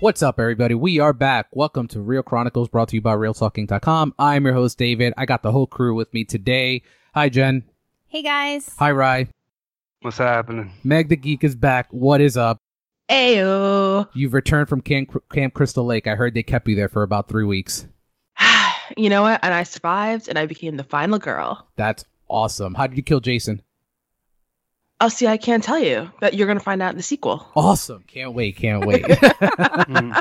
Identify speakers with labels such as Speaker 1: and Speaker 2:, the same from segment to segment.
Speaker 1: What's up, everybody? We are back. Welcome to Real Chronicles, brought to you by RealTalking.com. I'm your host, David. I got the whole crew with me today. Hi, Jen.
Speaker 2: Hey guys.
Speaker 1: Hi, Rye.
Speaker 3: What's happening?
Speaker 1: Meg the Geek is back. What is up?
Speaker 4: Ayo.
Speaker 1: You've returned from Camp, Camp Crystal Lake. I heard they kept you there for about three weeks.
Speaker 4: You know what? And I survived and I became the final girl.
Speaker 1: That's awesome. How did you kill Jason?
Speaker 4: Oh, see, I can't tell you that you're going to find out in the sequel.
Speaker 1: Awesome. Can't wait. Can't wait.
Speaker 3: Mm.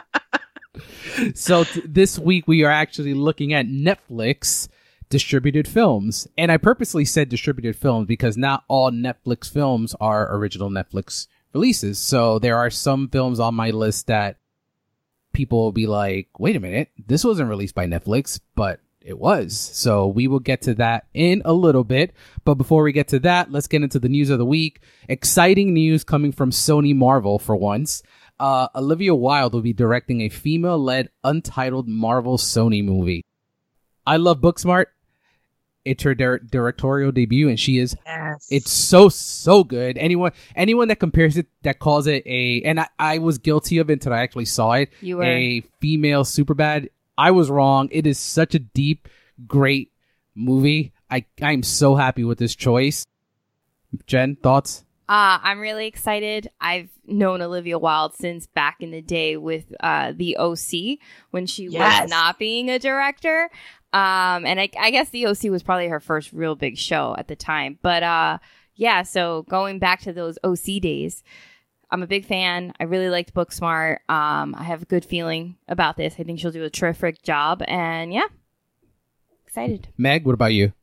Speaker 1: so t- this week we are actually looking at Netflix distributed films. And I purposely said distributed films because not all Netflix films are original Netflix releases. So there are some films on my list that people will be like, wait a minute, this wasn't released by Netflix, but it was. So we will get to that in a little bit. But before we get to that, let's get into the news of the week. Exciting news coming from Sony Marvel for once. Uh, Olivia Wilde will be directing a female led untitled Marvel Sony movie. I love Booksmart. It's her dir- directorial debut, and she is
Speaker 4: Yes.
Speaker 1: it's so so good. Anyone anyone that compares it that calls it a and I, I was guilty of it until I actually saw it
Speaker 2: You were.
Speaker 1: a female Superbad. I was wrong. It is such a deep, great movie. I I'm so happy with this choice. Jen, thoughts?
Speaker 2: Uh, I'm really excited. I've known Olivia Wilde since back in the day with uh, the OC when she
Speaker 4: Yes.
Speaker 2: was not being a director. Um, and I, I guess the OC was probably her first real big show at the time. But uh, yeah, so going back to those OC days, I'm a big fan. I really liked Booksmart. Um, I have a good feeling about this. I think she'll do a terrific job. And yeah, excited.
Speaker 1: Meg, what about you?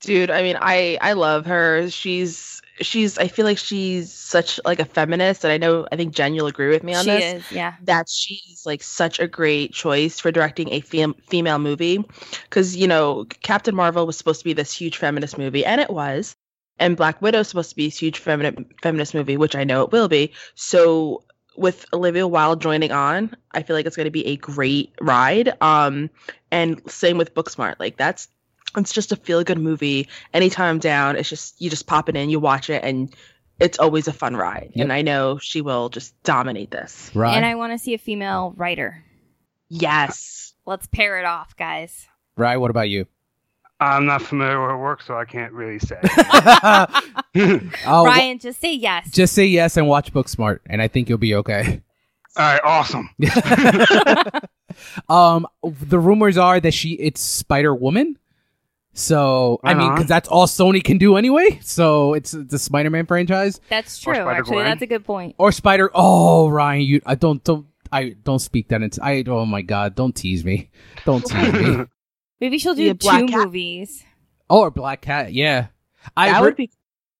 Speaker 4: Dude, I mean, I I love her. She's she's I feel like she's such like a feminist and I know I think Jen you'll agree with me on
Speaker 2: she
Speaker 4: this.
Speaker 2: is, yeah.
Speaker 4: that she's like such a great choice for directing a fem- female movie because you know captain marvel was supposed to be this huge feminist movie and it was and black widow is supposed to be this huge feminine feminist movie which i know it will be so with olivia wilde joining on i feel like it's going to be a great ride um and same with booksmart like that's it's just a feel good movie anytime I'm down it's just you just pop it in you watch it and it's always a fun ride
Speaker 1: Yep.
Speaker 4: and i know she will just dominate this
Speaker 1: Right.
Speaker 2: And I want to see a female writer.
Speaker 4: Yes.
Speaker 2: Let's pair it off, guys.
Speaker 1: Rye, what about you?
Speaker 3: I'm not familiar with her work, so I can't really say.
Speaker 1: Oh,
Speaker 2: Ryan, just say yes.
Speaker 1: just say yes and watch Booksmart, and I think you'll be okay.
Speaker 3: All right, awesome.
Speaker 1: um, the rumors are that she it's Spider Woman. So I
Speaker 3: Right
Speaker 1: mean,
Speaker 4: Uh-huh.
Speaker 3: on.
Speaker 1: because that's all Sony can do anyway. So it's the Spider Man franchise
Speaker 2: That's true.
Speaker 3: Or Spider
Speaker 2: Actually,
Speaker 3: Gwen.
Speaker 2: that's a good point.
Speaker 1: or Spider. Oh, Ryan, you I don't don't I don't speak that. It's I. Oh my God, don't tease me. Don't tease me.
Speaker 2: Maybe she'll do
Speaker 4: Yeah, Black
Speaker 2: two
Speaker 4: Cat.
Speaker 2: movies.
Speaker 1: Oh, or Black Cat. Yeah, I
Speaker 4: that
Speaker 1: heard-
Speaker 4: would be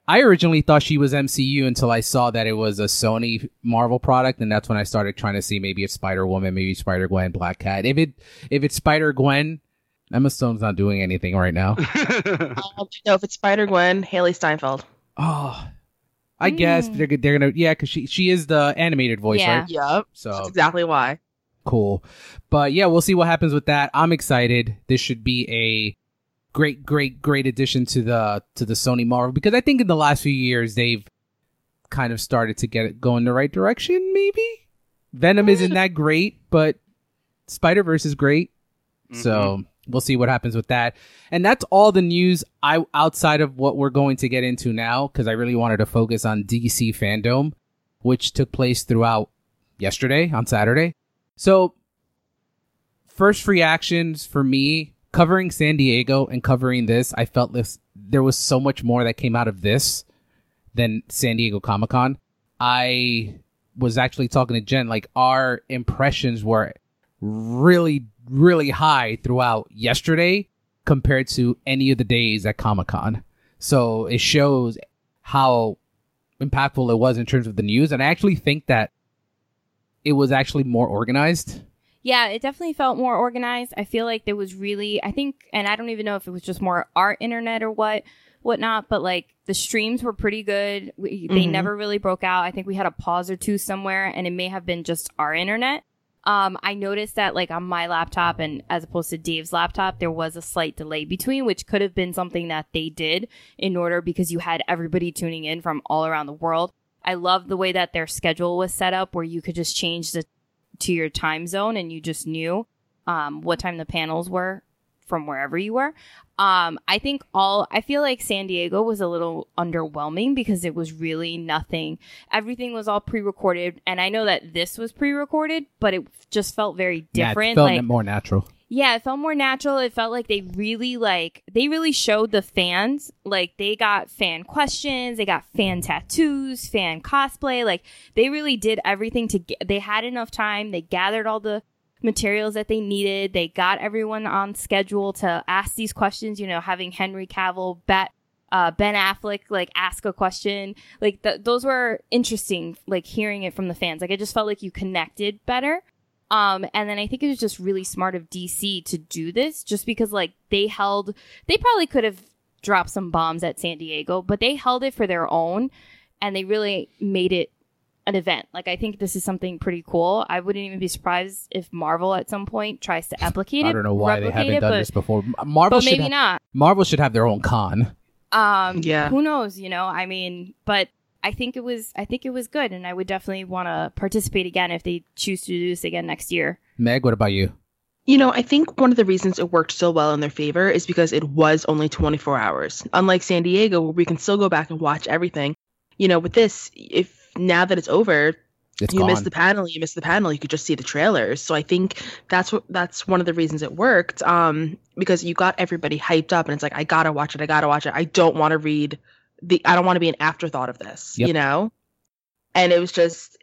Speaker 1: I originally thought she was MCU until I saw that it was a Sony Marvel product, and that's when I started trying to see maybe it's Spider Woman, maybe Spider Gwen, Black Cat. If it if it's Spider Gwen, Emma Stone's not doing anything right now.
Speaker 4: um, no if it's Spider Gwen, Haley Steinfeld.
Speaker 1: Oh, I guess
Speaker 2: Mm.
Speaker 1: they're they're gonna yeah, because she she is the animated voice,
Speaker 2: Yeah.
Speaker 1: right?
Speaker 4: Yep. That's
Speaker 1: So
Speaker 4: exactly why.
Speaker 1: cool. But yeah, we'll see what happens with that. I'm excited. This should be a great, great, great addition to the to the Sony Marvel because I think in the last few years they've kind of started to get it going the right direction. Maybe Venom isn't that great, but Spider Verse is great. So we'll see what happens with that. And that's all the news I outside of what we're going to get into now because I really wanted to focus on DC fandom, which took place throughout yesterday on Saturday. So first reactions for me covering San Diego and covering this, I felt this there was so much more that came out of this than San Diego Comic Con. I was actually talking to Jen like our impressions were really, really high throughout yesterday compared to any of the days at Comic Con. So it shows how impactful it was in terms of the news. And I actually think that it was actually more organized.
Speaker 2: Yeah, it definitely felt more organized. I feel like there was really, I think, and I don't even know if it was just more our internet or what, whatnot, but like the streams were pretty good. We, They
Speaker 4: Mhm.
Speaker 2: never really broke out. I think we had a pause or two somewhere, and it may have been just our internet. Um, I noticed that like on my laptop and as opposed to Dave's laptop, there was a slight delay between, which could have been something that they did in order because you had everybody tuning in from all around the world. I love the way that their schedule was set up where you could just change the to your time zone and you just knew um, what time the panels were from wherever you were. Um, I think all I feel like San Diego was a little underwhelming because it was really nothing. Everything was all pre-recorded, and I know that this was pre-recorded, but it just felt very
Speaker 1: Yeah, it
Speaker 2: different.
Speaker 1: felt
Speaker 2: like
Speaker 1: more natural.
Speaker 2: yeah, it felt more natural. It felt like they really like they really showed the fans. Like they got fan questions, they got fan tattoos, fan cosplay. Like they really did everything to get they had enough time. They gathered all the materials that they needed. They got everyone on schedule to ask these questions, you know, having Henry Cavill, Bat uh, Ben Affleck like ask a question. Like th- those were interesting like hearing it from the fans. Like I just felt like you connected better. Um, and then I think it was just really smart of DC to do this just because like they held they probably could have dropped some bombs at San Diego, but they held it for their own and they really made it an event. Like I think this is something pretty cool. I wouldn't even be surprised if Marvel at some point tries to replicate it.
Speaker 1: I don't know why they
Speaker 2: replicate
Speaker 1: haven't
Speaker 2: it,
Speaker 1: done
Speaker 2: but,
Speaker 1: this before. M- Marvel
Speaker 2: But
Speaker 1: should
Speaker 2: maybe
Speaker 1: ha-
Speaker 2: not.
Speaker 1: Marvel should have their own con.
Speaker 2: Um,
Speaker 4: Yeah.
Speaker 2: Who knows? You know, I mean, but I think it was I think it was good, and I would definitely want to participate again if they choose to do this again next year.
Speaker 1: Meg, what about you?
Speaker 4: You know, I think one of the reasons it worked so well in their favor is because it was only 24 hours. Unlike San Diego, where we can still go back and watch everything. You know, with this, if now that it's over,
Speaker 1: It's
Speaker 4: you
Speaker 1: gone.
Speaker 4: miss the panel, you miss the panel, you could just see the trailers. So I think that's what that's one of the reasons it worked. Um, because you got everybody hyped up and it's like, I gotta watch it, I gotta watch it. I don't wanna read the I don't wanna be an afterthought of this,
Speaker 1: Yep.
Speaker 4: you know? And it was just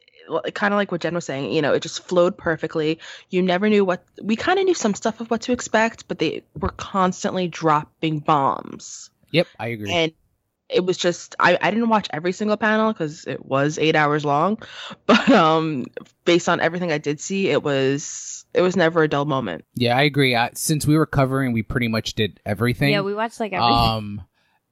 Speaker 4: kind of like what Jen was saying, you know, it just flowed perfectly. You never knew what we kind of knew some stuff of what to expect, but they were constantly dropping bombs.
Speaker 1: yep, I agree.
Speaker 4: And it was just I, I didn't watch every single panel because it was eight hours long, but um based on everything I did see, it was it was never a dull moment.
Speaker 1: yeah, I agree. I, since we were covering, we pretty much did everything.
Speaker 2: Yeah, we watched like everything.
Speaker 1: um,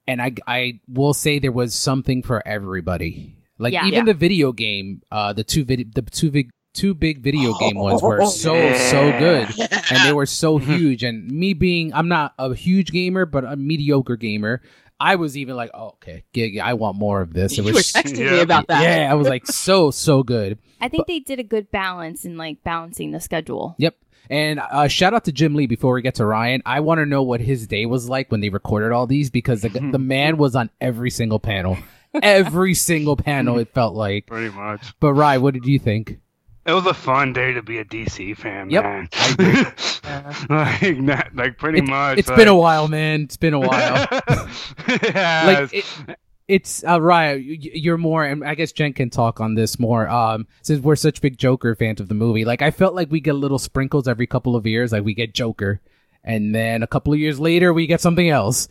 Speaker 1: and I I will say there was something for everybody. Like
Speaker 2: Yeah.
Speaker 1: even the video game, uh, the two vid- the two big two big video
Speaker 2: Oh.
Speaker 1: game ones were so so
Speaker 3: Yeah.
Speaker 1: good. and they were so
Speaker 2: Mm-hmm.
Speaker 3: Mhm.
Speaker 1: huge. And me being, I'm not a huge gamer, but a mediocre gamer, I was even like, oh, okay, gig, I want more of this. It
Speaker 4: you
Speaker 1: was
Speaker 4: were texting me
Speaker 3: Yeah.
Speaker 4: about that.
Speaker 1: yeah, I was like, so so good.
Speaker 2: I think they did a good balance in like balancing the schedule.
Speaker 1: Yep. And uh, shout out to Jim Lee before we get to Ryan. I want to know what his day was like when they recorded all these because the, the man was on every single panel, every single panel. It felt like.
Speaker 3: Pretty much.
Speaker 1: But Ryan, what did you think?
Speaker 3: It was a fun day to be a DC fan,
Speaker 1: Yep.
Speaker 3: man.
Speaker 1: I
Speaker 3: like, not, like pretty much.
Speaker 1: It's
Speaker 3: like,
Speaker 1: been a while, man. It's been a while.
Speaker 3: yes.
Speaker 1: like it, it's uh, Raya, y- y- you're more, and I guess Jen can talk on this more. Um, since we're such big Joker fans of the movie, like I felt like we get little sprinkles every couple of years. Like we get Joker, and then a couple of years later we get something else.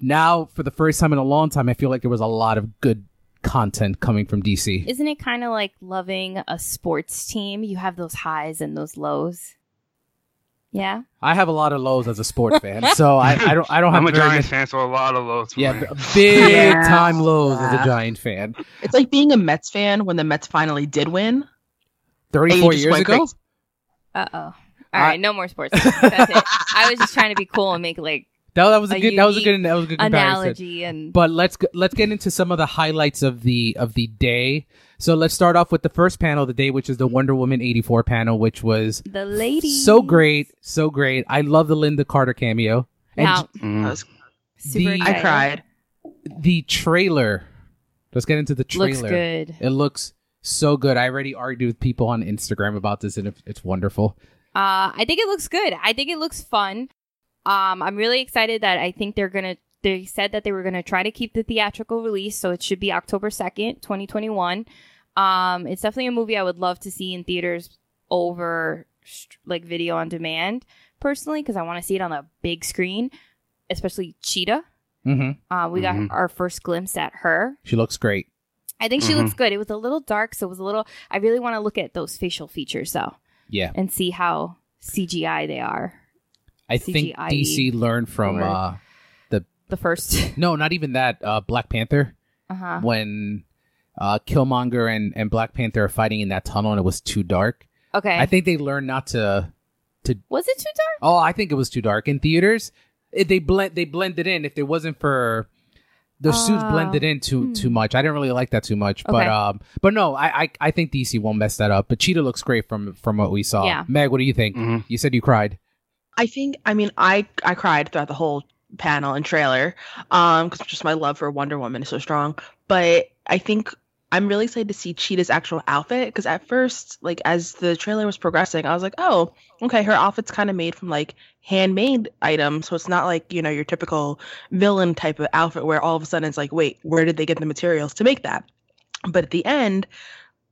Speaker 1: Now, for the first time in a long time, I feel like there was a lot of good content coming from DC.
Speaker 2: Isn't it kind of like loving a sports team? You have those highs and those lows. Yeah.
Speaker 1: I have a lot of lows as a sports fan, so I, I don't I don't have
Speaker 3: I'm a
Speaker 1: very
Speaker 3: Giants
Speaker 1: many-
Speaker 3: fan, so a lot of lows. for
Speaker 1: Yeah,
Speaker 3: me.
Speaker 1: b- big
Speaker 4: Yeah.
Speaker 1: time lows as a
Speaker 4: Yeah.
Speaker 1: Giant fan.
Speaker 4: It's like being a Mets fan when the Mets finally did win.
Speaker 1: Thirty
Speaker 4: And you
Speaker 1: four
Speaker 4: just
Speaker 1: years
Speaker 4: went
Speaker 1: ago,
Speaker 4: crazy.
Speaker 2: Uh oh. All
Speaker 1: I-
Speaker 2: right, no more sports. That's it. I was just trying to be cool and make like
Speaker 1: that, that was a,
Speaker 2: A
Speaker 1: good that was a
Speaker 2: unique
Speaker 1: good that was a good comparison.
Speaker 2: analogy and
Speaker 1: but let's g- let's get into some of the highlights of the of the day. So let's start off with the first panel of the day, which is the Wonder Woman eighty four panel, which was
Speaker 2: the lady
Speaker 1: so great, so great. I love the Linda Carter cameo and
Speaker 2: Wow,
Speaker 4: I,
Speaker 3: Mm.
Speaker 4: was-
Speaker 2: super
Speaker 1: the-
Speaker 4: I
Speaker 2: excited.
Speaker 4: cried.
Speaker 1: j- the trailer. Let's get into the trailer.
Speaker 2: Looks good.
Speaker 1: It looks so good. I already argued with people on Instagram about this, and it- it's wonderful.
Speaker 2: Uh, I think it looks good. I think it looks fun. Um, I'm really excited that I think they're gonna. They said that they were gonna try to keep the theatrical release, so it should be October second, 2021. Um, it's definitely a movie I would love to see in theaters over st- like video on demand, personally, because I want to see it on the big screen, especially Cheetah.
Speaker 1: hmm
Speaker 2: Uh, we
Speaker 3: Mhm.
Speaker 2: got our first glimpse at her.
Speaker 1: She looks great.
Speaker 2: I think she
Speaker 3: Mhm.
Speaker 2: looks good. It was a little dark, so it was a little. I really want to look at those facial features though,
Speaker 1: Yeah,
Speaker 2: and see how CGI they are.
Speaker 1: I think
Speaker 2: CGI
Speaker 1: DC learned from
Speaker 2: E. or-
Speaker 1: uh,
Speaker 2: The first,
Speaker 1: no, not even that uh, Black Panther
Speaker 2: uh huh,
Speaker 1: when uh, Killmonger and, and Black Panther are fighting in that tunnel and it was too dark.
Speaker 2: okay.
Speaker 1: I think they learned not to.
Speaker 2: was it too dark?
Speaker 1: Oh, I think it was too dark in theaters. It, they blend they blended in. If it wasn't for the suits
Speaker 2: Oh.
Speaker 1: blended in too
Speaker 2: Hmm.
Speaker 1: too much. I didn't really like that too much. But
Speaker 2: Okay.
Speaker 1: um, but no, I, I I think DC won't mess that up. But Cheetah looks great from from what we saw.
Speaker 2: Yeah.
Speaker 1: Meg, what do you think?
Speaker 4: Mm.
Speaker 3: Mhm.
Speaker 1: You said you cried.
Speaker 4: I think I mean I I cried throughout the whole panel and trailer um because just my love for Wonder Woman is so strong. But I think I'm really excited to see Cheetah's actual outfit because at first, like as the trailer was progressing, I was like, oh, okay, her outfit's kind of made from like handmade items, so it's not like you know your typical villain type of outfit where all of a sudden it's like, wait, where did they get the materials to make that? But at the end,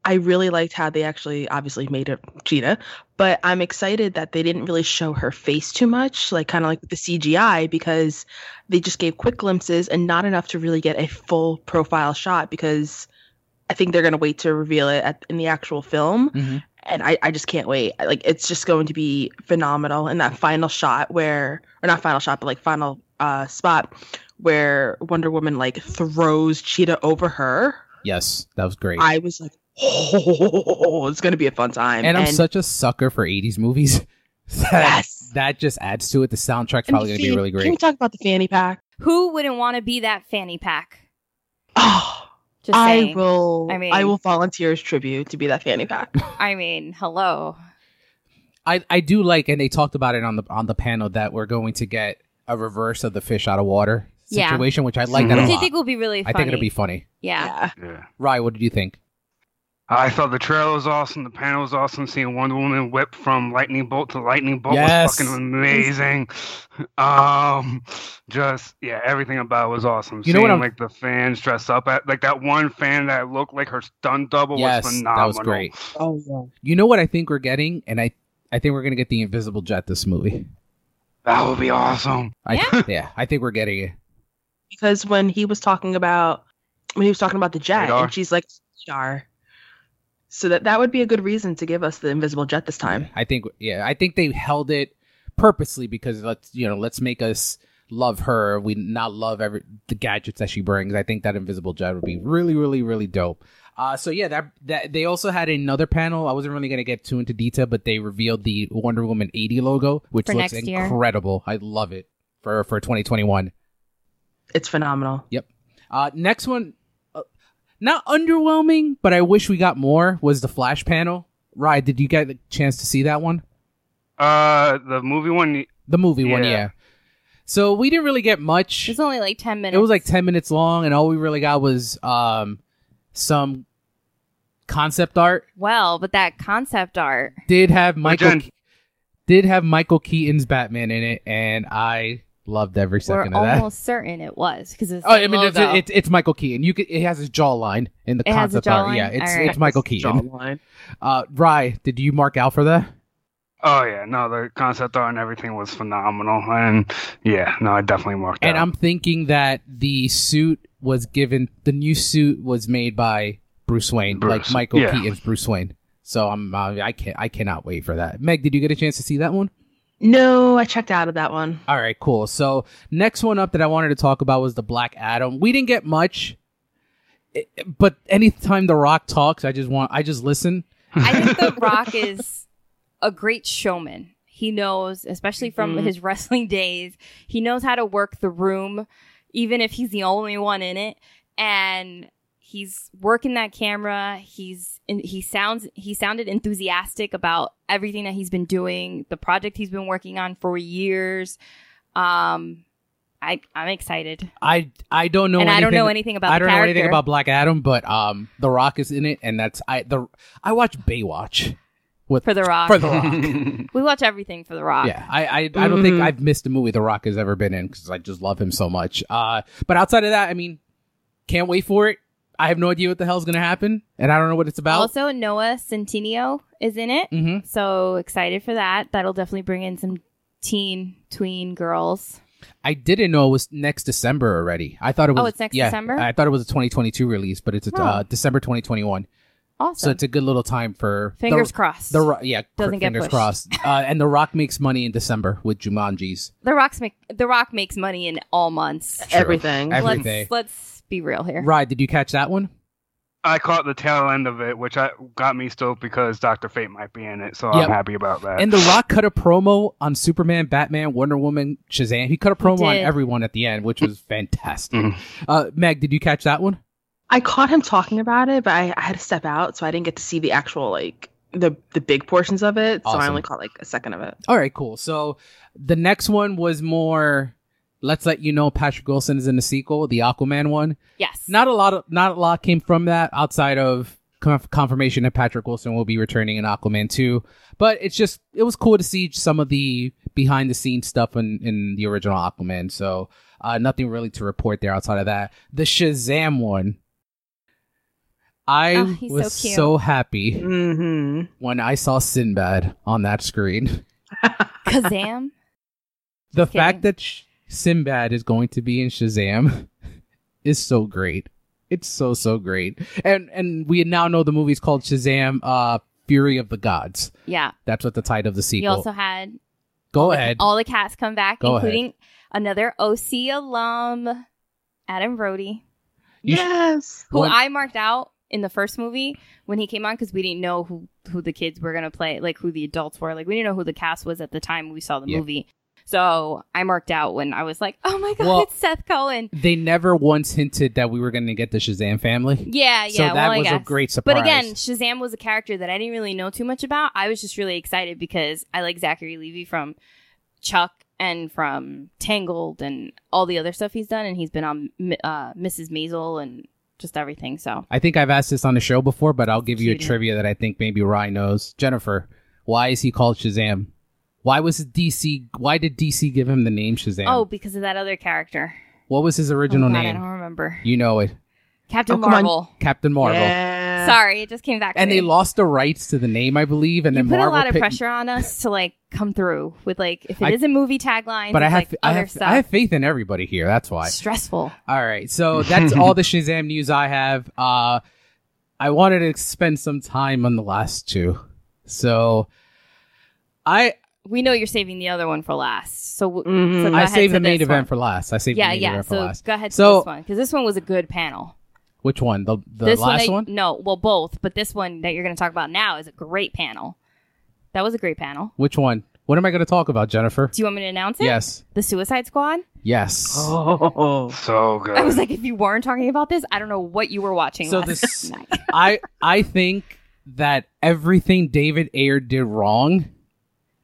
Speaker 4: I really liked how they actually obviously made it Cheetah, but I'm excited that they didn't really show her face too much, like kind of like with the CGI, because they just gave quick glimpses and not enough to really get a full profile shot. Because I think they're gonna wait to reveal it at, in the actual film,
Speaker 1: Mhm.
Speaker 4: and I, I just can't wait. I- Like it's just going to be phenomenal. And that final shot where, or not final shot, but like final uh, spot where Wonder Woman like throws Cheetah over her.
Speaker 1: Yes, that was great.
Speaker 4: I was like, oh, it's gonna be a fun time.
Speaker 1: and I'm such a sucker for 80s movies. that,
Speaker 4: Yes.
Speaker 1: that just adds to it. The soundtrack's
Speaker 4: And the
Speaker 1: probably going to be
Speaker 4: fan-
Speaker 1: really
Speaker 4: Can we
Speaker 1: great.
Speaker 4: talk about the fanny pack?
Speaker 2: Who wouldn't want to be that fanny pack?
Speaker 4: Oh,
Speaker 2: Just
Speaker 4: I
Speaker 2: saying.
Speaker 4: will.
Speaker 2: I
Speaker 4: I
Speaker 2: mean-
Speaker 4: mean, I will volunteer as tribute to be that fanny pack.
Speaker 2: I mean, hello.
Speaker 1: I, I do like, and they talked about it on the on the panel that we're going to get a reverse of the fish out of water
Speaker 2: Yeah.
Speaker 1: situation, which I like that
Speaker 2: Which
Speaker 1: a
Speaker 3: Mhm.
Speaker 2: I
Speaker 1: lot.
Speaker 2: think will be really
Speaker 1: I
Speaker 2: funny.
Speaker 1: think it'll be funny.
Speaker 2: yeah.
Speaker 3: Yeah.
Speaker 1: Rye, what did you think?
Speaker 3: I thought the trailer was awesome. The panel was awesome. Seeing Wonder Woman whip from lightning bolt to lightning bolt
Speaker 1: Yes.
Speaker 3: was fucking amazing. Um, just yeah, everything about it was awesome.
Speaker 1: You
Speaker 3: Seeing
Speaker 1: know what I'm-
Speaker 3: like the fans dress up at like that one fan that looked like her stunt double
Speaker 1: yes,
Speaker 3: was
Speaker 1: that
Speaker 3: phenomenal.
Speaker 1: was great.
Speaker 4: Oh yeah.
Speaker 1: You know what I think we're getting, and I I think we're going to get the Invisible Jet this movie.
Speaker 3: That would be awesome.
Speaker 1: I,
Speaker 2: Yeah.
Speaker 1: yeah, I think we're getting it.
Speaker 4: Because when he was talking about when he was talking about the jet,
Speaker 3: Radar.
Speaker 4: and she's like radar. So that that would be a good reason to give us the invisible jet this time.
Speaker 1: I think yeah, I think they held it purposely because let's you know let's make us love her. We not love every the gadgets that she brings. I think that invisible jet would be really really really dope. Uh, so yeah, that that they also had another panel. I wasn't really gonna get too into detail, but they revealed the Wonder Woman eighty logo, which
Speaker 2: For
Speaker 1: looks
Speaker 2: next year.
Speaker 1: incredible. I love it for for twenty twenty one.
Speaker 4: It's phenomenal.
Speaker 1: Uh, next one, uh, not underwhelming, but I wish we got more. Was the Flash panel? Rye, did you get a chance to see that one?
Speaker 3: Uh, the movie one.
Speaker 1: The movie one,
Speaker 3: Yeah.
Speaker 1: yeah. So we didn't really get much.
Speaker 2: It's only like 10 minutes.
Speaker 1: It was like ten minutes long, and all we really got was um some concept art.
Speaker 2: Well, but that concept art.
Speaker 1: Did have Michael
Speaker 3: Jen-
Speaker 1: Ke- did have Michael Keaton's Batman in it, and I loved every
Speaker 2: We're
Speaker 1: second of that.
Speaker 2: almost certain it was because it's.
Speaker 1: Oh, I mean, it's,
Speaker 2: logo.
Speaker 1: it's, it's Michael Keaton. You could, it has his jawline in the
Speaker 2: It has a
Speaker 1: concept art.
Speaker 2: jawline?
Speaker 1: Yeah, it's
Speaker 2: All right.
Speaker 1: it's Michael Keaton.
Speaker 4: Jawline.
Speaker 1: Uh, Rye, did you mark out for that?
Speaker 3: Oh yeah, no, the concept art and everything was phenomenal. And yeah, no, I definitely marked
Speaker 1: And
Speaker 3: out.
Speaker 1: I'm thinking that the suit was given the new suit was made by Bruce Wayne,
Speaker 3: Bruce,
Speaker 1: like Michael
Speaker 3: yeah.
Speaker 1: Keaton's Bruce Wayne. So I'm uh, I can I cannot wait for that. Meg, did you get a chance to see that one?
Speaker 4: No, I checked out of that one.
Speaker 1: All right, cool. So next one up that I wanted to talk about was the Black Adam. We didn't get much, it- but anytime The Rock talks, I just want I just listen.
Speaker 2: I think The Rock is a great showman. He knows, especially from
Speaker 1: Mm-hmm.
Speaker 4: Mhm.
Speaker 2: his wrestling days, he knows how to work the room, even if he's the only one in it. And he's working that camera. He's and he sounds he sounded enthusiastic about everything that he's been doing, the project he's been working on for years. Um, I I'm excited,
Speaker 1: I I don't know
Speaker 2: and
Speaker 1: anything
Speaker 2: I don't know anything about.
Speaker 1: I don't
Speaker 2: the
Speaker 1: know
Speaker 2: character.
Speaker 1: anything about Black Adam, but um, The Rock is in it, and that's I the I watch Baywatch with
Speaker 2: for the Rock.
Speaker 1: for The Rock.
Speaker 2: we watch everything for the Rock.
Speaker 1: Yeah, I I, I don't think
Speaker 4: Mhm.
Speaker 1: I've missed a movie The Rock has ever been in because I just love him so much. Uh, but outside of that, I mean, can't wait for it. I have no idea what the hell's gonna happen, and I don't know what it's about.
Speaker 2: Also, Noah Centineo is in it.
Speaker 1: hmm
Speaker 2: So excited for that. That'll definitely bring in some teen tween girls.
Speaker 1: I didn't know it was next December already. I thought it was.
Speaker 2: Oh, it's next
Speaker 1: yeah,
Speaker 2: December?
Speaker 1: I thought it was a 2022 release, but it's a,
Speaker 2: Oh.
Speaker 1: uh, December 2021. So
Speaker 2: Awesome.
Speaker 1: it's a good little time for the-
Speaker 2: Fingers crossed.
Speaker 1: The Ro- yeah,
Speaker 2: Doesn't get
Speaker 1: fingers
Speaker 2: pushed.
Speaker 1: crossed. Uh, and The Rock makes money in December with Jumanji's.
Speaker 2: The Rock's make The Rock makes money in all months.
Speaker 1: True.
Speaker 4: Everything.
Speaker 1: Every
Speaker 2: let's
Speaker 1: day.
Speaker 2: let's be real here.
Speaker 1: Ride, did you catch that one?
Speaker 3: I caught the tail end of it, which I got me stoked because Doctor Fate might be in it, so
Speaker 1: Yep.
Speaker 3: I'm happy about that.
Speaker 1: And The Rock cut a promo on Superman, Batman, Wonder Woman, Shazam. He cut a promo on
Speaker 2: did.
Speaker 1: everyone at the end, which was fantastic.
Speaker 3: Mhm.
Speaker 1: Uh, Meg, did you catch that one?
Speaker 4: I caught him talking about it, but I, I had to step out, so I didn't get to see the actual like the the big portions of it. So I
Speaker 1: Awesome.
Speaker 4: only caught like a second of it.
Speaker 1: All right, cool. So the next one was more. Let's let you know Patrick Wilson is in the sequel, the Aquaman one.
Speaker 2: Yes.
Speaker 1: Not a lot of not a lot came from that outside of conf- confirmation that Patrick Wilson will be returning in Aquaman 2. But it's just it was cool to see some of the behind the scenes stuff in in the original Aquaman. So uh, nothing really to report there outside of that. The Shazam one. I
Speaker 2: Oh, he's so
Speaker 1: was
Speaker 2: cute.
Speaker 1: so happy
Speaker 4: Mm-hmm.
Speaker 1: when I saw Sinbad on that screen.
Speaker 2: Kazam.
Speaker 1: The
Speaker 2: Kidding.
Speaker 1: fact that Sh- Sinbad is going to be in Shazam is so great. It's so so great. And and we now know the movie's called Shazam uh Fury of the Gods.
Speaker 2: Yeah.
Speaker 1: That's what the title of the
Speaker 2: You
Speaker 1: sequel.
Speaker 2: also had
Speaker 1: Go ahead.
Speaker 2: all the cats come back,
Speaker 1: Go ahead.
Speaker 2: including another OC alum, Adam Brody,
Speaker 1: You sh-
Speaker 4: Yes.
Speaker 2: who
Speaker 1: One-
Speaker 2: I marked out in the first movie when he came on because we didn't know who who the kids were gonna play, like who the adults were, like we didn't know who the cast was at the time we saw the
Speaker 1: Yeah.
Speaker 2: movie. So I marked out when I was like, "Oh my god,
Speaker 1: Well-
Speaker 2: it's Seth Cohen!"
Speaker 1: they never once hinted that we were going to get the Shazam family.
Speaker 2: Uh, Yeah, yeah.
Speaker 1: so that
Speaker 2: well, I
Speaker 1: was a
Speaker 2: guess.
Speaker 1: great surprise.
Speaker 2: But again, Shazam was a character that I didn't really know too much about. I was just really excited because I like Zachary Levy from Chuck and from Tangled and all the other stuff he's done, and he's been on M- uh, Mrs. Maisel and just everything. So
Speaker 1: I think I've asked this on the show before, but I'll give you a
Speaker 2: Cutie.
Speaker 1: trivia that I think maybe Ryan knows. Jennifer, why is he called Shazam? Why was DC? Why did DC give him the name Shazam?
Speaker 2: oh, because of that other character,
Speaker 1: what was his original
Speaker 2: oh, God, I
Speaker 1: name?
Speaker 2: don't remember
Speaker 1: You know it.
Speaker 2: Captain
Speaker 4: Oh, come on.
Speaker 2: Marvel.
Speaker 1: Captain Marvel.
Speaker 4: Yeah.
Speaker 2: Sorry, it just came back.
Speaker 1: And
Speaker 2: to
Speaker 1: they
Speaker 2: me.
Speaker 1: lost the rights to the name, I believe, and
Speaker 2: You
Speaker 1: then
Speaker 2: put
Speaker 1: Marvel
Speaker 2: a lot of
Speaker 1: picked-
Speaker 2: pressure on us to like come through with like if it
Speaker 1: I-
Speaker 2: is a movie tagline,
Speaker 1: But I have,
Speaker 2: like,
Speaker 1: I
Speaker 2: other
Speaker 1: have,
Speaker 2: stuff.
Speaker 1: I have faith in everybody here. That's why.
Speaker 2: stressful.
Speaker 1: All right, so that's all the Shazam news I have. Uh, I wanted to spend some time on the last two, so I
Speaker 2: We know you're saving the other one for last, so w-
Speaker 4: Mhm.
Speaker 2: So go
Speaker 1: I
Speaker 2: ahead
Speaker 1: saved
Speaker 2: to
Speaker 1: the main
Speaker 2: this
Speaker 1: event
Speaker 2: one.
Speaker 1: for last. I saved
Speaker 2: yeah,
Speaker 1: the main
Speaker 2: yeah.
Speaker 1: event
Speaker 2: So
Speaker 1: for last.
Speaker 2: go ahead to
Speaker 1: So-
Speaker 2: this one because this one was a good panel.
Speaker 1: Which one? The the
Speaker 2: this
Speaker 1: last
Speaker 2: that-
Speaker 1: one.
Speaker 2: No, well, both, but this one that you're going to talk about now is a great panel. That was a great panel.
Speaker 1: Which one? What am I going to talk about, Jennifer?
Speaker 2: Do you want me to announce it?
Speaker 1: Yes,
Speaker 2: The Suicide Squad.
Speaker 1: yes.
Speaker 4: Oh.
Speaker 3: so good.
Speaker 2: I was like, if you weren't talking about this, I don't know what you were watching.
Speaker 1: So
Speaker 2: last
Speaker 1: this-
Speaker 2: night.
Speaker 1: I I think that everything David Ayer did wrong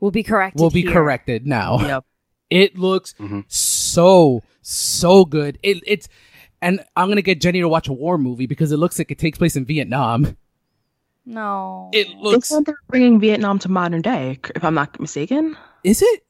Speaker 2: will be corrected.
Speaker 1: will be
Speaker 2: here.
Speaker 1: corrected now.
Speaker 4: Yep.
Speaker 1: It looks
Speaker 3: Mhm.
Speaker 1: so so good. It, it's and I'm gonna get Jenny to watch a war movie because it looks like it takes place in Vietnam.
Speaker 2: No,
Speaker 1: It
Speaker 4: They
Speaker 1: looks
Speaker 4: said they're bringing Vietnam to modern day, c- if I'm not mistaken.
Speaker 1: is it?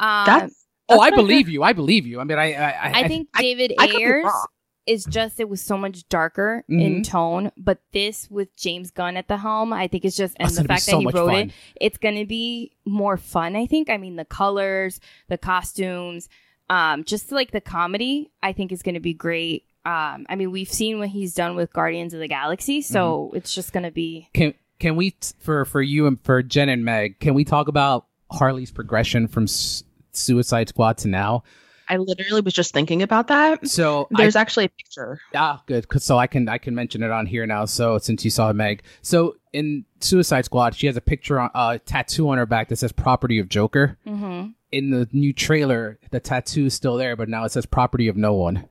Speaker 2: Um,
Speaker 4: Uh, That's.
Speaker 1: Oh, I
Speaker 4: That's what I
Speaker 1: believe you. I believe you. I mean, I I, I,
Speaker 2: I think David
Speaker 4: I could be
Speaker 2: Ayers
Speaker 4: wrong.
Speaker 2: is just it was so much darker
Speaker 1: Mm-hmm.
Speaker 2: in tone, but this with James Gunn at the helm, I think it's just and
Speaker 1: That's
Speaker 2: the
Speaker 1: gonna be
Speaker 2: fact
Speaker 1: so
Speaker 2: that he
Speaker 1: much
Speaker 2: wrote
Speaker 1: fun.
Speaker 2: it, it's gonna be more fun. I think. I mean, the colors, the costumes, um, just like the comedy, I think is gonna be great. Um, I mean, we've seen what he's done with Guardians of the Galaxy, so
Speaker 1: Mm-hmm.
Speaker 2: it's just gonna be
Speaker 1: can can we t- for for you and for Jen and Meg? Can we talk about Harley's progression from S- Suicide Squad to now?
Speaker 4: I literally was just thinking about that.
Speaker 1: So I
Speaker 4: There's actually a picture.
Speaker 1: Ah, good. 'cause- so I can I can mention it on here now. So since you saw it, Meg, so in Suicide Squad, she has a picture on uh, tattoo on her back that says "Property of Joker."
Speaker 2: hmm
Speaker 1: In the new trailer, the tattoo is still there, but now it says "Property of No One."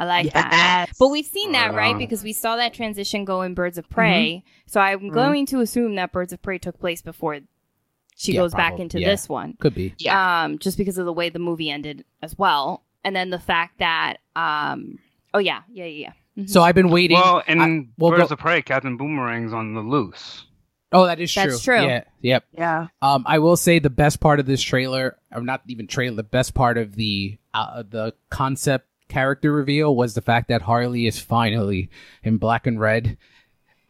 Speaker 2: I like that.
Speaker 4: Yes.
Speaker 2: But we've seen that,
Speaker 3: Oh,
Speaker 2: right?
Speaker 1: Uh-huh.
Speaker 3: wow.
Speaker 2: Because we saw that transition go in Birds of Prey.
Speaker 1: Mm-hmm.
Speaker 2: So I'm going to assume that Birds of Prey took place before she
Speaker 1: Yeah,
Speaker 2: goes back
Speaker 1: probably.
Speaker 2: into
Speaker 1: Yeah.
Speaker 2: this one.
Speaker 1: Could be.
Speaker 4: Yeah.
Speaker 2: Um, just because of the way the movie ended as well. And then the fact that, um, oh, yeah, yeah, yeah, yeah. Mhm.
Speaker 1: So I've been waiting.
Speaker 3: well, and
Speaker 1: I- well,
Speaker 3: Birds
Speaker 1: go-
Speaker 3: of Prey, Captain Boomerang's on the loose.
Speaker 1: oh, that is true.
Speaker 2: That's true.
Speaker 1: Yeah. Yep.
Speaker 4: yeah.
Speaker 1: Um, I will say the best part of this trailer, or not even trailer, the best part of the uh, the concept character reveal was the fact that Harley is finally in black and red,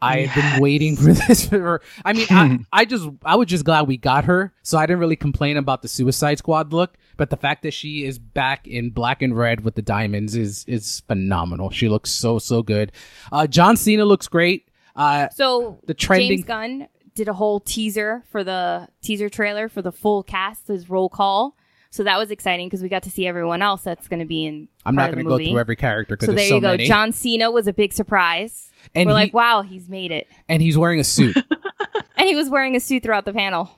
Speaker 1: I have been waiting for this. For, I mean, I, I just, I was just glad we got her. So I didn't really complain about the Suicide Squad look, but the fact that she is back in black and red with the diamonds is, is phenomenal. She looks so, so good. Uh, John Cena looks great. Uh,
Speaker 2: So
Speaker 1: The trending-
Speaker 2: James Gunn did a whole teaser for the teaser trailer for the full cast, his roll call. So that was exciting because we got to see everyone else that's going to be in.
Speaker 1: I'm not
Speaker 2: going to
Speaker 1: go through every character because
Speaker 2: So there
Speaker 1: there's
Speaker 2: you
Speaker 1: so
Speaker 2: go.
Speaker 1: many.
Speaker 2: John Cena was a big surprise.
Speaker 1: and,
Speaker 2: We're
Speaker 1: he-
Speaker 2: like, wow, he's made it,
Speaker 1: and he's wearing a suit.
Speaker 2: and he was wearing a suit throughout the panel.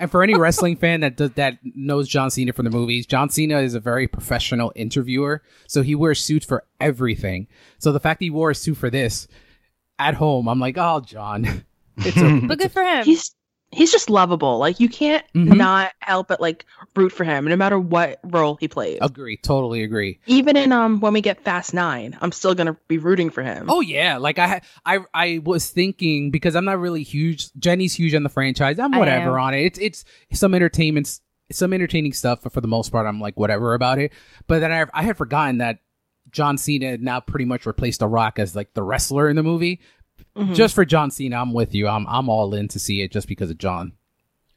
Speaker 1: And for any wrestling fan that does, that knows John Cena from the movies, John Cena is a very professional interviewer, so he wears suits for everything. So the fact he wore a suit for this at home, I'm like, oh, John, it's a,
Speaker 2: But good for him.
Speaker 4: He's he's just lovable. Like you can't
Speaker 1: Mhm.
Speaker 4: not help but like root for him, no matter what role he plays.
Speaker 1: agree, totally agree.
Speaker 4: Even in um when we get Fast Nine, I'm still gonna be rooting for
Speaker 2: Mm-hmm.
Speaker 4: him.
Speaker 1: Oh yeah, like I ha- I I was thinking because I'm not really huge. Jenny's huge on the franchise. I'm
Speaker 2: I
Speaker 1: whatever
Speaker 2: am.
Speaker 1: on it. It's it's some entertainment, s- some entertaining stuff, but for the most part, I'm like whatever about it. But then I I had forgotten that John Cena had now pretty much replaced The Rock as like the wrestler in the movie.
Speaker 2: Hmm.
Speaker 4: Mhm.
Speaker 1: Just for John Cena, I'm with you. I'm I'm all in to see it just because of John.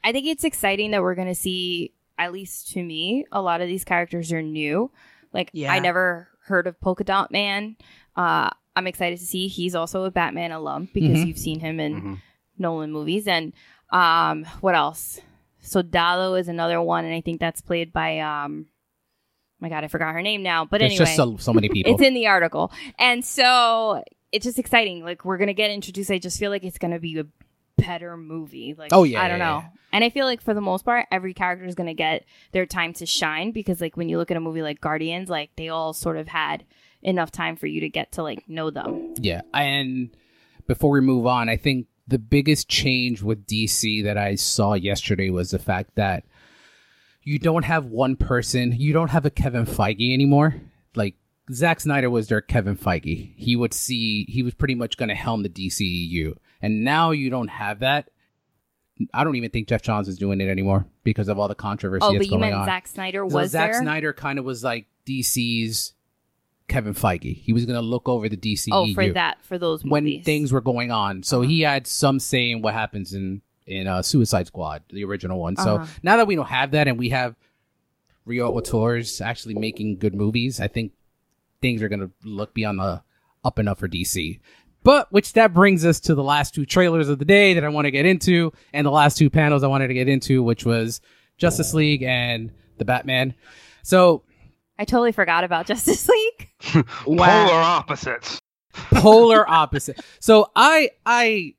Speaker 2: I think it's exciting that we're going to see, at least to me, a lot of these characters are new. Like,
Speaker 4: Yeah.
Speaker 2: I never heard of Polka Dot Man. Uh, I'm excited to see he's also a Batman alum because
Speaker 1: Mhm.
Speaker 2: you've seen him in
Speaker 3: Mhm.
Speaker 2: Nolan movies. And um, what else? So Dalo is another one, and I think that's played by, um, my God, I forgot her name now. But
Speaker 1: There's
Speaker 2: anyway,
Speaker 1: just so so many people.
Speaker 2: it's in the article. And so it's just exciting. Like we're gonna get introduced. I just feel like it's gonna be a better movie. Like
Speaker 1: Oh, yeah,
Speaker 2: I don't
Speaker 1: yeah,
Speaker 2: know.
Speaker 1: yeah.
Speaker 2: And I feel like for the most part, every character is gonna get their time to shine because like when you look at a movie like Guardians, like they all sort of had enough time for you to get to like know them.
Speaker 1: Yeah. And before we move on, I think the biggest change with DC that I saw yesterday was the fact that you don't have one person, you don't have a Kevin Feige anymore. Like Zack Snyder was their Kevin Feige. He would see he was pretty much going to helm the DCEU. And now you don't have that. I don't even think Jeff Johns is doing it anymore because of all the controversy
Speaker 2: oh,
Speaker 1: that's
Speaker 2: but you
Speaker 1: going
Speaker 2: meant
Speaker 1: on.
Speaker 2: Zack Snyder
Speaker 1: So
Speaker 2: was
Speaker 1: Zack
Speaker 2: there.
Speaker 1: Snyder kind of was like DC's Kevin Feige. He was going to look over the E DCEU
Speaker 2: oh, for that, for those movies.
Speaker 1: when things were going on. So he
Speaker 2: Uh-huh.
Speaker 1: had some say in what happens in in uh, Suicide Squad, the original one. So
Speaker 2: Uh-huh.
Speaker 1: now that we don't have that, and we have Rio Autors actually making good movies, I think things are going to look be on the up and up for DC. But which that brings us to the last two trailers of the day that I want to get into, and the last two panels I wanted to get into, which was Justice League and the Batman. So
Speaker 2: I totally forgot about Justice League.
Speaker 1: Wow.
Speaker 3: Polar opposites.
Speaker 1: polar opposite. So I I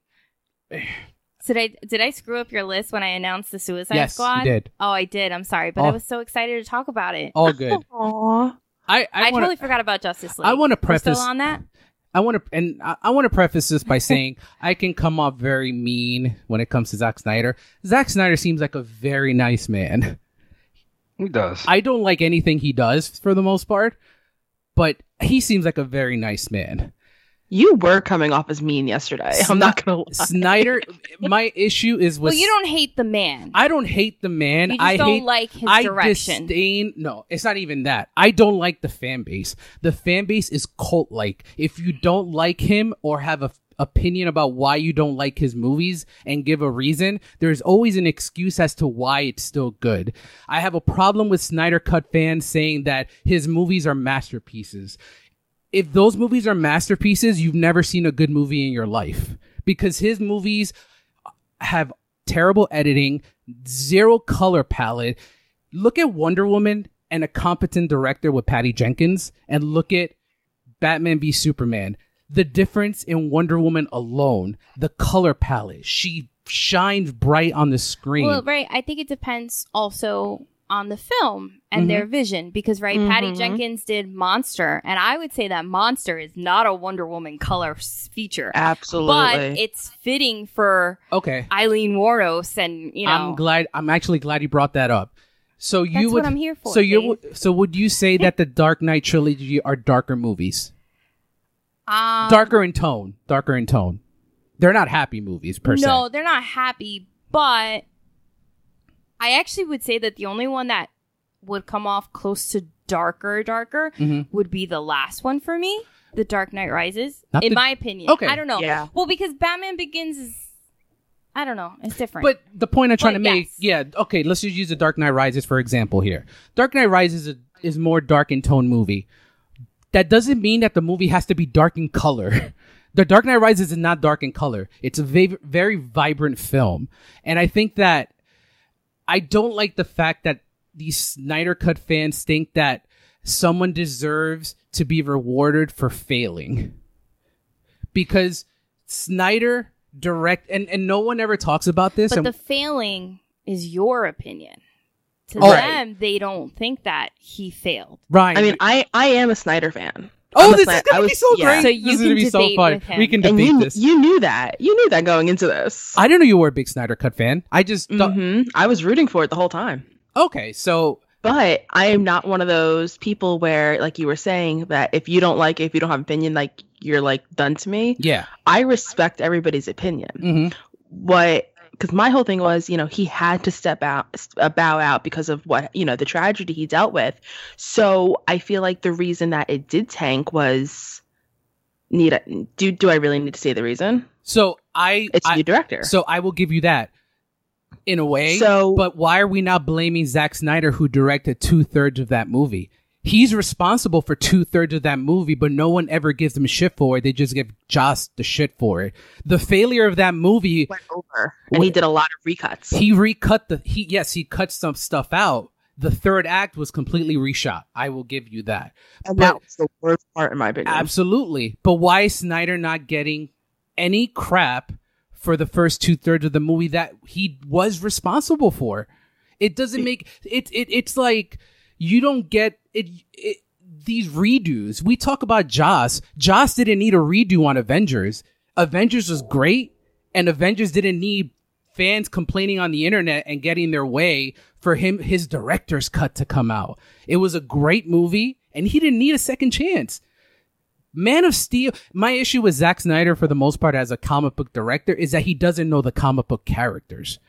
Speaker 2: So did I, did I screw up your list when I announced the Suicide
Speaker 1: yes
Speaker 2: Squad?
Speaker 1: you did
Speaker 2: Oh, I did. I'm sorry, but
Speaker 1: Oh.
Speaker 2: I was so excited to talk about it.
Speaker 1: all good.
Speaker 4: Aw.
Speaker 1: I
Speaker 2: I,
Speaker 1: I, want
Speaker 2: totally forgot about Justice League.
Speaker 1: I want to
Speaker 2: We're still
Speaker 1: preface.
Speaker 2: on that.
Speaker 1: I want to, and I, I want to preface this by saying I can come off very mean when it comes to Zack Snyder. Zack Snyder seems like a very nice man.
Speaker 3: He does.
Speaker 1: I don't like anything he does for the most part, but he seems like a very nice man.
Speaker 4: You were coming off as mean yesterday. I'm not gonna lie.
Speaker 1: Snyder, my issue is with.
Speaker 2: well, you don't hate the man.
Speaker 1: I don't hate the man.
Speaker 2: you just
Speaker 1: I
Speaker 2: don't
Speaker 1: hate
Speaker 2: like his
Speaker 1: I
Speaker 2: direction.
Speaker 1: disdain. No, it's not even that. I don't like the fan base. The fan base is cult like. If you don't like him or have a f- opinion about why you don't like his movies and give a reason, there's always an excuse as to why it's still good. I have a problem with Snyder Cut fans saying that his movies are masterpieces. If those movies are masterpieces, you've never seen a good movie in your life because his movies have terrible editing, zero color palette. Look at Wonder Woman and a competent director with Patty Jenkins, and look at Batman v Superman. The difference in Wonder Woman alone, the color palette, she shines bright on the screen.
Speaker 2: well, right. I think it depends also on the film and
Speaker 1: Mhm.
Speaker 2: their vision because right, Patty
Speaker 4: Mhm.
Speaker 2: Jenkins did Monster, and I would say that Monster is not a Wonder Woman color s- feature,
Speaker 4: Absolutely.
Speaker 2: but it's fitting for
Speaker 1: okay,
Speaker 2: Eileen Waros, and you know
Speaker 1: I'm glad. I'm actually glad you brought that up. So
Speaker 2: that's
Speaker 1: you would.
Speaker 2: what I'm here for.
Speaker 1: so you
Speaker 2: Dave.
Speaker 1: would- so would you say that the Dark Knight trilogy are darker movies,
Speaker 2: um,
Speaker 1: darker in tone, darker in tone? They're not happy movies per se.
Speaker 2: No, they're not happy, but I actually would say that the only one that would come off close to darker, darker
Speaker 1: Mhm.
Speaker 2: would be the last one for me. The Dark Knight Rises,
Speaker 1: Not
Speaker 2: in
Speaker 1: the-
Speaker 2: my opinion.
Speaker 1: Okay.
Speaker 2: I don't know.
Speaker 4: Yeah.
Speaker 2: Well, because Batman Begins is, I don't know, it's different.
Speaker 1: But the point I'm trying
Speaker 2: Well,
Speaker 1: to make, yeah, okay, let's just use the Dark Knight Rises for example here. Dark Knight Rises is, a, is more dark in tone movie. That doesn't mean that the movie has to be dark in color. the Dark Knight Rises is not dark in color. It's a va- very vibrant film, and I think that I don't like the fact that these Snyder Cut fans think that someone deserves to be rewarded for failing because Snyder direct and, and no one ever talks about this
Speaker 2: but
Speaker 1: and
Speaker 2: the failing is your opinion. To
Speaker 1: All right.
Speaker 2: them, they don't think that he failed.
Speaker 1: Ryan.
Speaker 4: I mean, I I am a Snyder fan.
Speaker 1: oh,
Speaker 4: I'm a
Speaker 1: this
Speaker 4: Snyder-
Speaker 1: is gonna
Speaker 4: I
Speaker 1: be
Speaker 4: was-
Speaker 1: so
Speaker 4: yeah.
Speaker 1: great.
Speaker 2: So
Speaker 1: this
Speaker 2: you
Speaker 1: is
Speaker 2: can
Speaker 1: gonna be so
Speaker 2: debate
Speaker 1: fun.
Speaker 2: with him.
Speaker 1: We can
Speaker 4: And
Speaker 1: debate
Speaker 4: you
Speaker 1: this.
Speaker 4: you knew that. You knew that going into this.
Speaker 1: I didn't know you were a big Snyder Cut fan. I just thought
Speaker 4: hmm I was rooting for it the whole time.
Speaker 1: okay, so
Speaker 4: But I am not one of those people where, like you were saying, that if you don't like it, if you don't have opinion, like you're like done to me.
Speaker 1: yeah,
Speaker 4: I respect everybody's opinion.
Speaker 1: hmm
Speaker 4: What? Because my whole thing was, you know, he had to step out, s- uh, bow out because of what you know the tragedy he dealt with. So I feel like the reason that it did tank was need. I do do I really need to say the reason?
Speaker 1: so I,
Speaker 4: It's
Speaker 1: I
Speaker 4: a new director.
Speaker 1: so I will give you that in a way.
Speaker 4: So-
Speaker 1: but why are we not blaming Zack Snyder, who directed two thirds of that movie? He's responsible for two thirds of that movie, but no one ever gives him shit for it. They just give Joss the shit for it. The failure of that movie
Speaker 4: went over, and he did a lot of recuts.
Speaker 1: He recut the he yes, he cut some stuff out. The third act was completely reshot. I will give you that.
Speaker 4: and
Speaker 1: but-
Speaker 4: that was the worst part in my opinion.
Speaker 1: Absolutely. But why is Snyder not getting any crap for the first two thirds of the movie that he was responsible for? It doesn't make it, it it's like you don't get it, it these redos. We talk about Joss. Joss didn't need a redo on Avengers. Avengers was great, and Avengers didn't need fans complaining on the internet and getting their way for him his director's cut to come out. It was a great movie, and he didn't need a second chance. Man of Steel. My issue with Zack Snyder, for the most part, as a comic book director, is that he doesn't know the comic book characters.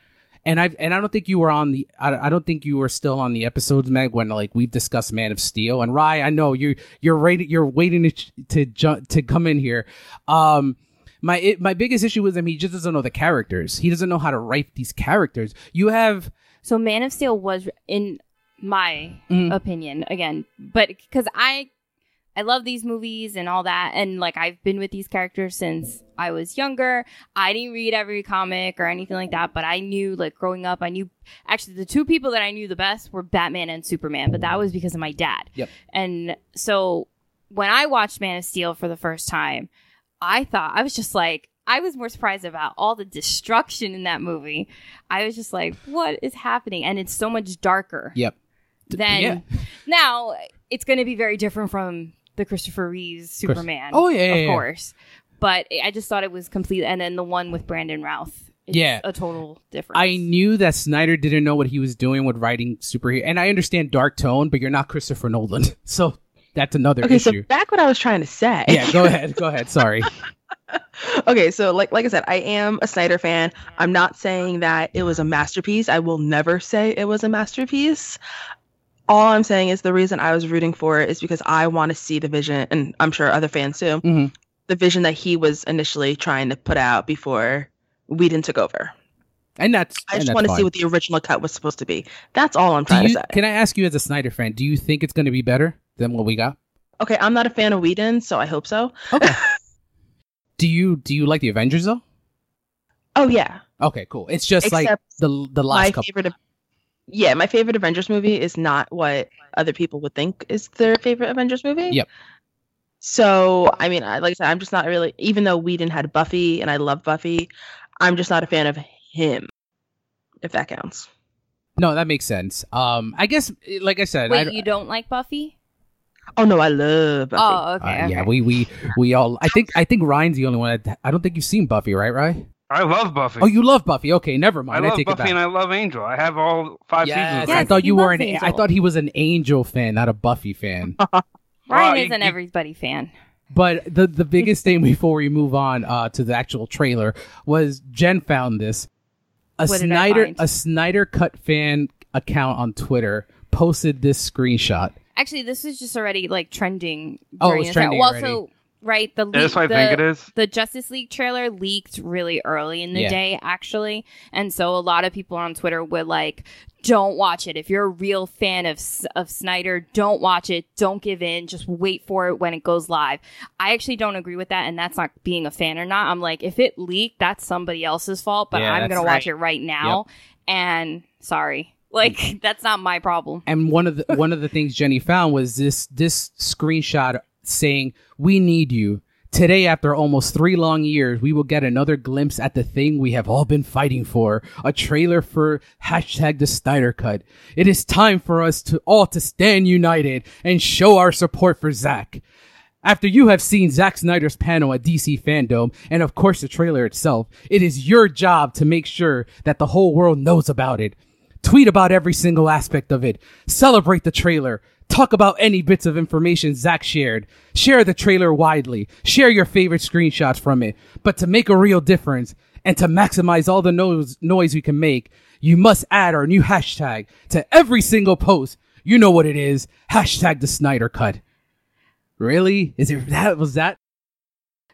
Speaker 1: And I and I don't think you were on the. I, I don't think you were still on the episodes, Meg, when like we've discussed Man of Steel. And Rye, I know you you're right. You're waiting to to jump, to come in here. Um, my it, my biggest issue with him, he just doesn't know the characters. He doesn't know how to write these characters. You have
Speaker 2: So Man of Steel was in my
Speaker 1: Mhm.
Speaker 2: opinion again, but because I I love these movies and all that, and like I've been with these characters since I was younger. I didn't read every comic or anything like that, but I knew like growing up, I knew actually the two people that I knew the best were Batman and Superman, but that was because of my dad.
Speaker 1: Yep.
Speaker 2: And so when I watched Man of Steel for the first time, I thought I was just like I was more surprised about all the destruction in that movie. I was just like, what is happening? And it's so much darker
Speaker 1: yep.
Speaker 2: than
Speaker 1: yeah.
Speaker 2: now. It's going to be very different from the Christopher Reeves
Speaker 1: course.
Speaker 2: Superman.
Speaker 1: Oh, yeah, yeah,
Speaker 2: of
Speaker 1: yeah.
Speaker 2: course. But I- I just thought it was complete. And then the one with Brandon Routh, it's
Speaker 1: Yeah.
Speaker 2: a total difference.
Speaker 1: I knew that Snyder didn't know what he was doing with writing superhero, and I understand dark tone, but you're not Christopher Nolan, so that's another
Speaker 4: okay, so
Speaker 1: issue.
Speaker 4: back what I was trying to say.
Speaker 1: yeah, go ahead, go ahead. Sorry.
Speaker 4: Okay, so like like I said, I am a Snyder fan. I'm not saying that it was a masterpiece. I will never say it was a masterpiece. All I'm saying is the reason I was rooting for it is because I want to see the vision, and I'm sure other fans too,
Speaker 1: Mhm.
Speaker 4: the vision that he was initially trying to put out before Whedon took over.
Speaker 1: And that's
Speaker 4: I
Speaker 1: and
Speaker 4: just
Speaker 1: that's
Speaker 4: want to see
Speaker 1: fine.
Speaker 4: what the original cut was supposed to be. That's all I'm
Speaker 1: do
Speaker 4: trying
Speaker 1: you,
Speaker 4: to say.
Speaker 1: can I ask you as a Snyder fan, do you think it's going to be better than what we got?
Speaker 4: okay, I'm not a fan of Whedon, so I hope so.
Speaker 1: Okay. do you do you like the Avengers though?
Speaker 4: Oh yeah,
Speaker 1: Okay, cool. It's just like
Speaker 4: Except
Speaker 1: the the
Speaker 4: my
Speaker 1: last couple.
Speaker 4: favorite. Yeah, my favorite Avengers movie is not what other people would think is their favorite Avengers movie.
Speaker 1: Yep.
Speaker 4: So I mean, I, like I said, I'm just not really. Even though Whedon had Buffy, and I love Buffy, I'm just not a fan of him. If that counts.
Speaker 1: No, that makes sense. Um, I guess like I said, I,
Speaker 2: Wait, you don't like Buffy?
Speaker 4: Oh no, I love Buffy.
Speaker 2: Oh, okay.
Speaker 1: uh, yeah,
Speaker 2: okay.
Speaker 1: we we we all. I think I think Ryan's the only one. I, I don't think you've seen Buffy, right? Right?
Speaker 3: I love Buffy.
Speaker 1: Oh, you love Buffy. Okay, never
Speaker 3: I
Speaker 1: mind. I,
Speaker 3: love
Speaker 1: take it
Speaker 3: Buffy
Speaker 1: back.
Speaker 3: and I love Angel. I have all five
Speaker 1: Yes,
Speaker 3: seasons.
Speaker 2: Yes,
Speaker 1: I thought
Speaker 2: he
Speaker 1: you were an.
Speaker 2: loves
Speaker 1: I
Speaker 2: Angel.
Speaker 1: thought he was an Angel fan, not a Buffy fan.
Speaker 2: Ryan
Speaker 3: Well, you-
Speaker 2: isn't
Speaker 3: you-
Speaker 2: everybody fan.
Speaker 1: but the the biggest thing before we move on uh, to the actual trailer was Jen found this a
Speaker 2: What did I
Speaker 1: Snyder
Speaker 2: find?
Speaker 1: a Snyder cut fan account on Twitter posted this screenshot.
Speaker 2: Actually, this is just already like trending.
Speaker 1: Oh, it
Speaker 2: during
Speaker 1: was
Speaker 2: the time.
Speaker 1: trending
Speaker 2: Well,
Speaker 1: already.
Speaker 2: so right? The
Speaker 3: That's
Speaker 2: leak-
Speaker 3: what I
Speaker 2: the-
Speaker 3: think it is.
Speaker 2: the Justice League trailer leaked really early in the
Speaker 1: Yeah.
Speaker 2: day, actually. And so a lot of people on Twitter were like, don't watch it. If you're a real fan of, S- of Snyder, don't watch it. Don't give in. Just wait for it when it goes live. I actually don't agree with that. And that's not being a fan or not. I'm like, if it leaked, that's somebody else's fault, but
Speaker 1: Yeah,
Speaker 2: I'm
Speaker 1: that's
Speaker 2: going to watch it right now. And sorry. Like, that's not my problem.
Speaker 1: And one of the one of the things Jenny found was this this screenshot saying, "We need you." Today, after almost three long years, we will get another glimpse at the thing we have all been fighting for a trailer for hashtag the Snyder Cut. It is time for us to all to stand united and show our support for Zack. After you have seen Zack Snyder's panel at DC Fandom, and of course the trailer itself, it is your job to make sure that the whole world knows about it. Tweet about every single aspect of it. Celebrate the trailer. Talk about any bits of information Zach shared. Share the trailer widely. Share your favorite screenshots from it. But to make a real difference and to maximize all the noise, noise we can make, you must add our new hashtag to every single post. You know what it is. Hashtag the Snyder Cut. Really? Is it that? Was that?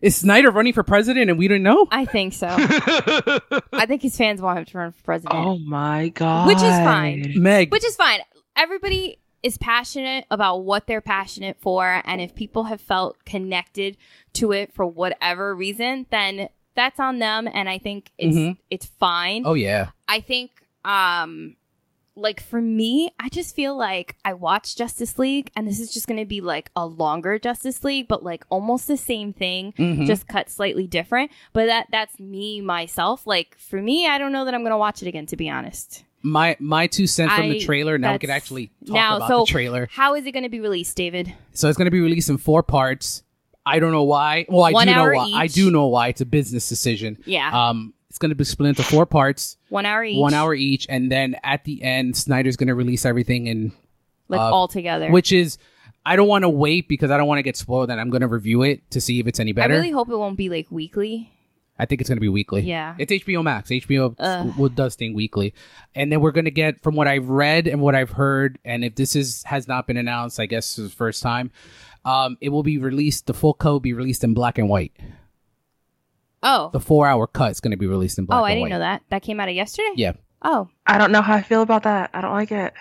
Speaker 1: Is Snyder running for president and we didn't know?
Speaker 2: I think so.
Speaker 3: I
Speaker 2: I think his fans want him to run for president.
Speaker 4: Oh my god.
Speaker 2: Which is fine.
Speaker 1: Meg.
Speaker 2: Which is fine. Everybody is passionate about what they're passionate for. And if people have felt connected to it for whatever reason, then that's on them. And I think it's
Speaker 4: Mm-hmm.
Speaker 1: Mhm.
Speaker 2: it's fine.
Speaker 1: oh yeah.
Speaker 2: I think um like for me, I just feel like I watched Justice League and this is just gonna be like a longer Justice League, but like almost the same thing
Speaker 1: Mhm.
Speaker 2: just cut slightly different. But that that's me myself. Like for me, I don't know that I'm gonna watch it again. To be honest,
Speaker 1: my my two cents from
Speaker 2: I-
Speaker 1: the trailer. Now we can
Speaker 2: that's-
Speaker 1: actually talk
Speaker 2: now,
Speaker 1: about
Speaker 2: so-
Speaker 1: the trailer.
Speaker 2: how is it gonna be released, David?
Speaker 1: So it's going to be released in four parts. I don't know why. Well, I
Speaker 2: One
Speaker 1: do know
Speaker 2: hour
Speaker 1: why. I
Speaker 2: each.
Speaker 1: do know why. It's a business decision.
Speaker 2: Yeah,
Speaker 1: Um, it's going to be split into four parts,
Speaker 2: one hour each,
Speaker 1: one hour each, and then at the end, Snyder's going to release everything in
Speaker 2: like
Speaker 1: uh,
Speaker 2: all together.
Speaker 1: which is. I don't want to wait because I don't want to get spoiled, and I'm going to review it to see if it's any better.
Speaker 2: I really hope it won't be like weekly.
Speaker 1: I think it's going to be weekly.
Speaker 2: Yeah.
Speaker 1: It's HBO Max. HBO
Speaker 2: Ugh.
Speaker 1: will does thing weekly. And then we're going to get from what I've read and what I've heard and if this is has not been announced, I guess this is the first time. Um it will be released the full cut will be released in black and white.
Speaker 2: Oh,
Speaker 1: The 4-hour cut is going to be released in black
Speaker 2: oh,
Speaker 1: and
Speaker 2: I didn't
Speaker 1: white.
Speaker 2: know that. That came out of yesterday.
Speaker 1: Yeah.
Speaker 2: Oh,
Speaker 4: I don't know how I feel about that. I don't like it.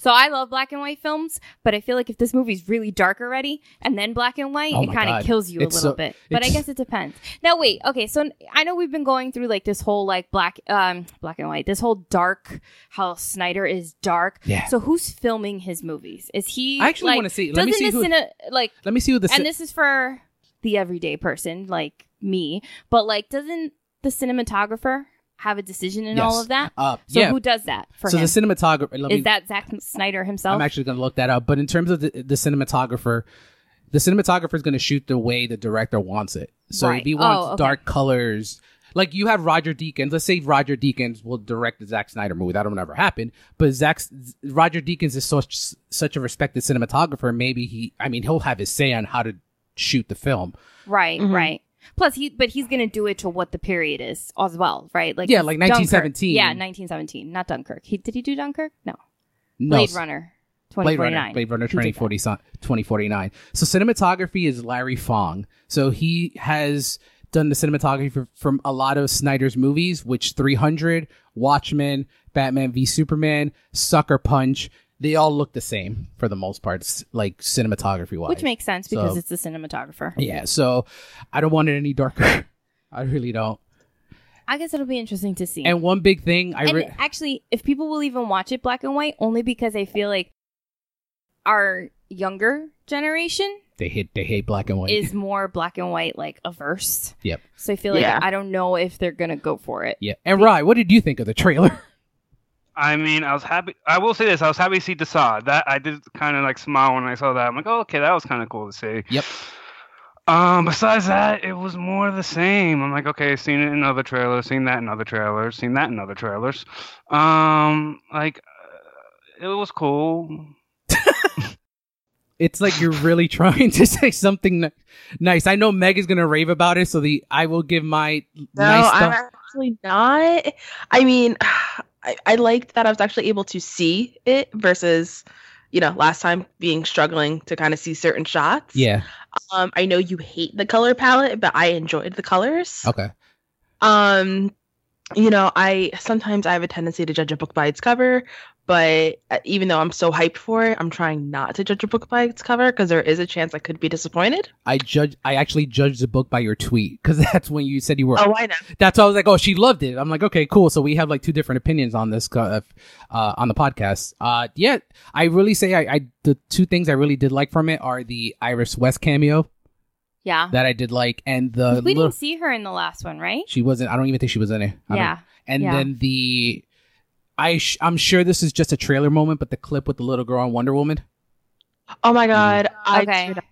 Speaker 2: So I love black and white films, but I feel like if this movie's really dark already and then black and white,
Speaker 1: Oh
Speaker 2: it
Speaker 1: my
Speaker 2: kind of
Speaker 1: God.
Speaker 2: kills you
Speaker 1: It's
Speaker 2: a little
Speaker 1: so-
Speaker 2: bit. But I
Speaker 1: it's-
Speaker 2: guess it depends. Now wait, okay, so n- I know we've been going through like this whole like black um black and white, this whole dark how Snyder is dark.
Speaker 1: Yeah.
Speaker 2: So who's filming his movies? Is he
Speaker 1: I actually
Speaker 2: like,
Speaker 1: want to see let
Speaker 2: doesn't
Speaker 1: me see
Speaker 2: this
Speaker 1: who
Speaker 2: in a like
Speaker 1: Let me see who the
Speaker 2: and this is for the everyday person like me, but like doesn't the cinematographer have a decision in all
Speaker 1: Yes.
Speaker 2: of that?
Speaker 1: uh,
Speaker 2: So
Speaker 1: yeah.
Speaker 2: who does that for
Speaker 1: so
Speaker 2: him?
Speaker 1: the cinematographer let me
Speaker 2: is that Zack Snyder himself?
Speaker 1: I'm actually going to look that up, but in terms of the, the cinematographer, the cinematographer is going to shoot the way the director wants it. So
Speaker 2: Right.
Speaker 1: if he wants
Speaker 2: Oh, okay.
Speaker 1: dark colors, like you have Roger Deakins. Let's say Roger Deakins will direct the Zack Snyder movie. That'll never happen. But Zack Roger Deakins is such such a respected cinematographer. Maybe he, I mean, he'll have his say on how to shoot the film.
Speaker 2: Right,
Speaker 4: Mhm.
Speaker 2: right. Plus, he but he's gonna do it to what the period is as well, right? Like
Speaker 1: Yeah, like
Speaker 2: Dunkirk.
Speaker 1: 1917.
Speaker 2: Yeah, nineteen seventeen, not Dunkirk. He did he do Dunkirk? No,
Speaker 1: No,
Speaker 2: Blade
Speaker 1: s-
Speaker 2: Runner, twenty
Speaker 1: Blade
Speaker 2: forty
Speaker 1: Runner,
Speaker 2: nine.
Speaker 1: Blade Runner
Speaker 2: He did that.
Speaker 1: 2040, so- 2049. So cinematography is Larry Fong. So he has done the cinematography for, from a lot of Snyder's movies, which 300, Watchmen, Batman v Superman, Sucker Punch, they all look the same for the most part, s- like cinematography wise.
Speaker 2: which makes sense because
Speaker 1: So-
Speaker 2: it's the cinematographer.
Speaker 1: yeah. So I don't want it any darker. I really don't.
Speaker 2: I guess it'll be interesting to see.
Speaker 1: And one big thing I
Speaker 2: And
Speaker 1: re-
Speaker 2: actually, if people will even watch it black and white, only because I feel like our younger generation
Speaker 1: they hate they hate black and white.
Speaker 2: is more black and white like averse.
Speaker 1: Yep.
Speaker 2: So I feel like
Speaker 4: Yeah.
Speaker 2: I don't know if they're gonna go for it.
Speaker 1: yeah. And Rye, what did you think of the trailer?
Speaker 3: mean, I was happy. I will say this: I was happy to see Desaad. That I did kind of like smile when I saw that. I'm like, oh, okay, that was kind of cool to see.
Speaker 1: Yep.
Speaker 3: Um, besides that, it was more of the same. I'm like, okay, seen it in other trailers, seen that in other trailers, seen that in other trailers. Um, like, uh, it was cool.
Speaker 1: It's like you're really trying to say something ni- nice. I know Meg is gonna rave about it, so the I will give my
Speaker 4: No,
Speaker 1: nice
Speaker 4: I'm
Speaker 1: stuff.
Speaker 4: actually not. I mean, I, I liked that I was actually able to see it versus you know, last time being struggling to kind of see certain shots.
Speaker 1: Yeah.
Speaker 4: Um, I know you hate the color palette, but I enjoyed the colors.
Speaker 1: Okay.
Speaker 4: Um, you know, I sometimes I have a tendency to judge a book by its cover, but uh, even though I'm so hyped for it, I'm trying not to judge a book by its cover because there is a chance I could be disappointed.
Speaker 1: I judge. I actually judged the book by your tweet because that's when you said you were.
Speaker 4: Oh, I know.
Speaker 1: That's why I was like, oh, she loved it. I'm like, okay, cool. So we have like two different opinions on this uh, uh, on the podcast. Uh, yeah, I really say I, I the two things I really did like from it are the Iris West cameo
Speaker 2: Yeah.
Speaker 1: that I did like, and the
Speaker 2: we
Speaker 1: little-
Speaker 2: didn't see her in the last one, right?
Speaker 1: she wasn't. I don't even think she was in it. I don't-
Speaker 2: Yeah.
Speaker 1: and
Speaker 2: yeah.
Speaker 1: then the. I sh- I'm sure this is just a trailer moment, but the clip with the little girl and Wonder Woman
Speaker 4: Oh
Speaker 1: Mm-hmm.
Speaker 4: my god, I
Speaker 2: Okay.
Speaker 4: teared up.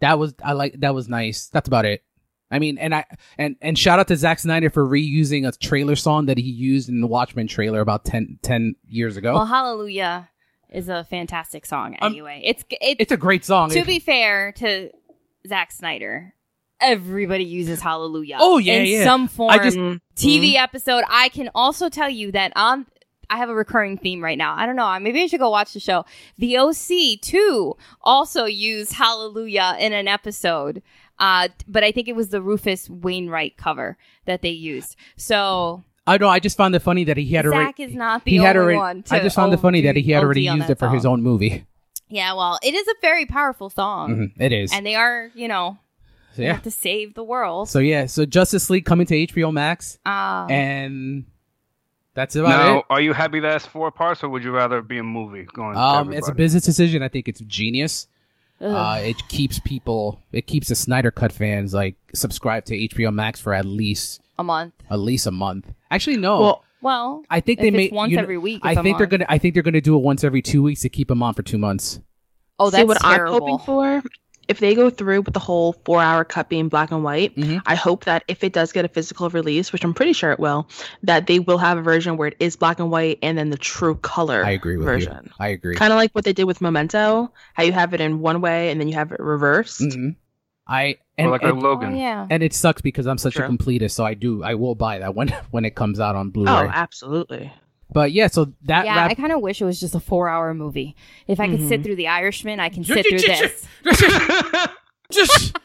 Speaker 1: that was I like that was nice. That's about it. I mean, and I and and shout out to Zack Snyder for reusing a trailer song that he used in the Watchmen trailer about 10, 10 years ago.
Speaker 2: Well, Hallelujah is a fantastic song.
Speaker 1: Um,
Speaker 2: Anyway, it's it.
Speaker 1: it's a great song.
Speaker 2: to be fair to Zack Snyder, everybody uses Hallelujah.
Speaker 1: Oh, yeah,
Speaker 2: in
Speaker 1: yeah.
Speaker 2: some form.
Speaker 1: I just- mm-hmm.
Speaker 4: Mhm.
Speaker 2: TV episode. I can also tell you that on I have a recurring theme right now. I don't know. Maybe I should go watch the show. The OC too also used Hallelujah in an episode. Uh, but I think it was the Rufus Wainwright cover that they used. So
Speaker 1: I know. I just found it funny that he had already.
Speaker 2: Zach is not the
Speaker 1: He had
Speaker 2: only
Speaker 1: already.
Speaker 2: one. To
Speaker 1: I just found it funny that he had
Speaker 2: OD
Speaker 1: already
Speaker 2: on
Speaker 1: used
Speaker 2: that
Speaker 1: it for his
Speaker 2: song. Um,
Speaker 1: own movie.
Speaker 2: Yeah, well, it is a very powerful song,
Speaker 1: Mhm, It is.
Speaker 2: and they are, you know,
Speaker 1: So,
Speaker 2: they
Speaker 1: yeah.
Speaker 2: have to save the world.
Speaker 1: So yeah. So Justice League coming to HBO Max,
Speaker 2: um,
Speaker 1: and that's about
Speaker 3: Now,
Speaker 1: it.
Speaker 3: are you happy that's four parts, or would you rather it be a movie going? to
Speaker 1: Um, it's a
Speaker 3: everybody?
Speaker 1: business decision. I think it's genius.
Speaker 2: ugh.
Speaker 1: Uh, it keeps people, it keeps the Snyder Cut fans like subscribed to HBO Max for at least
Speaker 2: a month.
Speaker 1: at least a month. Actually, no.
Speaker 4: Well,
Speaker 2: Well,
Speaker 1: I think
Speaker 2: if
Speaker 1: they
Speaker 2: it's
Speaker 1: may
Speaker 2: once
Speaker 1: you know,
Speaker 2: every week.
Speaker 1: I
Speaker 2: it's a
Speaker 1: think they're
Speaker 2: month.
Speaker 1: gonna. I think they're gonna do it once every two weeks to keep them on for two months.
Speaker 2: Oh, that's
Speaker 4: See what
Speaker 2: terrible.
Speaker 4: I'm hoping for. If they go through with the whole four-hour cut being black and white,
Speaker 1: Mhm.
Speaker 4: I hope that if it does get a physical release, which I'm pretty sure it will, that they will have a version where it is black and white and then the true color.
Speaker 1: I agree with
Speaker 4: version.
Speaker 1: you. I agree.
Speaker 4: Kind of like what they did with Memento, how you have it in one way and then you have it reversed.
Speaker 1: Mhm. I
Speaker 3: Or
Speaker 1: and,
Speaker 3: like a
Speaker 1: and,
Speaker 3: Logan.
Speaker 2: Oh, yeah.
Speaker 1: and it sucks because I'm such a
Speaker 4: Sure.
Speaker 1: completist, so I do I will buy that when when it comes out on Blu-ray.
Speaker 4: Oh, absolutely.
Speaker 1: but yeah, so that Mm-hmm.
Speaker 2: yeah,
Speaker 1: wrap-
Speaker 2: I kind of wish it was just a four-hour movie. If I could sit
Speaker 4: Mhm.
Speaker 2: through The Irishman, I can
Speaker 1: Ju-
Speaker 2: sit
Speaker 1: ju-
Speaker 2: through
Speaker 1: ju- ju-
Speaker 2: this.
Speaker 1: just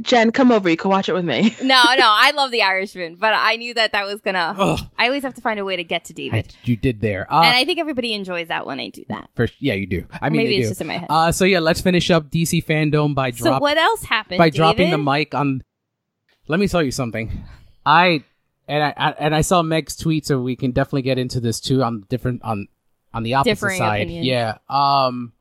Speaker 4: Jen, come over. You can watch it with me.
Speaker 2: No, no, I love The Irishman, but I knew that that was gonna.
Speaker 1: Ugh.
Speaker 2: I always have to find a way to get to
Speaker 1: Oh. I-
Speaker 2: David,
Speaker 1: you did there. Uh,
Speaker 2: and I think everybody enjoys that when I do that.
Speaker 1: for, yeah, you do. I mean,
Speaker 2: maybe
Speaker 1: they
Speaker 2: it's
Speaker 1: do.
Speaker 2: just in my head.
Speaker 1: Uh, so yeah, let's finish up DC fandom by
Speaker 2: so
Speaker 1: dropping.
Speaker 2: what else happened?
Speaker 1: by dropping the
Speaker 2: David?
Speaker 1: mic on. Let me tell you something. I and I, I and I saw Meg's tweet, so we can definitely get into this too on different on on the opposite
Speaker 2: Differing
Speaker 1: side.
Speaker 2: opinions.
Speaker 1: Yeah. Um,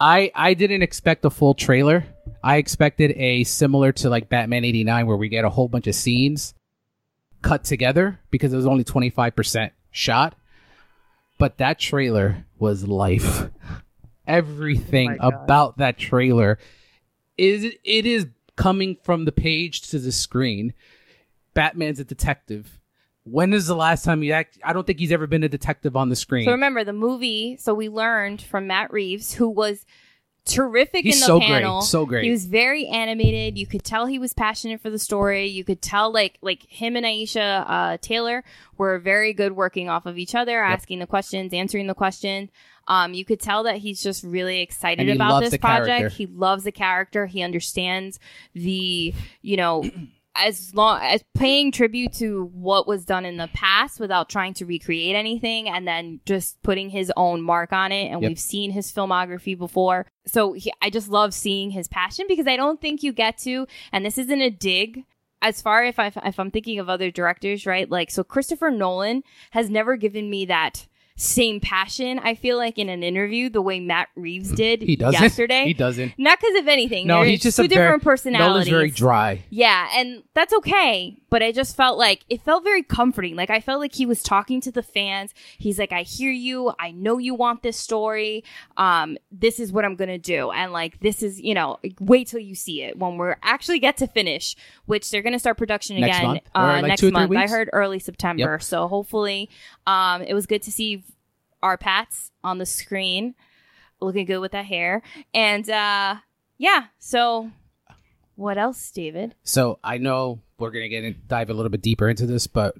Speaker 1: I I didn't expect a full trailer. I expected a similar to like Batman eighty nine, where we get a whole bunch of scenes cut together because it was only twenty five percent shot. But that trailer was life.
Speaker 2: Oh
Speaker 1: Everything
Speaker 4: God.
Speaker 1: about that trailer is it is coming from the page to the screen. Batman's a detective. When is the last time you act? I don't think he's ever been a detective on the screen.
Speaker 2: So remember the movie. So we learned from Matt Reeves, who was terrific
Speaker 1: He's
Speaker 2: in the
Speaker 1: so great,
Speaker 2: panel.
Speaker 1: so great.
Speaker 2: He was very animated. You could tell he was passionate for the story. You could tell like like him and Aisha uh, Taylor were very good working off of each other, asking the questions, answering the questions. Um, you could tell that he's just really excited
Speaker 1: And he
Speaker 2: about
Speaker 1: loves
Speaker 2: this
Speaker 1: the
Speaker 2: project.
Speaker 1: character.
Speaker 2: He loves the character. He understands the you know as long as paying tribute to what was done in the past without trying to recreate anything and then just putting his own mark on it and
Speaker 1: Yep.
Speaker 2: we've seen his filmography before so he, i just love seeing his passion because i don't think you get to and this isn't a dig as far if, I, if i'm thinking of other directors right like so christopher nolan has never given me that same passion i feel like in an interview the way matt reeves did
Speaker 1: he doesn't.
Speaker 2: yesterday
Speaker 1: He doesn't.
Speaker 2: not because of anything
Speaker 1: No,
Speaker 2: They're
Speaker 1: he's just
Speaker 2: two
Speaker 1: a very-
Speaker 2: different personalities
Speaker 1: Nolan's very dry.
Speaker 2: yeah, and that's okay. But I just felt like it felt very comforting. Like I felt like he was talking to the fans. He's like, I hear you. I know you want this story. Um, this is what I'm gonna do. And like this is, you know, wait till you see it when we're actually get to finish, which they're gonna start production
Speaker 1: Next
Speaker 2: again
Speaker 1: month, or
Speaker 2: uh
Speaker 1: like
Speaker 2: next
Speaker 1: two or three
Speaker 2: month. I
Speaker 1: weeks?
Speaker 2: heard early September. So hopefully, um, it was good to see our Pats on the screen looking good with that hair. And uh yeah, so what else, David?
Speaker 1: So I know we're gonna get in, dive a little bit deeper into this, but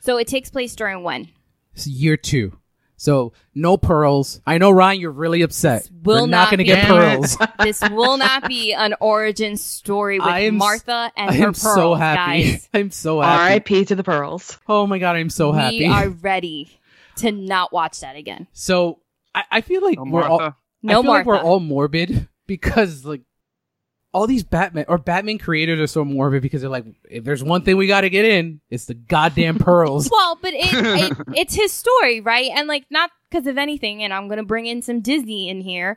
Speaker 2: So it takes place during when?
Speaker 1: it's year two. So no pearls. I know Ryan, you're really upset.
Speaker 2: This will
Speaker 1: We're
Speaker 2: not
Speaker 1: not going to
Speaker 2: be-
Speaker 1: get
Speaker 3: Damn it.
Speaker 1: pearls.
Speaker 2: This will not be an origin story with
Speaker 1: I am s-
Speaker 2: Martha and
Speaker 1: I
Speaker 2: her
Speaker 1: am
Speaker 2: pearls,
Speaker 1: so happy.
Speaker 2: guys.
Speaker 1: I'm so happy.
Speaker 4: R.I.P. to the pearls.
Speaker 1: Oh my god, I'm so happy.
Speaker 2: We are ready to not watch that again.
Speaker 1: So I, I feel like
Speaker 3: Oh,
Speaker 1: we're all
Speaker 3: Martha.
Speaker 2: No
Speaker 1: I feel like
Speaker 2: Martha.
Speaker 1: we're all morbid because like all these Batman or Batman creators are so morbid because they're like, if there's one thing we got to get in, it's the goddamn pearls.
Speaker 2: Well, but it, it it's his story, right? And like not because of anything. And I'm gonna bring in some Disney in here.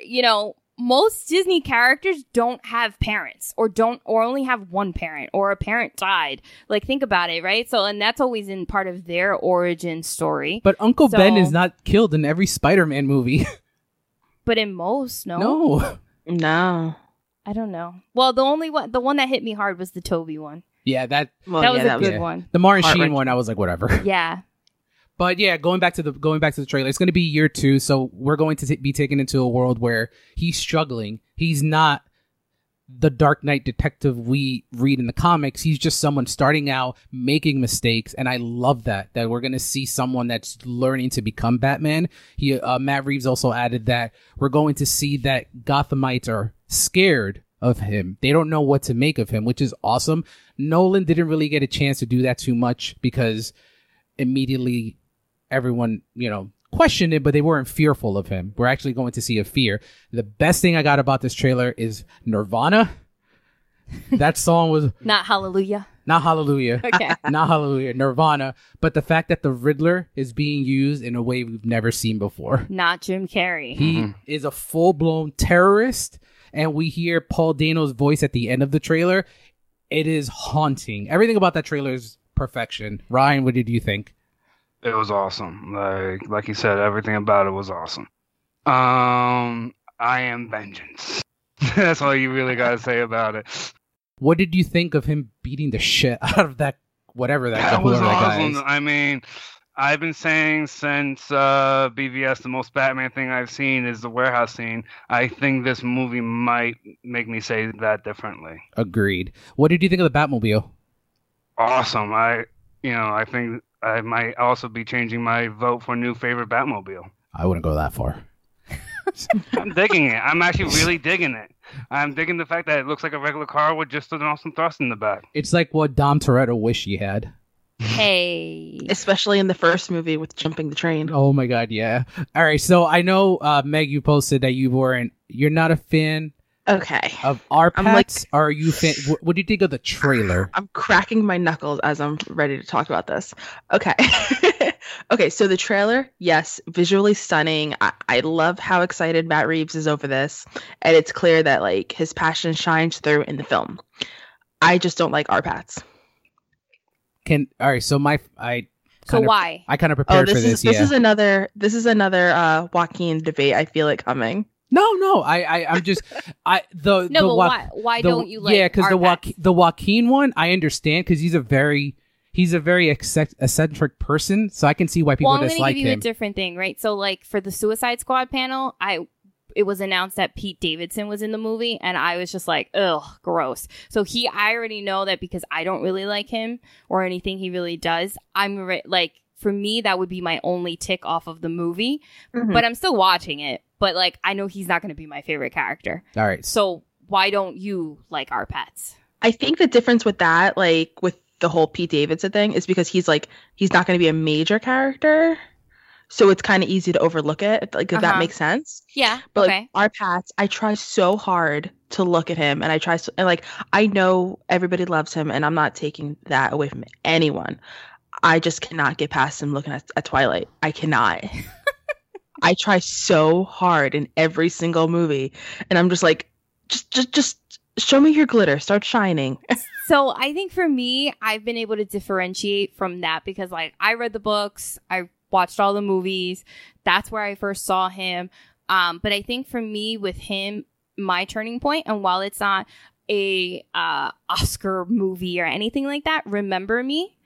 Speaker 2: You know, most Disney characters don't have parents, or don't, or only have one parent, or a parent died. Like think about it, right? So, and that's always in part of their origin story.
Speaker 1: But Uncle Ben
Speaker 2: So-
Speaker 1: is not killed in every Spider-Man movie.
Speaker 2: But in most, no,
Speaker 1: no.
Speaker 4: No.
Speaker 2: I don't know. Well, the only one, the one that hit me hard was the Toby one.
Speaker 1: Yeah, that
Speaker 4: Well,
Speaker 2: that was
Speaker 4: Oh, yeah,
Speaker 2: a
Speaker 4: that was
Speaker 2: good one.
Speaker 1: the Martin Sheen
Speaker 4: Heart-wrenching.
Speaker 1: one, I was like, whatever.
Speaker 2: Yeah.
Speaker 1: But yeah, going back to the going back to the trailer, it's going to be year two, so we're going to t- be taken into a world where he's struggling. He's not the Dark Knight detective we read in the comics. He's just someone starting out, making mistakes, and I love that that we're going to see someone that's learning to become Batman. He uh, Matt Reeves also added that we're going to see that Gothamites are scared of him. They don't know what to make of him, which is awesome. Nolan didn't really get a chance to do that too much because immediately everyone, you know, questioned it, but they weren't fearful of him. We're actually going to see a fear. The best thing I got about this trailer is Nirvana. that song was
Speaker 2: Not Hallelujah.
Speaker 1: not Hallelujah.
Speaker 2: Okay.
Speaker 1: Not Hallelujah, Nirvana, but the fact that the Riddler is being used in a way we've never seen before.
Speaker 2: Not Jim Carrey.
Speaker 1: He is a full blown terrorist, and we hear Paul Dano's voice at the end of the trailer. It is haunting. Everything about that trailer is perfection. Ryan, what did you think?
Speaker 3: It was awesome. Like like you said, everything about it was awesome. Um, I am vengeance. That's all you really got to say about it.
Speaker 1: What did you think of him beating the shit out of that whatever that,
Speaker 3: That was
Speaker 1: whoever that guy
Speaker 3: awesome.
Speaker 1: is?
Speaker 3: I mean, I've been saying since uh, BVS, the most Batman thing I've seen is the warehouse scene. I think this movie might make me say that differently.
Speaker 1: Agreed. What did you think of the Batmobile?
Speaker 3: Awesome. I, you know, I think I might also be changing my vote for new favorite Batmobile.
Speaker 1: I wouldn't go that far.
Speaker 3: I'm digging it. I'm actually really digging it. I'm digging the fact that it looks like a regular car with just an awesome thrust in the back.
Speaker 1: It's like what Dom Toretto wished he had.
Speaker 2: hey.
Speaker 4: Especially in the first movie with jumping the train.
Speaker 1: Oh my god, yeah. All right, so I know uh, Meg, you posted that you weren't. You're not a fan
Speaker 4: Okay.
Speaker 1: of our
Speaker 4: I'm like-
Speaker 1: pets. are you? Fan- wh- what do you think of the trailer?
Speaker 4: I'm cracking my knuckles as I'm ready to talk about this. Okay. okay, so the trailer, yes, visually stunning. I-, I love how excited Matt Reeves is over this. And it's clear that like his passion shines through in the film. I just don't like Arpats.
Speaker 1: Can all right. So my I
Speaker 2: So
Speaker 1: kind of
Speaker 2: why?
Speaker 1: I kind of
Speaker 4: Oh,
Speaker 1: prepared
Speaker 4: this
Speaker 1: for
Speaker 4: is
Speaker 1: this.
Speaker 4: this
Speaker 1: yeah.
Speaker 4: is another this is another uh Joaquin debate I feel it coming.
Speaker 1: no, no. I I I'm just I the
Speaker 2: No,
Speaker 1: the
Speaker 2: but
Speaker 1: wa-
Speaker 2: why? Why
Speaker 1: the-
Speaker 2: don't you like?
Speaker 1: yeah
Speaker 2: because
Speaker 1: the Joaqu- the Joaquin one I understand because he's a very he's a very eccentric, eccentric person so I can see why people
Speaker 2: Well, I'm going to
Speaker 1: dislike
Speaker 2: give you
Speaker 1: him
Speaker 2: a different thing, right? So, like for the Suicide Squad panel, I it was announced that Pete Davidson was in the movie, and I was just like, ugh, gross. So he, I already know that because I don't really like him or anything he really does. I'm re- like, for me, that would be my only tick off of the movie,
Speaker 4: Mm-hmm.
Speaker 2: but I'm still watching it. But like, I know he's not going to be my favorite character.
Speaker 1: all right
Speaker 2: So why don't you like our pets?
Speaker 4: I think the difference with that, like with the whole Pete Davidson thing, is because he's like he's not going to be a major character, so it's kind of easy to overlook it. Like if
Speaker 2: Uh-huh.
Speaker 4: that makes sense.
Speaker 2: Yeah.
Speaker 4: But
Speaker 2: okay.
Speaker 4: like our Pats, I try so hard to look at him, and I try so and like I know everybody loves him, and I'm not taking that away from anyone. I just cannot get past him looking at, at Twilight. I cannot. I try so hard in every single movie, and I'm just like, just just just show me your glitter, start shining.
Speaker 2: So I think for me, I've been able to differentiate from that because like I read the books, I watched all the movies. That's where I first saw him. Um, but I think for me with him, my turning point, and while it's not a uh, Oscar movie or anything like that, remember me.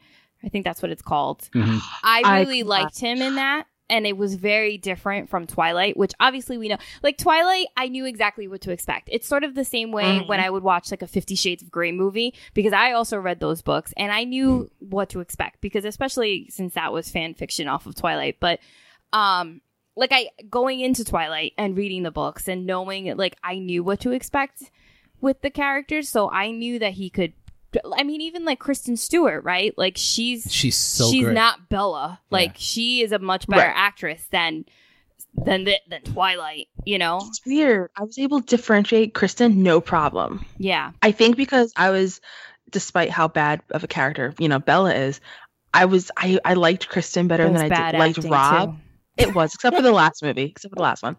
Speaker 2: I think that's what it's called.
Speaker 1: Mhm.
Speaker 2: I
Speaker 4: I
Speaker 2: really
Speaker 4: cannot-
Speaker 2: liked him in that. And it was very different from Twilight, which obviously we know. Like Twilight, I knew exactly what to expect. It's sort of the same way
Speaker 4: Mhm.
Speaker 2: when I would watch like a Fifty Shades of Grey movie because I also read those books and I knew what to expect because especially since that was fan fiction off of Twilight. But um like I going into Twilight and reading the books and knowing like I knew what to expect with the characters, so I knew that he could. I mean, even like Kristen Stewart, right? Like she's
Speaker 1: She's so
Speaker 2: she's
Speaker 1: great.
Speaker 2: not Bella. Like she is a much better
Speaker 4: Right.
Speaker 2: actress than than the, than Twilight. You know?
Speaker 4: It's weird. I was able to differentiate Kristen, no problem.
Speaker 2: Yeah.
Speaker 4: I think because I was, despite how bad of a character you know Bella is, I was I I liked Kristen better
Speaker 2: It was
Speaker 4: than I
Speaker 2: bad
Speaker 4: did, liked
Speaker 2: acting,
Speaker 4: Rob.
Speaker 2: too.
Speaker 4: It was except for the last movie, except for the last one.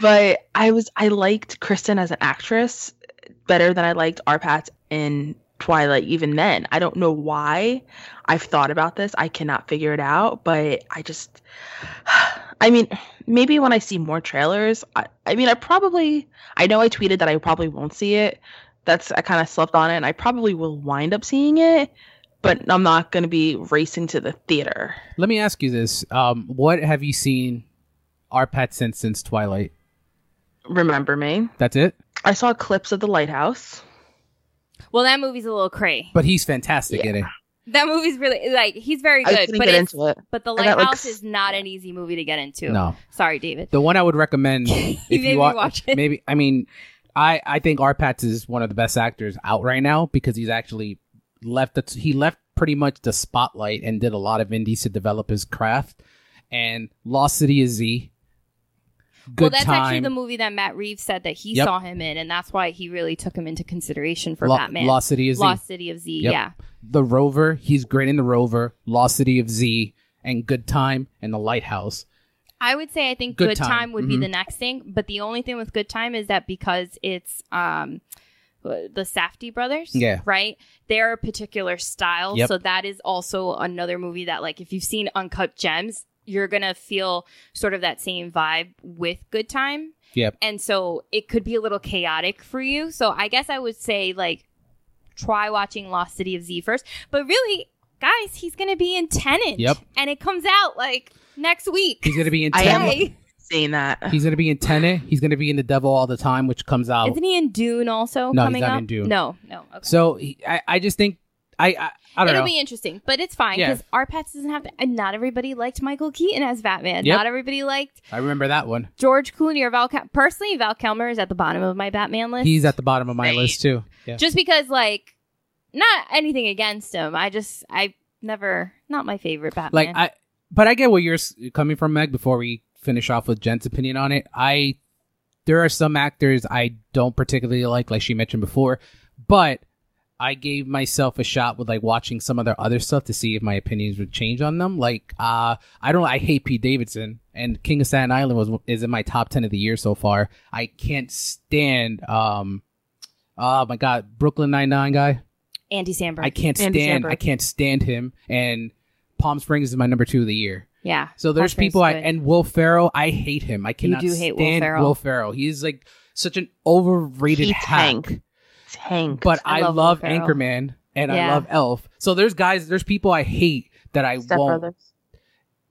Speaker 4: But I was I liked Kristen as an actress better than I liked Arpat in Twilight. Even then, I don't know why. I've thought about this. I cannot figure it out. But I just, I mean, maybe when I see more trailers. I, I mean, I probably I know I tweeted that I probably won't see it. That's I kind of slept on it, and I probably will wind up seeing it. But I'm not going to be racing to the theater.
Speaker 1: Let me ask you this: um, What have you seen Arpat since since Twilight?
Speaker 4: Remember me?
Speaker 1: That's it.
Speaker 4: I saw clips of the lighthouse.
Speaker 2: Well, that movie's a little cray.
Speaker 1: But he's fantastic
Speaker 4: Yeah.
Speaker 1: in it.
Speaker 2: that movie's really like he's very
Speaker 4: I
Speaker 2: good,
Speaker 4: couldn't
Speaker 2: but
Speaker 4: get
Speaker 2: it's,
Speaker 4: into it.
Speaker 2: but the
Speaker 4: I
Speaker 2: Lighthouse
Speaker 4: got, like, s-
Speaker 2: is not an easy movie to get into.
Speaker 1: No,
Speaker 2: Sorry, David.
Speaker 1: the one I would recommend
Speaker 2: You
Speaker 1: if
Speaker 2: made me
Speaker 1: you are
Speaker 2: watch it.
Speaker 1: maybe. I mean, I I think Arpat is one of the best actors out right now because he's actually left the he left pretty much the spotlight and did a lot of indies to develop his craft. And Lost City is Z. Good
Speaker 2: well, that's
Speaker 1: time.
Speaker 2: actually the movie that Matt Reeves said that he
Speaker 1: Yep.
Speaker 2: saw him in, and that's why he really took him into consideration for
Speaker 1: Lo-
Speaker 2: Batman.
Speaker 1: Lost City is Z.
Speaker 2: Lost City of Z.
Speaker 1: Yep.
Speaker 2: Yeah.
Speaker 1: the Rover. He's great in the Rover, Lost City of Z, and Good Time, and the Lighthouse.
Speaker 2: I would say I think
Speaker 1: Good
Speaker 2: Good,
Speaker 1: Time.
Speaker 2: Time. would
Speaker 1: Mhm.
Speaker 2: be the next thing, but the only thing with Good Time is that because it's um the Safdie brothers,
Speaker 1: Yeah.
Speaker 2: right? They're a particular style,
Speaker 1: Yep.
Speaker 2: so that is also another movie that, like, if you've seen Uncut Gems, you're gonna feel sort of that same vibe with Good Time.
Speaker 1: Yep.
Speaker 2: And so it could be a little chaotic for you. So I guess I would say like try watching Lost City of Z first, but really. Guys, he's gonna be in Tenant.
Speaker 1: Yep.
Speaker 2: And it comes out like next week.
Speaker 1: He's gonna be in.
Speaker 4: I
Speaker 1: Tenet.
Speaker 4: am-
Speaker 2: Hey,
Speaker 4: Seeing that.
Speaker 1: He's gonna be in Tenet. He's gonna be in The Devil All the Time, which comes out.
Speaker 2: Isn't he in Dune also
Speaker 1: No, he's
Speaker 2: coming
Speaker 1: not
Speaker 2: up?
Speaker 1: in Dune.
Speaker 2: No, no. Okay.
Speaker 1: So he, I, I just think I, I, I don't
Speaker 2: It'll
Speaker 1: know.
Speaker 2: be interesting, but it's fine
Speaker 1: Yeah.
Speaker 2: because our pets doesn't have to. And not everybody liked Michael Keaton as Batman.
Speaker 1: Yep.
Speaker 2: Not everybody liked
Speaker 1: I remember that one.
Speaker 2: George Clooney or Val. Kel- Personally, Val Kilmer is at the bottom of my Batman list.
Speaker 1: He's at the bottom of my
Speaker 4: Right.
Speaker 1: list too. Yeah.
Speaker 2: just because, like, not anything against him. I just, I never, not my favorite
Speaker 1: Like
Speaker 2: Batman.
Speaker 1: I, but I get where you're s- coming from, Meg. Before we finish off with Jen's opinion on it, I there are some actors I don't particularly like, like she mentioned before, but I gave myself a shot with like watching some of their other stuff to see if my opinions would change on them. Like, uh, I don't, I hate Pete Davidson, and King of Staten Island was is in my top ten of the year so far. I can't stand, um, oh my god, Brooklyn Nine Nine guy.
Speaker 2: Andy Samberg.
Speaker 1: I can't
Speaker 4: Andy
Speaker 1: stand.
Speaker 4: Samberg.
Speaker 1: I can't stand him. And Palm Springs is my number two of the year.
Speaker 2: yeah.
Speaker 1: So there's
Speaker 2: Palm Springs
Speaker 1: people.
Speaker 2: is
Speaker 1: I
Speaker 2: good.
Speaker 1: and Will Ferrell. I hate him. I cannot
Speaker 2: do hate Will
Speaker 1: stand
Speaker 2: Ferrell.
Speaker 1: He's like such an overrated
Speaker 4: He
Speaker 1: hack.
Speaker 4: tank. Tank.
Speaker 1: But I,
Speaker 2: I
Speaker 1: love,
Speaker 2: love Will Ferrell.
Speaker 1: Anchorman and I
Speaker 2: Yeah.
Speaker 1: love Elf. So there's guys. There's people I hate that I
Speaker 4: Step
Speaker 1: won't.
Speaker 4: Brothers.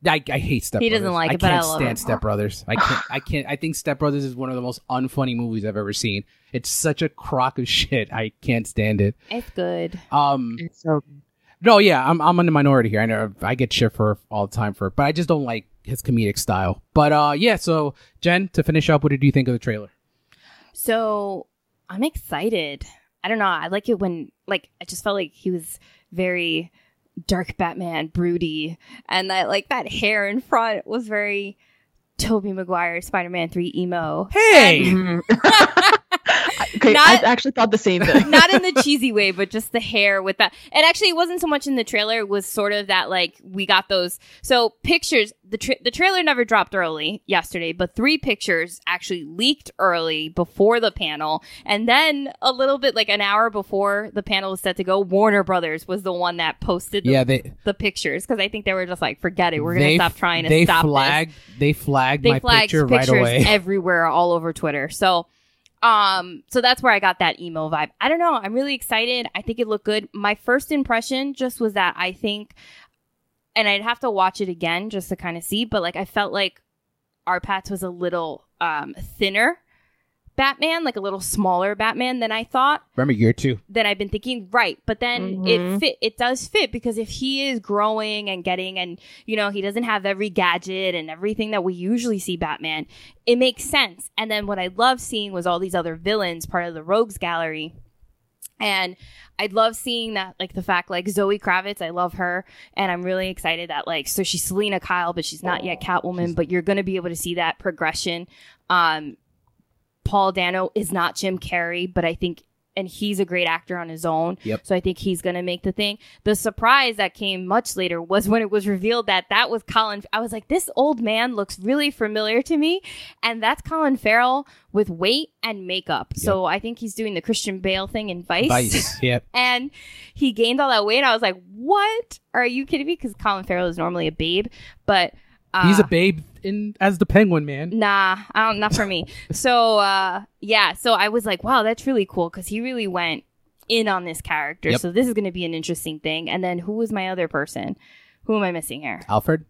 Speaker 1: I, I hate Step
Speaker 2: He
Speaker 1: Brothers.
Speaker 2: doesn't like
Speaker 1: I
Speaker 2: it, but I
Speaker 1: can't
Speaker 2: love
Speaker 1: stand
Speaker 2: it.
Speaker 1: Step Brothers. I can't. I can't. I think Step Brothers is one of the most unfunny movies I've ever seen. It's such a crock of shit. I can't stand it.
Speaker 2: It's good.
Speaker 1: Um.
Speaker 4: It's so
Speaker 1: No, yeah, I'm I'm in the minority here. I know I get shit for all the time for it, but I just don't like his comedic style. But uh yeah, so Jen, to finish up, what did you think of the trailer?
Speaker 2: So I'm excited. I don't know. I like it when, like, I just felt like he was very dark Batman, broody, and that, like, that hair in front was very Toby Maguire, Spider Man 3 emo.
Speaker 1: Hey!
Speaker 4: Mhm. okay,
Speaker 2: Not-
Speaker 4: I actually thought the same thing.
Speaker 2: Not in the cheesy way, but just the hair with that. And actually, it wasn't so much in the trailer. It was sort of that, like, we got those. So, pictures, the, tra- the trailer never dropped early yesterday, but three pictures actually leaked early before the panel. And then a little bit like an hour before the panel was set to go, Warner Brothers was the one that posted the,
Speaker 1: Yeah, they
Speaker 2: the pictures because I think they were just like, forget it, we're
Speaker 1: they-
Speaker 2: gonna stop trying to
Speaker 1: they
Speaker 2: stop this.
Speaker 1: flagged they flagged
Speaker 2: They
Speaker 1: my
Speaker 2: flagged
Speaker 1: picture right
Speaker 2: pictures
Speaker 1: away.
Speaker 2: everywhere, all over Twitter. So, um, so that's where I got that emo vibe. I don't know. I'm really excited. I think it looked good. My first impression just was that I think, and I'd have to watch it again just to kind of see, but like I felt like our Pats was a little um thinner Batman, like a little smaller Batman than I thought,
Speaker 1: Remember year two.
Speaker 2: than I've been thinking. Right, but then it
Speaker 4: Mhm.
Speaker 2: fit. It does fit because if he is growing and getting, and you know, he doesn't have every gadget and everything that we usually see Batman. It makes sense. And then what I loved seeing was all these other villains part of the Rogues Gallery. And I'd love seeing that, like the fact, like Zoe Kravitz, I love her, and I'm really excited that, like, so she's Selena Kyle, but she's not yet Catwoman, but you're going to be able to see that progression. Um, Paul Dano is not Jim Carrey, but I think, and he's a great actor on his own.
Speaker 1: Yep.
Speaker 2: So I think he's going to make the thing. The surprise that came much later was when it was revealed that that was Colin. I was like, this old man looks really familiar to me, and that's Colin Farrell with weight and makeup. So I think he's doing the Christian Bale thing in
Speaker 1: Vice. yep.
Speaker 2: and he gained all that weight. And I was like, "What? Are you kidding me?" Because Colin Farrell is normally a babe, but uh,
Speaker 1: He's a babe in as the Penguin man.
Speaker 2: nah. I don't, not for me. so uh, yeah, so I was like, "Wow, that's really cool," because he really went in on this character.
Speaker 1: Yep.
Speaker 2: So this is going to be an interesting thing. And then who was my other person? Who am I missing here?
Speaker 1: Alfred,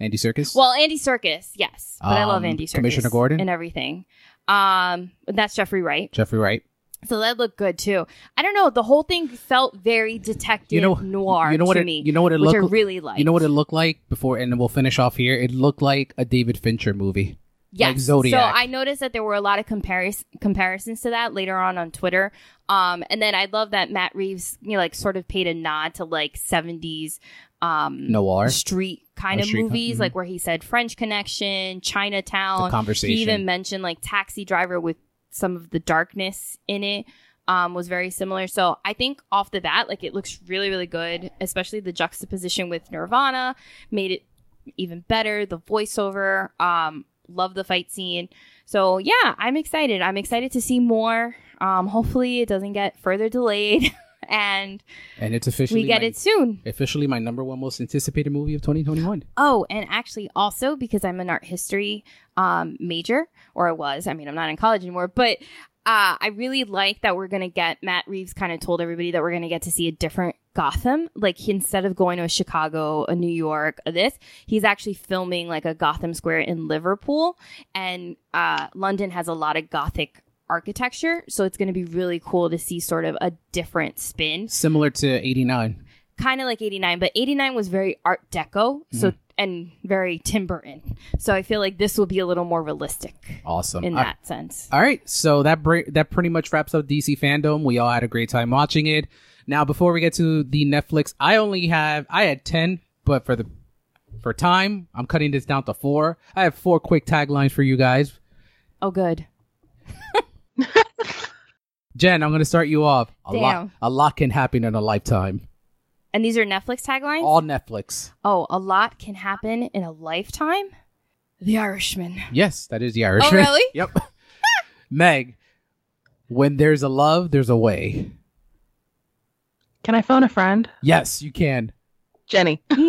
Speaker 1: Andy Circus.
Speaker 2: Well, Andy Circus, yes, but I love
Speaker 1: Um,
Speaker 2: Andy Circus,
Speaker 1: Commissioner Gordon?
Speaker 2: and everything. Um, that's Jeffrey Wright.
Speaker 1: Jeffrey Wright.
Speaker 2: So that looked good too. I don't know. The whole thing felt very detective
Speaker 1: You know
Speaker 2: noir
Speaker 1: You know what
Speaker 2: to
Speaker 1: it.
Speaker 2: me,
Speaker 1: You know what it
Speaker 2: which I
Speaker 1: looked.
Speaker 2: really like.
Speaker 1: you know what it looked like before, and we'll finish off here. It looked like a David Fincher movie.
Speaker 2: yes.
Speaker 1: like Zodiac.
Speaker 2: So I noticed that there were a lot of comparis- comparisons to that later on on Twitter. Um, and then I love that Matt Reeves, you know, like sort of paid a nod to like seventies, um,
Speaker 1: Noir.
Speaker 2: street kind
Speaker 1: Or
Speaker 2: of
Speaker 1: street con-
Speaker 2: movies,
Speaker 1: mhm.
Speaker 2: like where he said French Connection,
Speaker 1: The
Speaker 2: Chinatown,
Speaker 1: conversation.
Speaker 2: He even mentioned like Taxi Driver with some of the darkness in it um, was very similar. So I think off the bat, like it looks really, really good, especially the juxtaposition with Nirvana made it even better. The voiceover, um, love the fight scene. So yeah, I'm excited. I'm excited to see more. Um, hopefully it doesn't get further delayed and
Speaker 1: and it's officially
Speaker 2: we get
Speaker 1: my,
Speaker 2: it soon.
Speaker 1: officially my number one most anticipated movie of 2021.
Speaker 2: Oh, and actually, also because I'm an art history um, major, or I was. I mean, I'm not in college anymore, but uh, I really like that we're going to get Matt Reeves kind of told everybody that we're going to get to see a different Gotham. Like, he- instead of going to a Chicago, a New York, a this, he's actually filming like a Gotham Square in Liverpool. And uh, London has a lot of Gothic architecture. So it's going to be really cool to see sort of a different spin
Speaker 1: Similar to 89.
Speaker 2: kind of like 89 but 89 was very art deco so
Speaker 1: Mm-hmm.
Speaker 2: and very tim burton so i feel like this will be a little more realistic
Speaker 1: Awesome.
Speaker 2: in
Speaker 1: I-
Speaker 2: that sense
Speaker 1: All right, so that br- that pretty much wraps up DC fandom. We all had a great time watching it. Now, before we get to the Netflix, I only have I had ten, but for the for time, I'm cutting this down to four. I have four quick taglines for you guys.
Speaker 2: oh good
Speaker 1: Jen, I'm going to start you off. A lot,
Speaker 2: Damn.
Speaker 1: a lot can happen in a lifetime.
Speaker 2: and these are netflix taglines
Speaker 1: All Netflix.
Speaker 2: oh a lot can happen in a lifetime the irishman Oh,
Speaker 1: Yes, that is the Irishman.
Speaker 2: really?
Speaker 1: yep. Meg, when there's a love, there's a way.
Speaker 4: Can I phone a friend?
Speaker 1: Yes, you can.
Speaker 4: Jenny.
Speaker 2: no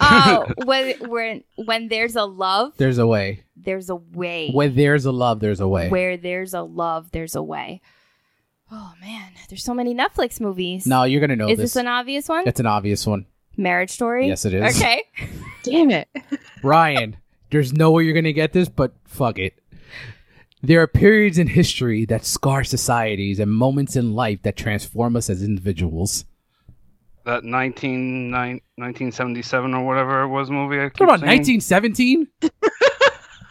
Speaker 2: oh when, when when there's a love
Speaker 1: There's a way.
Speaker 2: there's a way
Speaker 1: When there's a love, there's a way.
Speaker 2: where there's a love there's a way oh man there's so many netflix movies
Speaker 1: No, you're gonna know
Speaker 2: is
Speaker 1: this.
Speaker 2: this an obvious one
Speaker 1: it's an obvious one.
Speaker 2: marriage story
Speaker 1: Yes, it is.
Speaker 2: okay
Speaker 4: Damn it.
Speaker 1: Ryan, there's no way you're gonna get this, but fuck it. There are periods in history that scar societies and moments in life that transform us as individuals.
Speaker 3: That 19, 1977 or whatever it was movie. I keep
Speaker 1: Come on,
Speaker 3: seeing.
Speaker 1: 1917.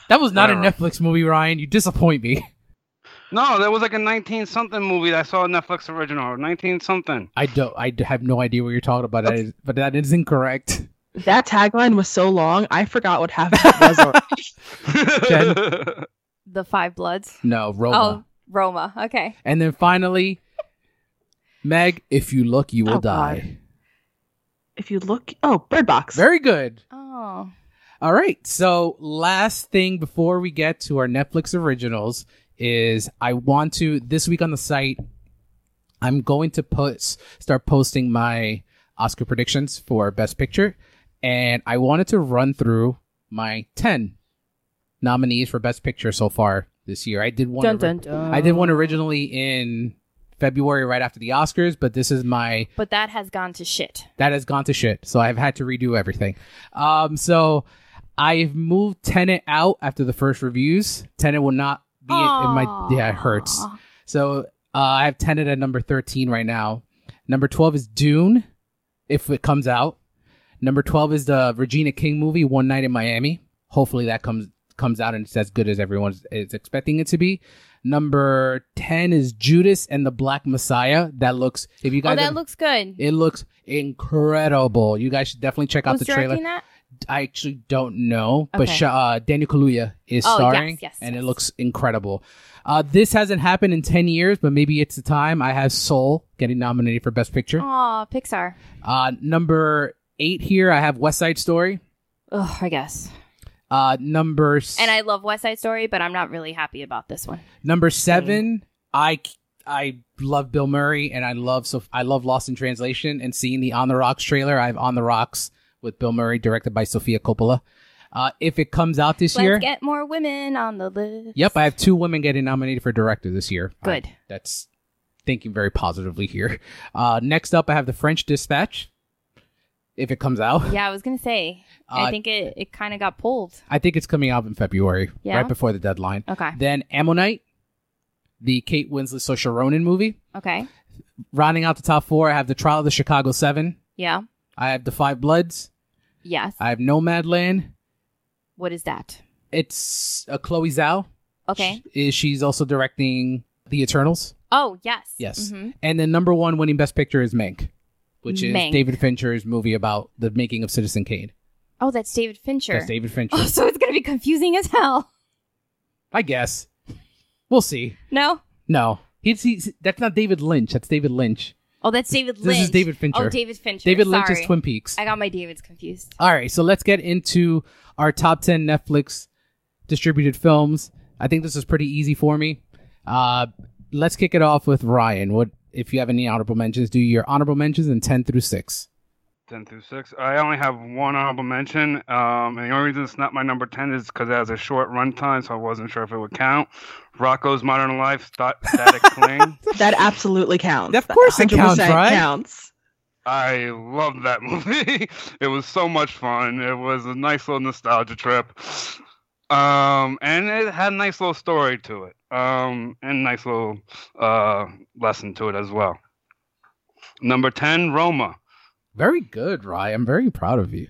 Speaker 1: that was not a
Speaker 3: Whatever.
Speaker 1: Netflix movie, Ryan. You disappoint me.
Speaker 3: No, there was like a 19 something movie that I saw a Netflix original. 19 something.
Speaker 1: I don't. I d- have no idea what you're talking about. That is, but that is incorrect.
Speaker 4: That tagline was so long, I forgot what half of it was. already.
Speaker 2: the five bloods
Speaker 1: No, Roma.
Speaker 2: Oh, Roma. Okay.
Speaker 1: And then finally, Meg, if you look, you will
Speaker 4: Oh, God.
Speaker 1: die.
Speaker 4: if you look, oh, Bird Box.
Speaker 1: Very good.
Speaker 2: Oh.
Speaker 1: All right. So, last thing before we get to our Netflix originals is I want to this week on the site I'm going to put start posting my Oscar predictions for best picture and I wanted to run through my 10 nominees for best picture so far this year. I did one ori-
Speaker 2: dun.
Speaker 1: I did one originally in February right after the Oscars, but this is my
Speaker 2: But that has gone to shit.
Speaker 1: that has gone to shit. So I've had to redo everything. Um, so I've moved Tenet out after the first reviews. Tenet will not be in my. Yeah, it hurts.
Speaker 2: Aw.
Speaker 1: So uh, I have Tenet at number 13 right now. Number 12 is Dune, if it comes out. Number 12 is the Regina King movie, One Night in Miami. Hopefully that comes comes out and it's as good as everyone is expecting it to be. Number 10 is Judas and the Black Messiah. That looks, if you
Speaker 2: Oh,
Speaker 1: guys,
Speaker 2: that
Speaker 1: have-
Speaker 2: looks good.
Speaker 1: it looks incredible. You guys should definitely check out
Speaker 2: Who's
Speaker 1: the trailer.
Speaker 2: directing that?
Speaker 1: I actually don't know, but
Speaker 2: Okay.
Speaker 1: Sha uh, Daniel Kaluuya is
Speaker 2: Oh, yes,
Speaker 1: starring,
Speaker 2: yes,
Speaker 1: and it
Speaker 2: yes.
Speaker 1: looks incredible. Uh, this hasn't happened in ten years, but maybe it's the time. I have Soul getting nominated for Best Picture.
Speaker 2: Oh, Pixar.
Speaker 1: Uh, number eight here, I have West Side Story.
Speaker 2: Oh, I guess.
Speaker 1: Uh, number s-
Speaker 2: And I love West Side Story, but I'm not really happy about this one.
Speaker 1: number seven, I c- I love Bill Murray, and I love so I love Lost in Translation, and seeing the On the Rocks trailer. I have On the Rocks with Bill Murray, directed by Sofia Coppola. Uh, if it comes out this
Speaker 2: Let's
Speaker 1: year,
Speaker 2: get more women on the list.
Speaker 1: Yep, I have two women getting nominated for director this year.
Speaker 2: Good.
Speaker 1: I- that's thinking very positively here. Uh, next up, I have The French Dispatch. If it comes out,
Speaker 2: Yeah, I was gonna say.
Speaker 1: Uh,
Speaker 2: I think it, it kind of got pulled.
Speaker 1: I think it's coming out in February,
Speaker 2: Yeah?
Speaker 1: right before the deadline.
Speaker 2: Okay.
Speaker 1: Then Ammonite, the Kate Winslet Saoirse Ronan movie.
Speaker 2: Okay.
Speaker 1: Rounding out the top four, I have The Trial of the Chicago Seven.
Speaker 2: Yeah.
Speaker 1: I have The Five Bloods.
Speaker 2: Yes.
Speaker 1: I have Nomadland.
Speaker 2: what is that?
Speaker 1: It's uh, Chloe Zhao.
Speaker 2: Okay.
Speaker 1: Sh- is- she's also directing The Eternals.
Speaker 2: Oh, yes.
Speaker 1: Yes.
Speaker 2: Mhm.
Speaker 1: And the number one winning Best Picture is Mank, which is
Speaker 2: Mank.
Speaker 1: David Fincher's movie about the making of Citizen Kane.
Speaker 2: Oh, that's David Fincher.
Speaker 1: That's David Fincher.
Speaker 2: Oh, so it's gonna be confusing as hell.
Speaker 1: I guess. We'll see.
Speaker 2: No.
Speaker 1: No. He's, he's, that's not David Lynch. That's David Lynch.
Speaker 2: Oh, that's David
Speaker 1: This
Speaker 2: Lynch.
Speaker 1: is David Fincher.
Speaker 2: Oh, David Fincher.
Speaker 1: David Lynch
Speaker 2: Sorry.
Speaker 1: is Twin Peaks.
Speaker 2: I got my Davids confused.
Speaker 1: All right, so let's get into our top 10 Netflix distributed films. I think this is pretty easy for me. Uh, let's kick it off with Ryan. What if you have any honorable mentions? Do your honorable mentions in 10 through 6.
Speaker 3: 10 through 6. I only have one honorable mention, um, and the only reason it's not my number 10 is because it has a short runtime, so I wasn't sure if it would count. Rocco's Modern Life, Sta- Static Cling.
Speaker 4: That absolutely counts.
Speaker 1: Of
Speaker 4: That
Speaker 1: course it counts,
Speaker 4: 100%
Speaker 1: right?
Speaker 4: counts.
Speaker 3: I loved that movie. it was so much fun. It was a nice little nostalgia trip. Um, and it had a nice little story to it. Um, and nice little uh, lesson to it as well. Number 10, Roma.
Speaker 1: Very good, Ryan. I'm very proud of you.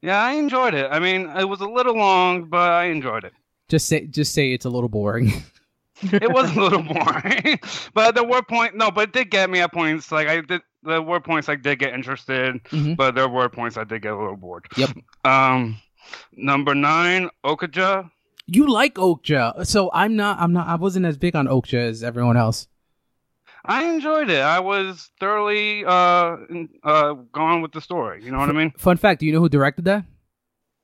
Speaker 3: Yeah, I enjoyed it. I mean, it was a little long, but I enjoyed it.
Speaker 1: Just say just say it's a little boring.
Speaker 3: It was a little boring, but there were points. No, but it did get me at points. Like I did, there were points I did get interested,
Speaker 1: Mhm.
Speaker 3: but there were points I did get a little bored.
Speaker 1: Yep.
Speaker 3: Um, number nine, Okaja.
Speaker 1: you like Okja. So I'm not I'm not I wasn't as big on Okja as everyone else.
Speaker 3: I enjoyed it. I was thoroughly uh in- uh gone with the story. You know what I mean?
Speaker 1: Fun fact, do you know who directed that?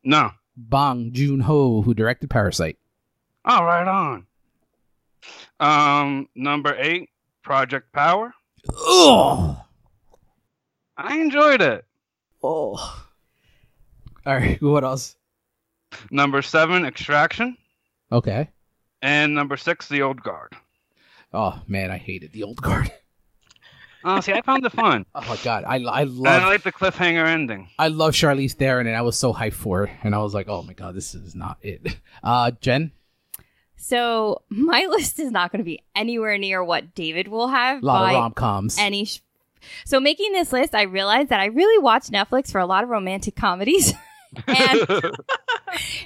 Speaker 3: No.
Speaker 1: Bong Joon Ho, who directed Parasite.
Speaker 3: All right on. Um, number eight, Project Power.
Speaker 1: Oh.
Speaker 3: I enjoyed it.
Speaker 1: Oh. All right, what else?
Speaker 3: Number seven, Extraction,
Speaker 1: Okay.
Speaker 3: and number six, The Old Guard.
Speaker 1: Oh man, I hated the old guard.
Speaker 3: Honestly, I found it fun.
Speaker 1: Oh my god, I I
Speaker 3: And I
Speaker 1: love
Speaker 3: like the cliffhanger ending.
Speaker 1: I love Charlize Theron, and I was so hyped for it, and I was like, oh my god, this is not it. Uh, Jen,
Speaker 2: So my list is not going to be anywhere near what David will have
Speaker 1: a lot
Speaker 2: by
Speaker 1: of rom coms.
Speaker 2: any. Sh- so making this list, I realized that I really watch Netflix for a lot of romantic comedies. and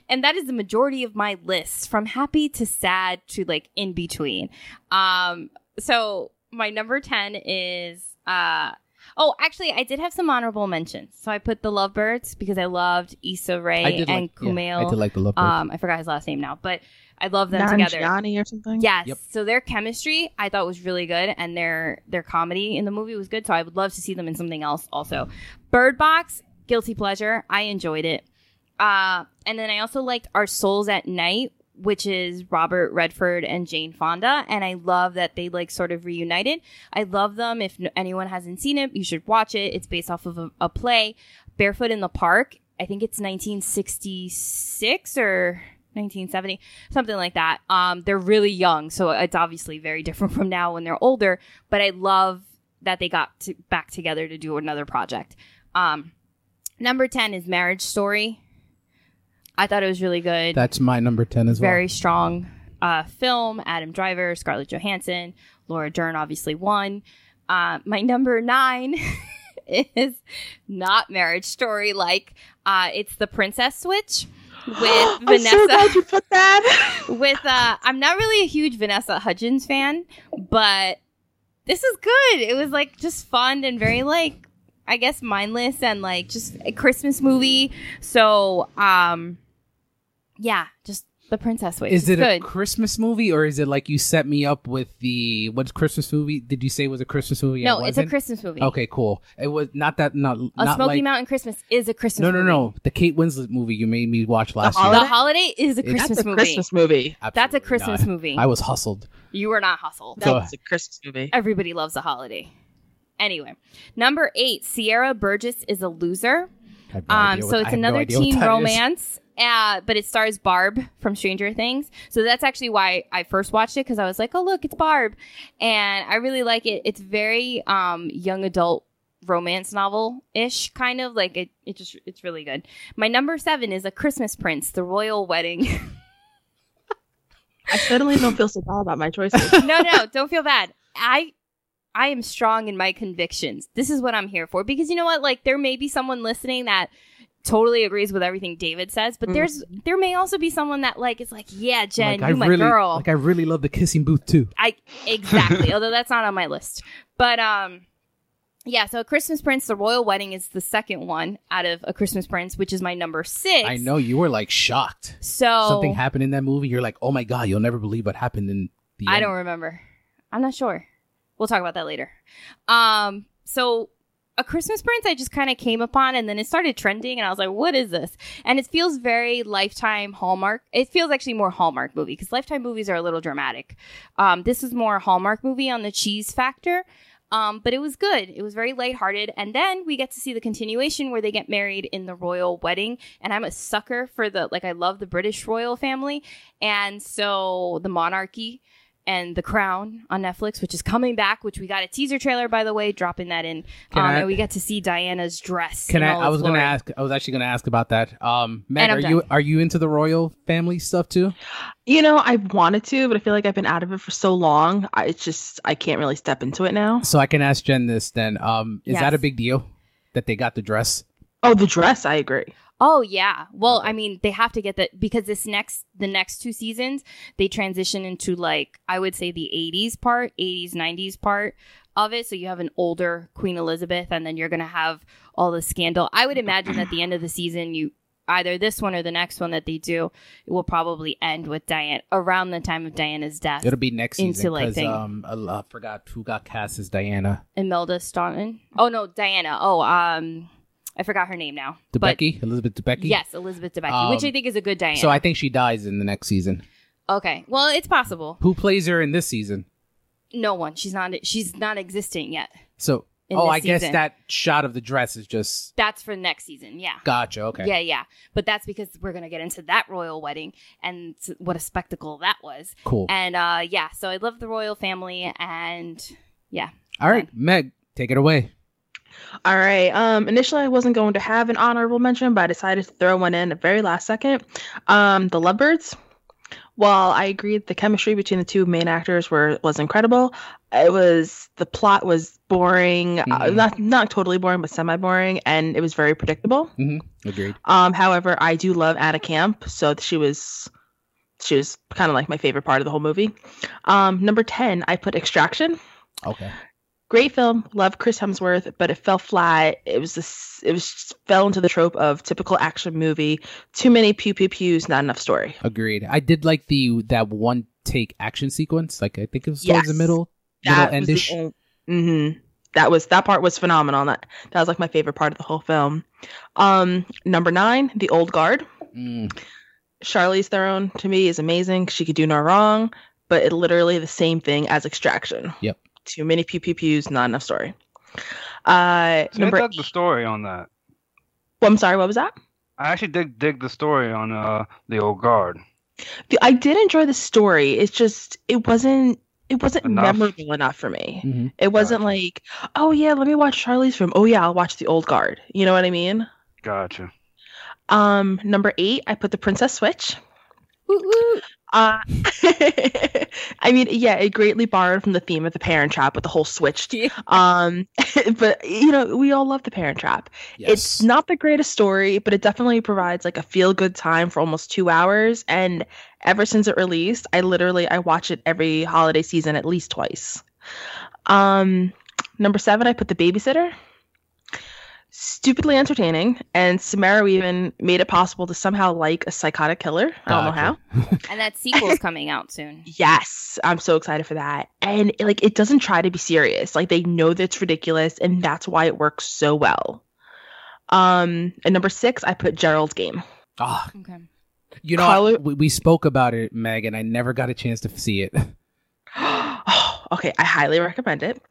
Speaker 2: and that is the majority of my list from happy to sad to like in between um so my number 10 is uh oh actually i did have some honorable mentions so i put the lovebirds because i loved Issa Rae
Speaker 1: I did
Speaker 2: and
Speaker 1: like, yeah,
Speaker 2: kumail
Speaker 1: I did like the love.
Speaker 2: um i forgot his last name now but i love them together
Speaker 4: Nanjiani or something.
Speaker 2: Yes.
Speaker 1: Yep.
Speaker 2: So their chemistry I thought was really good and their their comedy in the movie was good. So I would love to see them in something else also. Bird Box, guilty pleasure. I enjoyed it. Uh and then I also liked Our Souls at Night, which is Robert Redford and Jane Fonda, and I love that they like sort of reunited. I love them. If n- anyone hasn't seen it, you should watch it. It's based off of a, a play, Barefoot in the Park. I think it's 1966 or 1970 something like that. Um, they're really young, so it's obviously very different from now when they're older. But I love that they got to, back together to do another project. Um, number ten is Marriage Story. I thought it was really good.
Speaker 1: That's my number ten as well.
Speaker 2: Very strong uh, film. Adam Driver, Scarlett Johansson, Laura Dern obviously won. Uh, my number nine is not Marriage Story like. Uh, it's The Princess Switch with
Speaker 4: I'm so glad
Speaker 2: Vanessa.
Speaker 4: you put that.
Speaker 2: with uh, I'm not really a huge Vanessa Hudgens fan, but this is good. It was like just fun and very like I guess mindless and like just a Christmas movie. So um, yeah, just The Princess Switch.
Speaker 1: Is it
Speaker 2: It's
Speaker 1: a
Speaker 2: good.
Speaker 1: Christmas movie or is it like you set me up with the what Christmas movie? Did you say it was a Christmas movie?
Speaker 2: no,
Speaker 1: It
Speaker 2: it's a
Speaker 1: wasn't?
Speaker 2: Christmas movie.
Speaker 1: Okay, cool. It was not that not
Speaker 2: A
Speaker 1: not
Speaker 2: Smoky
Speaker 1: like
Speaker 2: Mountain Christmas is a Christmas
Speaker 1: no no
Speaker 2: movie.
Speaker 1: no the Kate Winslet movie you made me watch last
Speaker 4: Holiday?
Speaker 1: year.
Speaker 2: The Holiday is a
Speaker 1: It's-
Speaker 2: Christmas
Speaker 4: That's a
Speaker 2: movie.
Speaker 4: Christmas movie.
Speaker 2: That's a
Speaker 1: Absolutely
Speaker 2: Christmas
Speaker 1: not.
Speaker 2: movie.
Speaker 1: I was hustled.
Speaker 2: you were not hustled.
Speaker 1: So-
Speaker 4: That's a Christmas movie.
Speaker 2: Everybody loves a holiday. Anyway, number eight, Sierra Burgess is a loser.
Speaker 1: I have no
Speaker 2: Um,
Speaker 1: idea what-
Speaker 2: so
Speaker 1: I
Speaker 2: it's
Speaker 1: have no
Speaker 2: another
Speaker 1: idea what
Speaker 2: teen
Speaker 1: that is.
Speaker 2: romance, uh, but it stars Barb from Stranger Things. So that's actually why I first watched it because I was like, oh look, it's Barb, and I really like it. It's very um, young adult romance novel ish kind of like it. It just it's really good. My number seven is A Christmas Prince, The Royal Wedding.
Speaker 4: I suddenly don't feel so bad about my choices.
Speaker 2: no, no, don't feel bad. I I am strong in my convictions. This is what I'm here for because you know what? Like there may be someone listening that totally agrees with everything David says, but there's there may also be someone that like is like, "Yeah, Jen,
Speaker 1: Mm. Like, I
Speaker 2: you my
Speaker 1: really,
Speaker 2: girl."
Speaker 1: Like I really love the kissing booth too.
Speaker 2: I exactly. although that's not on my list, but um, yeah. So, A Christmas Prince, The Royal Wedding is the second one out of A Christmas Prince, which is my number six.
Speaker 1: I know you were like shocked.
Speaker 2: So
Speaker 1: Something happened in that movie. You're like, oh my god, you'll never believe what happened in the.
Speaker 2: I
Speaker 1: end.
Speaker 2: don't remember. I'm not sure. We'll talk about that later. Um, so a Christmas Prince I just kind of came upon and then it started trending and I was like, what is this? And it feels very Lifetime Hallmark. It feels actually more Hallmark movie because Lifetime movies are a little dramatic. Um, this is more Hallmark movie on the cheese factor. Um, but it was good. It was very lighthearted. And then we get to see the continuation where they get married in the royal wedding. And I'm a sucker for the, like, I love the British royal family. And so the monarchy and the crown on Netflix, which is coming back, which we got a teaser trailer, by the way, dropping that in.
Speaker 1: Can
Speaker 2: um,
Speaker 1: I-
Speaker 2: and we get to see Diana's dress.
Speaker 1: Can
Speaker 2: in
Speaker 1: I?
Speaker 2: all
Speaker 1: I
Speaker 2: its
Speaker 1: was going to
Speaker 2: glory.
Speaker 1: ask. I was actually going to ask about that. Um, Meg,
Speaker 2: And
Speaker 1: are
Speaker 2: I'm
Speaker 1: you
Speaker 2: done.
Speaker 1: are you into the royal family stuff too?
Speaker 4: you know, I wanted to, but I feel like I've been out of it for so long. I it's just I can't really step into it now.
Speaker 1: So I can ask Jen this then. Um, is that
Speaker 2: Yes.
Speaker 1: a big deal that they got the dress?
Speaker 4: Oh, the dress, I agree.
Speaker 2: Oh yeah. Well,
Speaker 1: Okay.
Speaker 2: I mean, they have to get that because this next the next two seasons they transition into like I would say the 80s part, 80s 90s part of it. So you have an older Queen Elizabeth and then you're going to have all the scandal. I would imagine at the end of the season you either this one or the next one that they do it will probably end with Diane around the time of Diana's death.
Speaker 1: It'll be next season
Speaker 2: Insulate
Speaker 1: because
Speaker 2: thing.
Speaker 1: um, I, I forgot who got cast as Diana.
Speaker 2: Imelda Staunton. Oh no, Diana. Oh, um I forgot her name now. But-
Speaker 1: DeBecky, Elizabeth DeBecky.
Speaker 2: Yes, Elizabeth Debicki, which
Speaker 1: Um,
Speaker 2: I think is a good Diana.
Speaker 1: So I think she dies in the next season.
Speaker 2: Okay. Well, it's possible.
Speaker 1: Who plays her in this season?
Speaker 2: No one. She's not. She's not existing yet.
Speaker 1: So
Speaker 2: In
Speaker 1: oh,
Speaker 2: this
Speaker 1: I guess
Speaker 2: season.
Speaker 1: that shot of the dress is just
Speaker 2: That's for next season. Yeah.
Speaker 1: gotcha. Okay.
Speaker 2: Yeah, yeah. But that's because we're gonna get into that royal wedding and s- what a spectacle that was.
Speaker 1: Cool.
Speaker 2: And uh, yeah. So I love the royal family, and
Speaker 1: All right, Meg, take it away.
Speaker 4: All right. Um, initially, I wasn't going to have an honorable mention, but I decided to throw one in at the very last second. Um, the Lovebirds. While I agreed the chemistry between the two main actors were was incredible, it was the plot was boring, uh,
Speaker 1: Mhm.
Speaker 4: not not totally boring, but semi boring, and it was very predictable.
Speaker 1: Agreed.
Speaker 4: Um, however, I do love Anna Camp, so she was she was kind of like my favorite part of the whole movie. Um, number ten, I put Extraction
Speaker 1: Okay.
Speaker 4: great film love chris hemsworth but it fell flat it was this it was just fell into the trope of typical action movie too many pew pew pews not enough story
Speaker 1: Agreed. I did like the that one take action sequence. Like I think it was towards the
Speaker 4: Yes.
Speaker 1: middle.
Speaker 4: that
Speaker 1: Middle endish.
Speaker 4: hmm that was that part was phenomenal that that was like my favorite part of the whole film um number nine the old guard
Speaker 1: Mm,
Speaker 4: charlize theron to me is amazing she could do no wrong but it literally the same thing as extraction
Speaker 1: Yep.
Speaker 4: too many pew pew pews not enough story uh
Speaker 3: See,
Speaker 4: number
Speaker 3: I dug the story on that.
Speaker 4: well, i'm sorry what was that
Speaker 3: I actually did dig the story on uh, the old guard.
Speaker 4: The- I did enjoy the story. It's just it wasn't it wasn't
Speaker 3: Enough.
Speaker 4: memorable enough for me.
Speaker 1: mhm.
Speaker 4: It wasn't
Speaker 3: Gotcha.
Speaker 4: like, oh yeah, let me watch Charlie's Room. Oh yeah, I'll watch The Old Guard. You know what I mean?
Speaker 3: Gotcha.
Speaker 4: Um, number eight, I put the Princess Switch.
Speaker 2: Woot woot.
Speaker 4: Uh, I mean, yeah, it greatly borrowed from the theme of the Parent Trap with the whole switched.
Speaker 2: Yeah.
Speaker 4: Um, but you know, we all love the Parent Trap. It's not the greatest story, but it definitely provides like a feel good time for almost two hours. And ever since it released, I literally I watch it every holiday season at least twice. Um, number seven, I put the Babysitter. Stupidly entertaining, and Samara Weavin made it possible to somehow like a psychotic killer. I don't know
Speaker 1: Gotcha.
Speaker 4: how.
Speaker 2: And that sequel's coming out soon.
Speaker 4: Yes, I'm so excited for that. And like it doesn't try to be serious. Like they know that it's ridiculous and that's why it works so well. Um and number 6, I put Gerald's game.
Speaker 1: Ah,
Speaker 2: Okay.
Speaker 1: you know,
Speaker 4: Color-
Speaker 1: we, we spoke about it, Meg, and I never got a chance to see it.
Speaker 4: Oh, okay, I highly recommend it.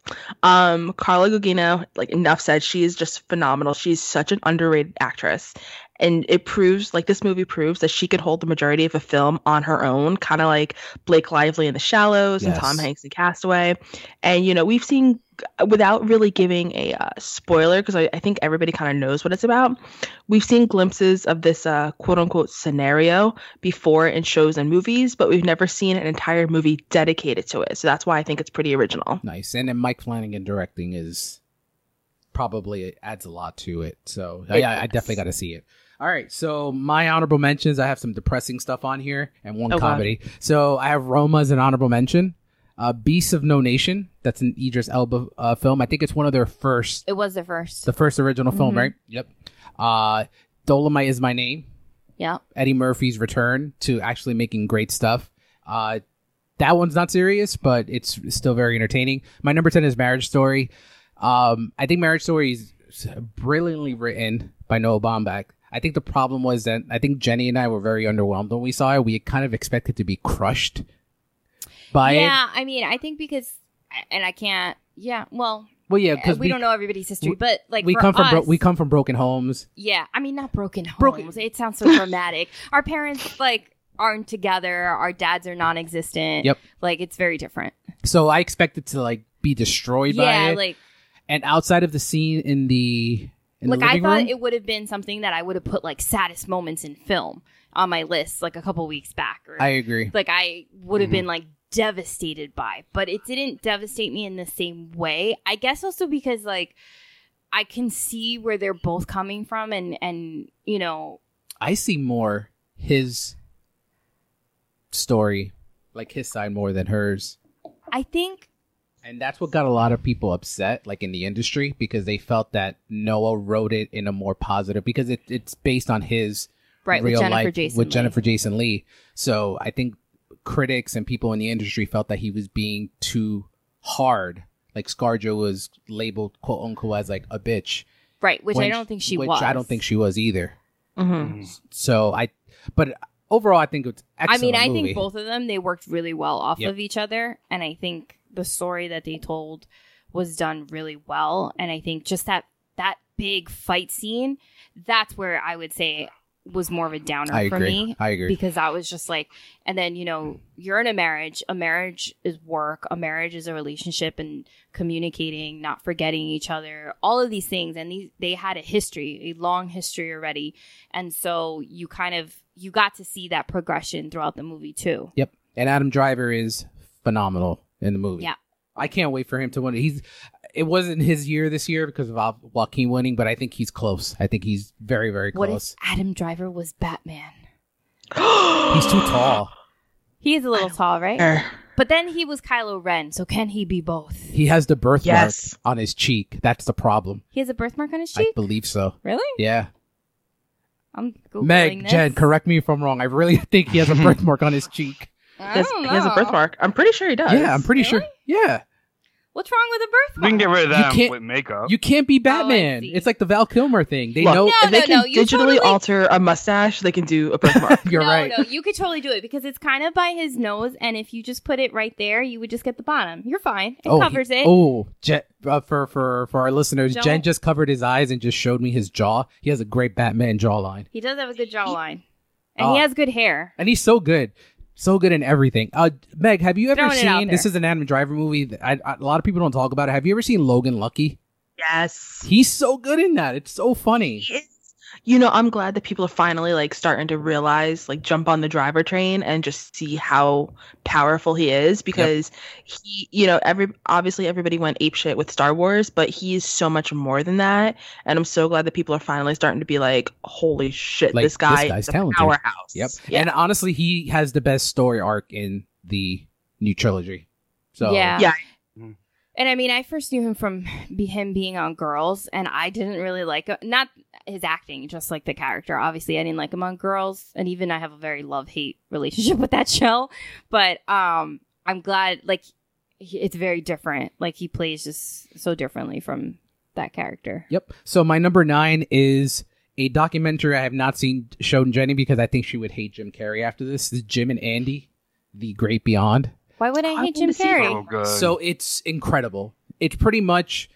Speaker 4: Um Carla Gugino, like enough said, she is just phenomenal. She's such an underrated actress. And it proves like this movie proves that she could hold the majority of a film on her own, kind of like Blake Lively in The Shallows and Tom
Speaker 1: Yes.
Speaker 4: Hanks in Castaway. And you know, we've seen without really giving a uh, spoiler because I, I think everybody kind of knows what it's about. We've seen glimpses of this uh, quote unquote scenario before in shows and movies, but we've never seen an entire movie dedicated to it. So that's why I think it's pretty original.
Speaker 1: Nice, and then Mike Flanagan directing is probably it adds a lot to it. So uh,
Speaker 4: It
Speaker 1: yeah, I
Speaker 4: does.
Speaker 1: definitely got to see it. All right, so my honorable mentions. I have some depressing stuff on here and one
Speaker 4: Oh, God.
Speaker 1: comedy. So I have Roma as an honorable mention. Uh, Beasts of No Nation. That's an Idris Elba uh, film. I think it's one of their first
Speaker 2: It was the first.
Speaker 1: the first original film,
Speaker 2: Mhm.
Speaker 1: right? Yep. Uh, Dolomite is my name.
Speaker 2: yeah.
Speaker 1: Eddie Murphy's return to actually making great stuff. Uh, that one's not serious, but it's still very entertaining. My number ten is Marriage Story. Um, I think Marriage Story is brilliantly written by Noah Baumbach. I think the problem was that I think Jenny and I were very underwhelmed when we saw it. We kind of expected to be crushed by it.
Speaker 2: yeah. I mean, I think because, and I can't. Yeah. Well,
Speaker 1: Well, yeah,
Speaker 2: we,
Speaker 1: because
Speaker 2: don't know everybody's history,
Speaker 1: we-
Speaker 2: but like
Speaker 1: we
Speaker 2: for
Speaker 1: come from bro-
Speaker 2: us-
Speaker 1: we come from broken homes.
Speaker 2: Yeah, I mean not broken homes.
Speaker 1: Broken-
Speaker 2: It sounds so dramatic. Our parents like aren't together. Our dads are non-existent.
Speaker 1: Yep.
Speaker 2: Like it's very different.
Speaker 1: So I expected to like be destroyed by
Speaker 2: yeah,
Speaker 1: it.
Speaker 2: like
Speaker 1: and outside of the scene in the in
Speaker 2: like
Speaker 1: the
Speaker 2: I
Speaker 1: living
Speaker 2: thought
Speaker 1: room,
Speaker 2: it would have been something that I would have put like saddest moments in film on my list like a couple weeks back. Or,
Speaker 1: I Mm-hmm. agree.
Speaker 2: like I would have
Speaker 3: Mhm.
Speaker 2: been like devastated by, but it didn't devastate me in the same way. I guess also because like I can see where they're both coming from and and you know,
Speaker 1: I see more his story, like his side more than hers.
Speaker 2: I think
Speaker 1: And that's what got a lot of people upset, like in the industry, because they felt that Noah wrote it in a more positive because it, it's based on his
Speaker 2: right
Speaker 1: real
Speaker 2: with Jennifer
Speaker 1: life
Speaker 2: Jason
Speaker 1: with
Speaker 2: Leigh.
Speaker 1: Jennifer Jason Lee. So I think critics and people in the industry felt that he was being too hard. Like Scarjo was labeled quote unquote as like a bitch.
Speaker 2: Right, which I
Speaker 1: when-
Speaker 2: don't think she
Speaker 1: which
Speaker 2: was.
Speaker 1: I don't think she was either. Hmm.
Speaker 4: Mm-hmm.
Speaker 3: Mhm.
Speaker 1: So I, but overall, I think it's.
Speaker 2: I
Speaker 1: Excellent
Speaker 2: mean, I
Speaker 1: movie.
Speaker 2: think both of them they worked really well off
Speaker 1: Yep.
Speaker 2: of each other, and I think the story that they told was done really well. And I think just that that big fight scene, that's where I would say was more of a downer
Speaker 1: I
Speaker 2: for
Speaker 1: agree.
Speaker 2: me
Speaker 1: I agree.
Speaker 2: because that was just like and then you know you're in a marriage a marriage is work a marriage is a relationship and communicating not forgetting each other all of these things and these they had a history a long history already and so you kind of you got to see that progression throughout the movie too
Speaker 1: and Adam Driver is phenomenal in the movie.
Speaker 2: Yeah.
Speaker 1: I can't wait for him to win. He's. It wasn't his year this year because of Wa- Joaquin winning, but I think he's close. I think he's very, very
Speaker 2: what
Speaker 1: close.
Speaker 2: if adam driver was batman
Speaker 1: he's too tall.
Speaker 2: he is a little tall right
Speaker 4: Er,
Speaker 2: but then he was kylo ren so can he be both
Speaker 1: He has the birthmark
Speaker 4: Yes.
Speaker 1: on his cheek. That's the problem.
Speaker 2: he has a birthmark on his
Speaker 1: I
Speaker 2: cheek
Speaker 1: believe so.
Speaker 2: really
Speaker 1: Yeah.
Speaker 2: i'm Googling
Speaker 1: Meg,
Speaker 2: this.
Speaker 1: Jen, correct me if I'm wrong. I really think he has a birthmark on his cheek.
Speaker 2: I
Speaker 4: He has,
Speaker 2: don't
Speaker 4: he has a
Speaker 2: know.
Speaker 4: birthmark. I'm pretty sure he does.
Speaker 1: Yeah, I'm pretty sure. Yeah.
Speaker 2: what's wrong with a birthmark
Speaker 3: We can get rid of
Speaker 1: You
Speaker 3: that
Speaker 1: can't-
Speaker 3: with makeup.
Speaker 1: You can't be Batman.
Speaker 2: Oh, see.
Speaker 1: it's like the Val Kilmer thing. They
Speaker 4: Look,
Speaker 1: know
Speaker 2: No,
Speaker 4: if they
Speaker 2: no,
Speaker 4: can
Speaker 2: no, you
Speaker 4: digitally
Speaker 2: totally-
Speaker 4: alter a mustache, they can do a birthmark.
Speaker 1: you're
Speaker 2: no,
Speaker 1: right.
Speaker 2: No, you could totally do it because it's kind of by his nose, and if you just put it right there, you would just get the bottom. You're fine. It
Speaker 1: he-
Speaker 2: covers it.
Speaker 1: Oh, Je- uh, for for for our listeners,
Speaker 2: Don't-
Speaker 1: Jen just covered his eyes and just showed me his jaw. He has a great Batman jawline,
Speaker 2: He does have a good jawline, and he
Speaker 1: Oh.
Speaker 2: has good hair.
Speaker 1: and he's so good, so good in everything. Uh, Meg, have you ever
Speaker 2: Throwing it out
Speaker 1: seen? This
Speaker 2: there.
Speaker 1: is an Adam Driver movie. That I, I- a lot of people don't talk about it. Have you ever seen Logan Lucky?
Speaker 4: yes.
Speaker 1: He's so good in that. It's so funny.
Speaker 4: He is. you know, I'm glad that people are finally like starting to realize, like, jump on the driver train and just see how powerful he is because he, you know, every obviously everybody went apeshit with Star Wars, but he is so much more than that. And I'm so glad that people are finally starting to be like, holy shit,
Speaker 1: Like,
Speaker 4: this guy
Speaker 1: this guy's
Speaker 4: is a
Speaker 1: talented.
Speaker 4: powerhouse.
Speaker 1: Yep.
Speaker 4: Yeah.
Speaker 1: And honestly, he has the best story arc in the new trilogy. So
Speaker 2: yeah.
Speaker 4: Yeah.
Speaker 3: Mhm.
Speaker 2: And I mean, I first knew him from be him being on Girls, and I didn't really like uh, not his acting, just like the character. Obviously, I didn't like him on Girls, and even I have a very love hate relationship with that show. But um, I'm glad like he- it's very different. Like he plays just so differently from that character.
Speaker 1: Yep. So my number nine is a documentary I have not seen shown Jenny because I think she would hate Jim Carrey after this. This is Jim and Andy, The Great Beyond.
Speaker 2: Why would
Speaker 4: I
Speaker 2: I hate Jim
Speaker 4: wanna see that.
Speaker 3: So
Speaker 2: Carrey?
Speaker 3: good.
Speaker 1: So it's incredible. It's pretty much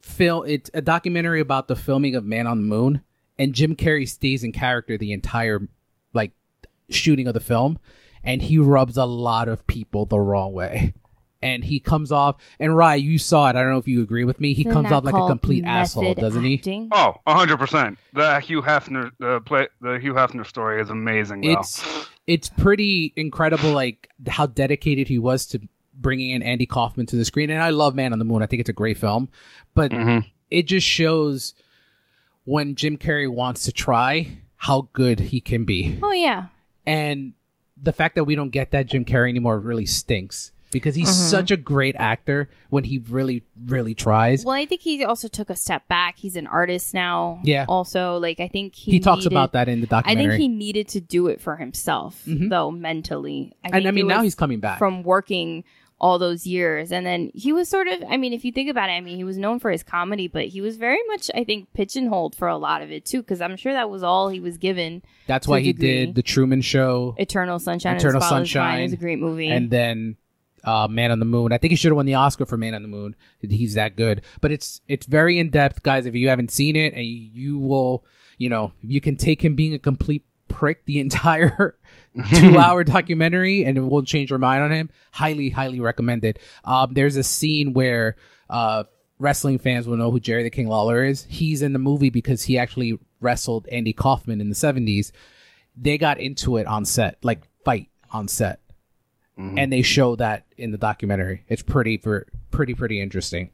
Speaker 1: film. It's a documentary about the filming of Man on the Moon, and Jim Carrey stays in character the entire like shooting of the film, and he rubs a lot of people the wrong way. And he comes off, and Rye, you saw it. I don't know if you agree with me. He
Speaker 2: Isn't
Speaker 1: comes
Speaker 2: that
Speaker 1: off like a
Speaker 2: called
Speaker 1: complete
Speaker 2: method
Speaker 1: asshole, doesn't he?
Speaker 2: acting?
Speaker 3: Oh, 100%. The Hugh Hefner the play the Hugh Hefner story is amazing though.
Speaker 1: it's it's pretty incredible like how dedicated he was to bringing in andy kaufman to the screen and i love man on the moon i think it's a great film but
Speaker 3: Mhm.
Speaker 1: it just shows when jim carrey wants to try how good he can be
Speaker 2: Oh yeah.
Speaker 1: and the fact that we don't get that jim carrey anymore really stinks because he's
Speaker 2: Mm-hmm.
Speaker 4: Mhm.
Speaker 1: such a great actor when he really really tries
Speaker 2: Well, I think he also took a step back. He's an artist now.
Speaker 1: Yeah.
Speaker 2: Also, like I think he
Speaker 1: he, talks
Speaker 2: needed-
Speaker 1: about that in the
Speaker 2: I
Speaker 1: documentary
Speaker 2: think he needed to do it for himself,
Speaker 1: Mhm.
Speaker 2: though mentally. I
Speaker 1: and
Speaker 2: think
Speaker 1: i mean
Speaker 2: it
Speaker 1: now
Speaker 2: was
Speaker 1: he's coming back
Speaker 2: from working all those years, and then he was sort of. I mean, if you think about it, I mean, he was known for his comedy, but he was very much, I think, pigeonholed for a lot of it too, because I'm sure that was all he was given.
Speaker 1: that's
Speaker 2: to
Speaker 1: why
Speaker 2: a
Speaker 1: he
Speaker 2: degree.
Speaker 1: did the truman show
Speaker 2: Eternal Sunshine.
Speaker 1: Eternal
Speaker 2: of the Spotless
Speaker 1: Sunshine,
Speaker 2: Mind is a great movie.
Speaker 1: and then uh, Man on the Moon. I think he should have won the Oscar for Man on the Moon. He's that good, but it's it's very in depth, guys. If you haven't seen it, and you will, you know, you can take him being a complete prick the entire two hour documentary, and it won't change your mind on him. Highly, highly recommended. Um, there's a scene where uh, wrestling fans will know who Jerry the King Lawler is. He's in the movie because he actually wrestled Andy Kaufman in the '70s. They got into it on set, like fight on set
Speaker 3: Mhm.
Speaker 1: and they show that in the documentary. It's pretty ver- pretty pretty interesting.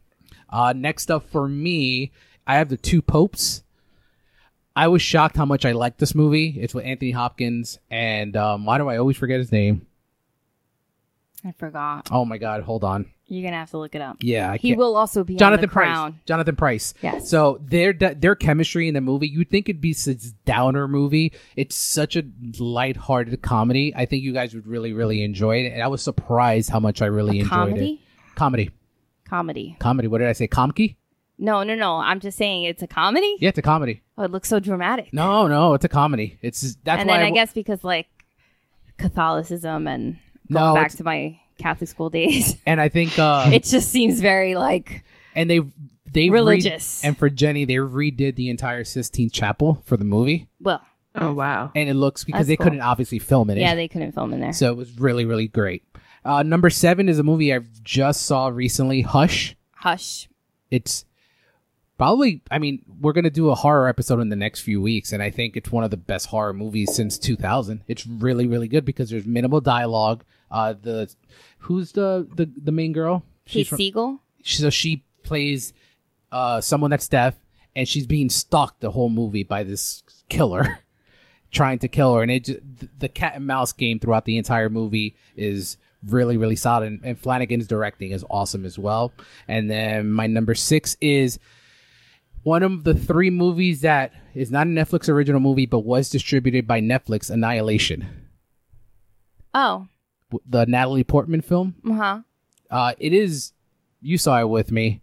Speaker 1: Uh, next up for me, I have the two popes. I was shocked how much I liked this movie. It's with Anthony Hopkins and um, why do I always forget his name?
Speaker 2: I forgot.
Speaker 1: Oh my god, hold on.
Speaker 2: You're gonna have to look it up.
Speaker 1: Yeah, I
Speaker 2: He
Speaker 1: can't.
Speaker 2: will also be on
Speaker 1: Jonathan
Speaker 2: the
Speaker 1: Price.
Speaker 2: Crown.
Speaker 1: Jonathan Price.
Speaker 2: Yes.
Speaker 1: So their their chemistry in the movie, you'd think it'd be such a downer movie. It's such a lighthearted comedy. I think you guys would really really enjoy it, and I was surprised how much I really
Speaker 2: A
Speaker 1: enjoyed it.
Speaker 2: comedy.
Speaker 1: Comedy.
Speaker 2: Comedy.
Speaker 1: comedy. What did I say? Comky?
Speaker 2: No, no, no. I'm just saying it's a comedy.
Speaker 1: Yeah, it's a comedy.
Speaker 2: Oh, it looks so dramatic.
Speaker 1: No, no, it's a comedy. It's that's
Speaker 2: and
Speaker 1: why.
Speaker 2: then I,
Speaker 1: w-
Speaker 2: guess because like Catholicism and going
Speaker 1: No,
Speaker 2: back
Speaker 1: it's-
Speaker 2: to my Catholic school days,
Speaker 1: and I think uh,
Speaker 2: it just seems very like
Speaker 1: and they they re-
Speaker 2: religious.
Speaker 1: and for Jenny, they redid the entire Sistine Chapel for the movie,
Speaker 2: well,
Speaker 4: Oh wow.
Speaker 1: and it looks because
Speaker 2: That's
Speaker 1: they
Speaker 2: cool.
Speaker 1: couldn't obviously film it.
Speaker 2: yeah, they couldn't film in there.
Speaker 1: so it was really really great. Uh, number seven is a movie I just saw recently, Hush.
Speaker 2: Hush.
Speaker 1: It's probably I mean we're gonna do a horror episode in the next few weeks, and I think it's one of the best horror movies since 2000. It's really really good because there's minimal dialogue. Uh, the who's the the, the main girl?
Speaker 2: Pete
Speaker 1: from-
Speaker 2: Siegel.
Speaker 1: so she plays uh, someone that's deaf, and she's being stalked the whole movie by this killer, trying to kill her. And it ju- th the cat and mouse game throughout the entire movie is really really solid, and, and Flanagan's directing is awesome as well. And then my number six is one of the three movies that is not a Netflix original movie, but was distributed by Netflix, Annihilation,
Speaker 2: Oh,
Speaker 1: w- the Natalie Portman film.
Speaker 2: uh huh.
Speaker 1: Uh, it is. You saw it with me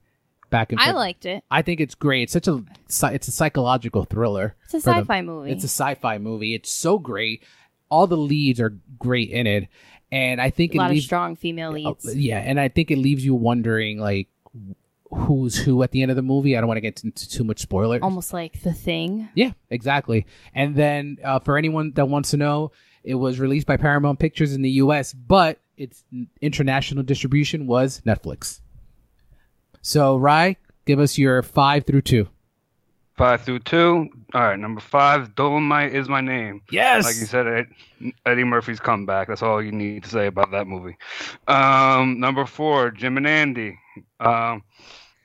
Speaker 1: back in.
Speaker 2: I
Speaker 1: Feb-
Speaker 2: liked it.
Speaker 1: I think it's great. It's such a sci- it's a psychological thriller.
Speaker 2: It's a
Speaker 1: for the-
Speaker 2: sci-fi movie.
Speaker 1: It's a sci-fi movie. It's so great. All the leads are great in it, and I think
Speaker 2: a
Speaker 1: it
Speaker 2: lot of
Speaker 1: leaves
Speaker 2: strong female leads.
Speaker 1: uh, yeah, and I think it leaves you wondering like who's who at the end of the movie. I don't want to get into too much spoiler.
Speaker 2: Almost like The Thing.
Speaker 1: Yeah, exactly. And then uh, for anyone that wants to know, it was released by Paramount Pictures in the U.S., but its international distribution was Netflix. So, Rye, give us your five through two.
Speaker 3: Five through two. All right, number five. Dolomite is my name.
Speaker 1: Yes.
Speaker 3: Like you said, Ed- Eddie Murphy's comeback. That's all you need to say about that movie. Um, number four, Jim and Andy. Um,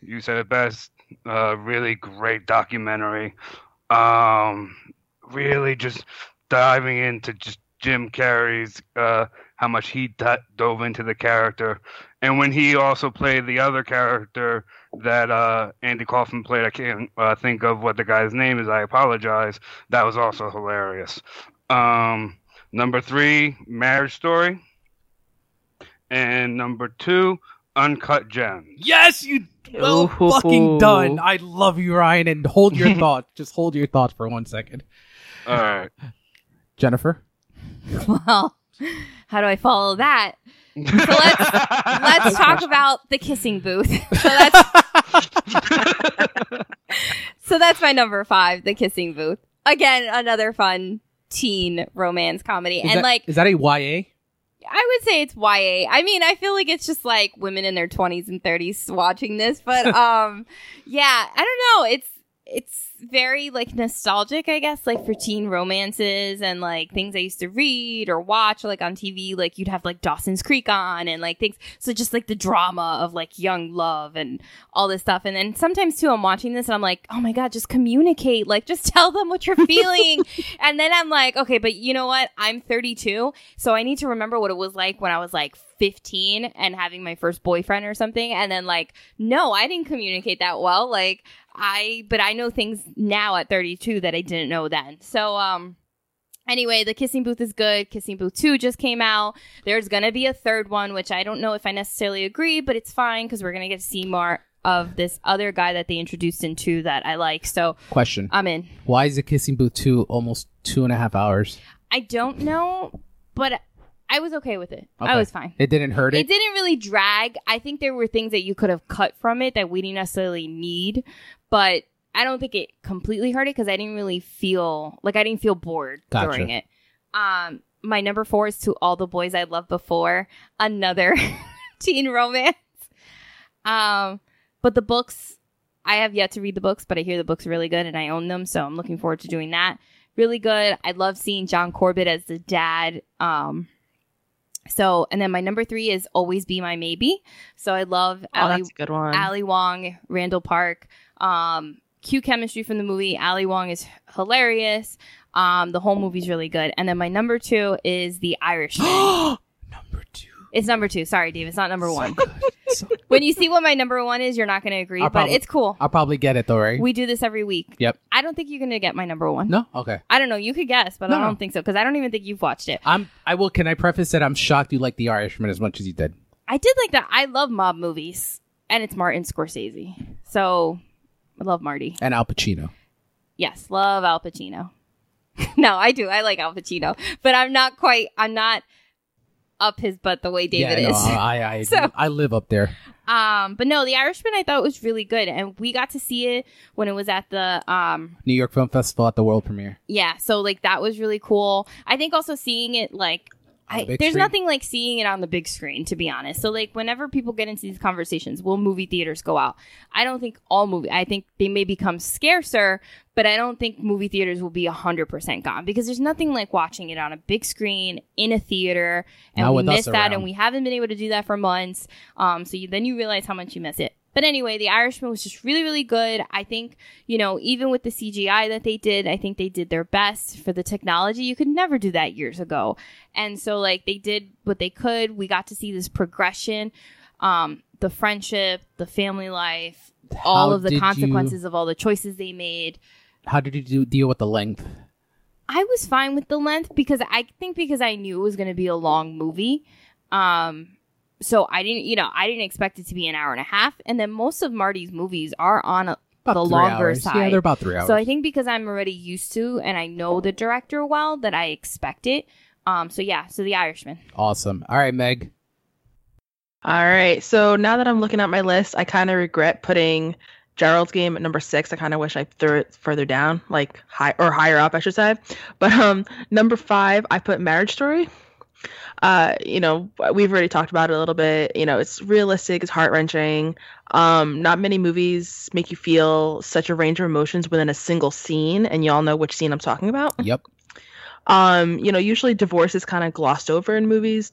Speaker 3: you said it best. Uh, really great documentary. Um, really just diving into just Jim Carrey's uh, how much he d- dove into the character, and when he also played the other character that uh, Andy Kaufman played. I can't uh, think of what the guy's name is. I apologize. That was also hilarious. Um, number three, Marriage Story, and number two, Uncut Gems.
Speaker 1: Yes, you well
Speaker 4: Ooh.
Speaker 1: fucking done. I love you, Ryan. And hold your thought. Just hold your thought for one second,
Speaker 3: All right.
Speaker 1: Jennifer.
Speaker 2: Well, how do I follow that? let's- Let's talk about the kissing booth. so that's so that's my number five, the kissing booth. Again, another fun teen romance comedy,
Speaker 1: Is
Speaker 2: and
Speaker 1: that-
Speaker 2: like
Speaker 1: is that a YA?
Speaker 2: I would say it's YA. I mean, I feel like it's just like women in their 20s and 30s watching this, but um yeah, I don't know. It's it's very like nostalgic, I guess, like for teen romances and like things I used to read or watch like on TV, like you'd have like Dawson's Creek on and like things. So just like the drama of like young love and all this stuff. And then sometimes too, I'm watching this and I'm like, oh my God, just communicate. Like just tell them what you're feeling. and then I'm like, okay, but you know what? I'm 32. So I need to remember what it was like when I was like 15 and having my first boyfriend or something. And then, like, no, I didn't communicate that well. Like, I, but I know things now at 32 that I didn't know then. So, um, Anyway, the Kissing Booth is good. Kissing Booth 2 just came out. There's going to be a third one, which I don't know if I necessarily agree, but it's fine because we're going to get to see more of this other guy that they introduced into that I like. So
Speaker 1: Question:
Speaker 2: I'm in.
Speaker 1: Why is the Kissing Booth two almost two and a half hours?
Speaker 2: I don't know, but I was okay with it.
Speaker 1: Okay.
Speaker 2: I was fine.
Speaker 1: It didn't hurt
Speaker 2: It didn't really drag. I think there were things that you could have cut from it that we didn't necessarily need, but I don't think it completely hurt it because I didn't really feel like I didn't feel bored
Speaker 1: Gotcha.
Speaker 2: during it. Um, my number four is to all the boys I loved before, another teen romance. Um, but the books, I have yet to read the books, but I hear the books are really good and I own them, so I'm looking forward to doing that. Really good. I love seeing John Corbett as the dad. Um, so, and then my number three is always be my maybe. So I love
Speaker 4: Oh,
Speaker 2: Ali
Speaker 4: that's a good one.
Speaker 2: Ali Wong, Randall Park. Um, cute chemistry from the movie. Ali Wong is hilarious. Um, the whole movie's really good. And then my number two is The Irishman.
Speaker 1: number two.
Speaker 2: it's number two. Sorry, Dave. It's not number
Speaker 1: So
Speaker 2: one.
Speaker 1: good. So-
Speaker 2: When you see what my number one is, you're not going to agree,
Speaker 1: I'll
Speaker 2: but
Speaker 1: probably-
Speaker 2: it's cool.
Speaker 1: I'll probably get it though, right?
Speaker 2: We do this every week.
Speaker 1: Yep.
Speaker 2: I don't think you're going to get my number one.
Speaker 1: no. Okay.
Speaker 2: I don't know. You could guess, but I
Speaker 1: No.
Speaker 2: don't think so because I don't even think you've watched it.
Speaker 1: I'm. I will. Can I preface that I'm shocked you like The Irishman as much as you did?
Speaker 2: I did like that. I love mob movies, and it's Martin Scorsese. So I love Marty.
Speaker 1: And Al Pacino.
Speaker 2: Yes, love Al Pacino. no, I do. I like Al Pacino, but I'm not quite. I'm not up his butt the way David
Speaker 1: yeah,
Speaker 2: is.
Speaker 1: no, I. I, I,
Speaker 2: So-
Speaker 1: I live up there.
Speaker 2: um, but no, The Irishman I thought was really good, and we got to see it when it was at the um,
Speaker 1: New York Film Festival at the world premiere.
Speaker 2: yeah. So like that was really cool. I think also seeing it like.
Speaker 1: On the
Speaker 2: I,
Speaker 1: big
Speaker 2: there's
Speaker 1: screen?
Speaker 2: nothing like seeing it on the big screen, to be honest. So, like, whenever people get into these conversations, will movie theaters go out? I don't think all movie. I think they may become scarcer, but I don't think movie theaters will be hundred percent gone because there's nothing like watching it on a big screen in a theater, and
Speaker 1: Not
Speaker 2: we
Speaker 1: with us
Speaker 2: miss that,
Speaker 1: around.
Speaker 2: and we haven't been able to do that for months. Um, so you, then you realize how much you miss it. But anyway, The Irishman was just really, really good. I think you know, even with the CGI that they did, I think they did their best for the technology. You could never do that years ago, and so like they did what they could. We got to see this progression. Um, the friendship, the family life, all
Speaker 1: How
Speaker 2: of the
Speaker 1: did
Speaker 2: consequences of all the choices they made.
Speaker 1: You, how did you do, deal with the length?
Speaker 2: I was fine with the length because I think because I knew it was going to be a long movie. Um, so I didn't, you know, I didn't expect it to be an hour and a half. And then most of Marty's movies are on a,
Speaker 1: About
Speaker 2: The
Speaker 1: three
Speaker 2: longer
Speaker 1: hours. Yeah,
Speaker 2: side.
Speaker 1: they're about three hours.
Speaker 2: so I think because I'm already used to and I know the director well that I expect it. Um, so yeah, so The Irishman.
Speaker 1: awesome. All right, Meg.
Speaker 4: All right. So now that I'm looking at my list, I kind of regret putting Gerald's game at number six. I kind of wish I threw it further down, like high or higher up, I should say. But um, number five, I put Marriage Story. Uh, you know, we've already talked about it a little bit. You know, it's realistic, it's heart wrenching. Um, not many movies make you feel such a range of emotions within a single scene, and y'all know which scene I'm talking about.
Speaker 1: Yep.
Speaker 4: Um, you know, usually divorce is kind of glossed over in movies,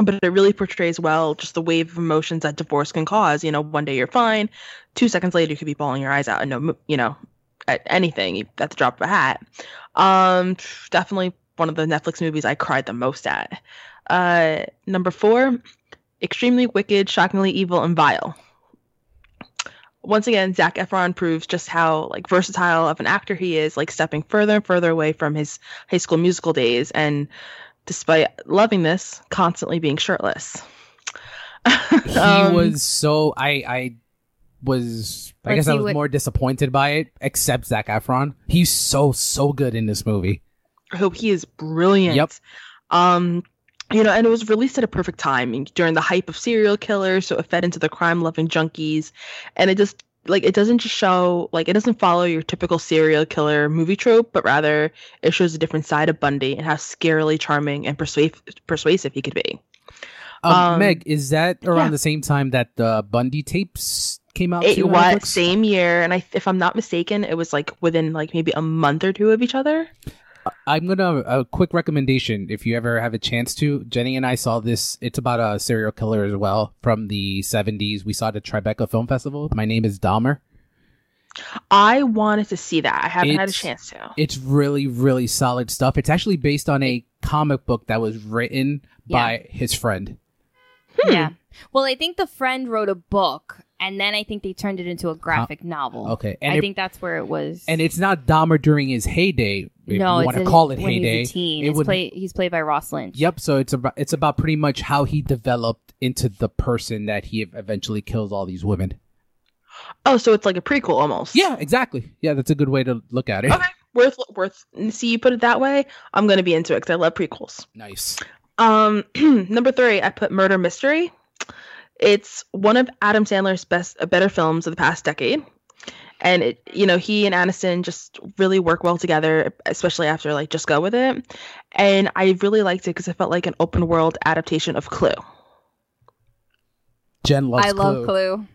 Speaker 4: but it really portrays well just the wave of emotions that divorce can cause. You know, one day you're fine, two seconds later you could be bawling your eyes out and no, mo- you know, at anything at the drop of a hat. Um, definitely one of the Netflix movies I cried the most at. Uh, number four, extremely wicked, shockingly evil, and vile. Once again, Zach Efron proves just how like versatile of an actor he is, like stepping further and further away from his high school musical days, and despite loving this, constantly being shirtless.
Speaker 1: He
Speaker 4: Um,
Speaker 1: was so I I was I
Speaker 2: Let's
Speaker 1: guess I
Speaker 2: see
Speaker 1: was
Speaker 2: what-
Speaker 1: more disappointed by it, except Zach Efron. He's so so good in this movie.
Speaker 4: who he is brilliant.
Speaker 1: Yep.
Speaker 4: Um, you know, and it was released at a perfect time during the hype of serial killers, so it fed into the crime-loving junkies, and it just like it doesn't just show like it doesn't follow your typical serial killer movie trope, but rather it shows a different side of Bundy and how scarily charming and persuasive persuasive he could be.
Speaker 1: Um,
Speaker 4: Um,
Speaker 1: Meg, is that around
Speaker 4: yeah.
Speaker 1: the same time that the Bundy tapes came out?
Speaker 4: It
Speaker 1: too on
Speaker 4: was
Speaker 1: Netflix?
Speaker 4: same year, and I if I'm not mistaken, it was like within like maybe a month or two of each other.
Speaker 1: Uh, I'm gonna a quick recommendation if you ever have a chance to. Jenny and I saw this. It's about a serial killer as well from the 70s. We saw it at Tribeca Film Festival. My name is Dahmer.
Speaker 4: I wanted to see that. I haven't had a
Speaker 1: It's-
Speaker 4: chance to.
Speaker 1: It's really really solid stuff. It's actually based on a comic book that was written by his friend. Hmm.
Speaker 2: Yeah. Well, I think the friend wrote a book, and then I think they turned it into a graphic novel.
Speaker 1: Okay, and
Speaker 2: I
Speaker 1: it,
Speaker 2: think that's where it was.
Speaker 1: and it's not Dahmer during his heyday. If
Speaker 2: no,
Speaker 1: you
Speaker 2: it's
Speaker 1: want to
Speaker 2: in-
Speaker 1: call it
Speaker 2: when
Speaker 1: heyday.
Speaker 2: He's a teen.
Speaker 1: It
Speaker 2: It's
Speaker 1: would-
Speaker 2: play, he's played by Ross Lynch.
Speaker 1: Yep. So it's about it's about pretty much how he developed into the person that he eventually kills all these women.
Speaker 4: Oh, so it's like a prequel almost.
Speaker 1: Yeah, exactly. Yeah, that's a good way to look at it.
Speaker 4: Okay. worth worth see you put it that way i'm gonna be into it because i love prequels
Speaker 1: Nice.
Speaker 4: um number three i put murder mystery it's one of adam sandler's best uh, better films of the past decade and it you know he and aniston just really work well together especially after like just go with it and i really liked it because it felt like an open world adaptation of clue
Speaker 1: Jen loves
Speaker 2: I
Speaker 1: Clue.
Speaker 2: love Clue.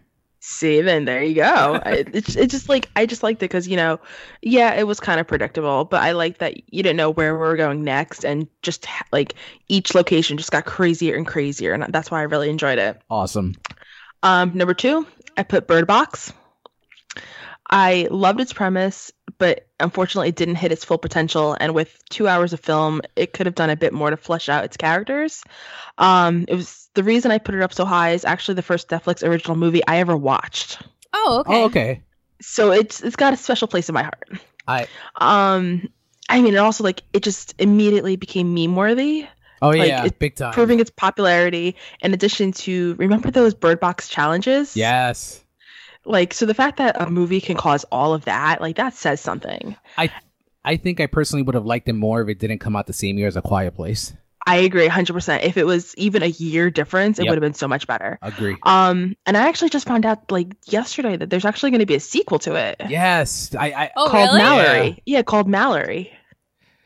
Speaker 4: See, then there you go. I- it's it just like I just liked it because you know, yeah, it was kind of predictable, but I like that you didn't know where we were going next, and just ha- like each location just got crazier and crazier, and that's why I really enjoyed it.
Speaker 1: Awesome.
Speaker 4: Um, number two, I put Bird Box. I loved its premise, but unfortunately, it didn't hit its full potential. And with two hours of film, it could have done a bit more to flesh out its characters. Um, it was the reason I put it up so high is actually the first Netflix original movie I ever watched
Speaker 2: Oh, okay.
Speaker 1: Oh, okay.
Speaker 4: so it's it's got a special place in my heart.
Speaker 1: I-
Speaker 4: um I mean, and also like it just immediately became meme worthy,
Speaker 1: Oh
Speaker 4: Like,
Speaker 1: yeah,
Speaker 4: it's
Speaker 1: big time.
Speaker 4: proving its popularity. In addition to remember those Bird Box challenges?
Speaker 1: yes.
Speaker 4: Like so, the fact that a movie can cause all of that, like that says something.
Speaker 1: I think I personally would have liked it more if it didn't come out the same year as A Quiet Place.
Speaker 4: I agree, hundred percent. If it was even a year difference, it
Speaker 1: Yep.
Speaker 4: would have been so much better.
Speaker 1: Agree.
Speaker 4: Um, and I actually just found out like yesterday that there's actually going to be a sequel to it
Speaker 1: Yes. I, I
Speaker 2: Oh,
Speaker 4: called
Speaker 2: really?
Speaker 4: Mallory. Yeah, called Mallory.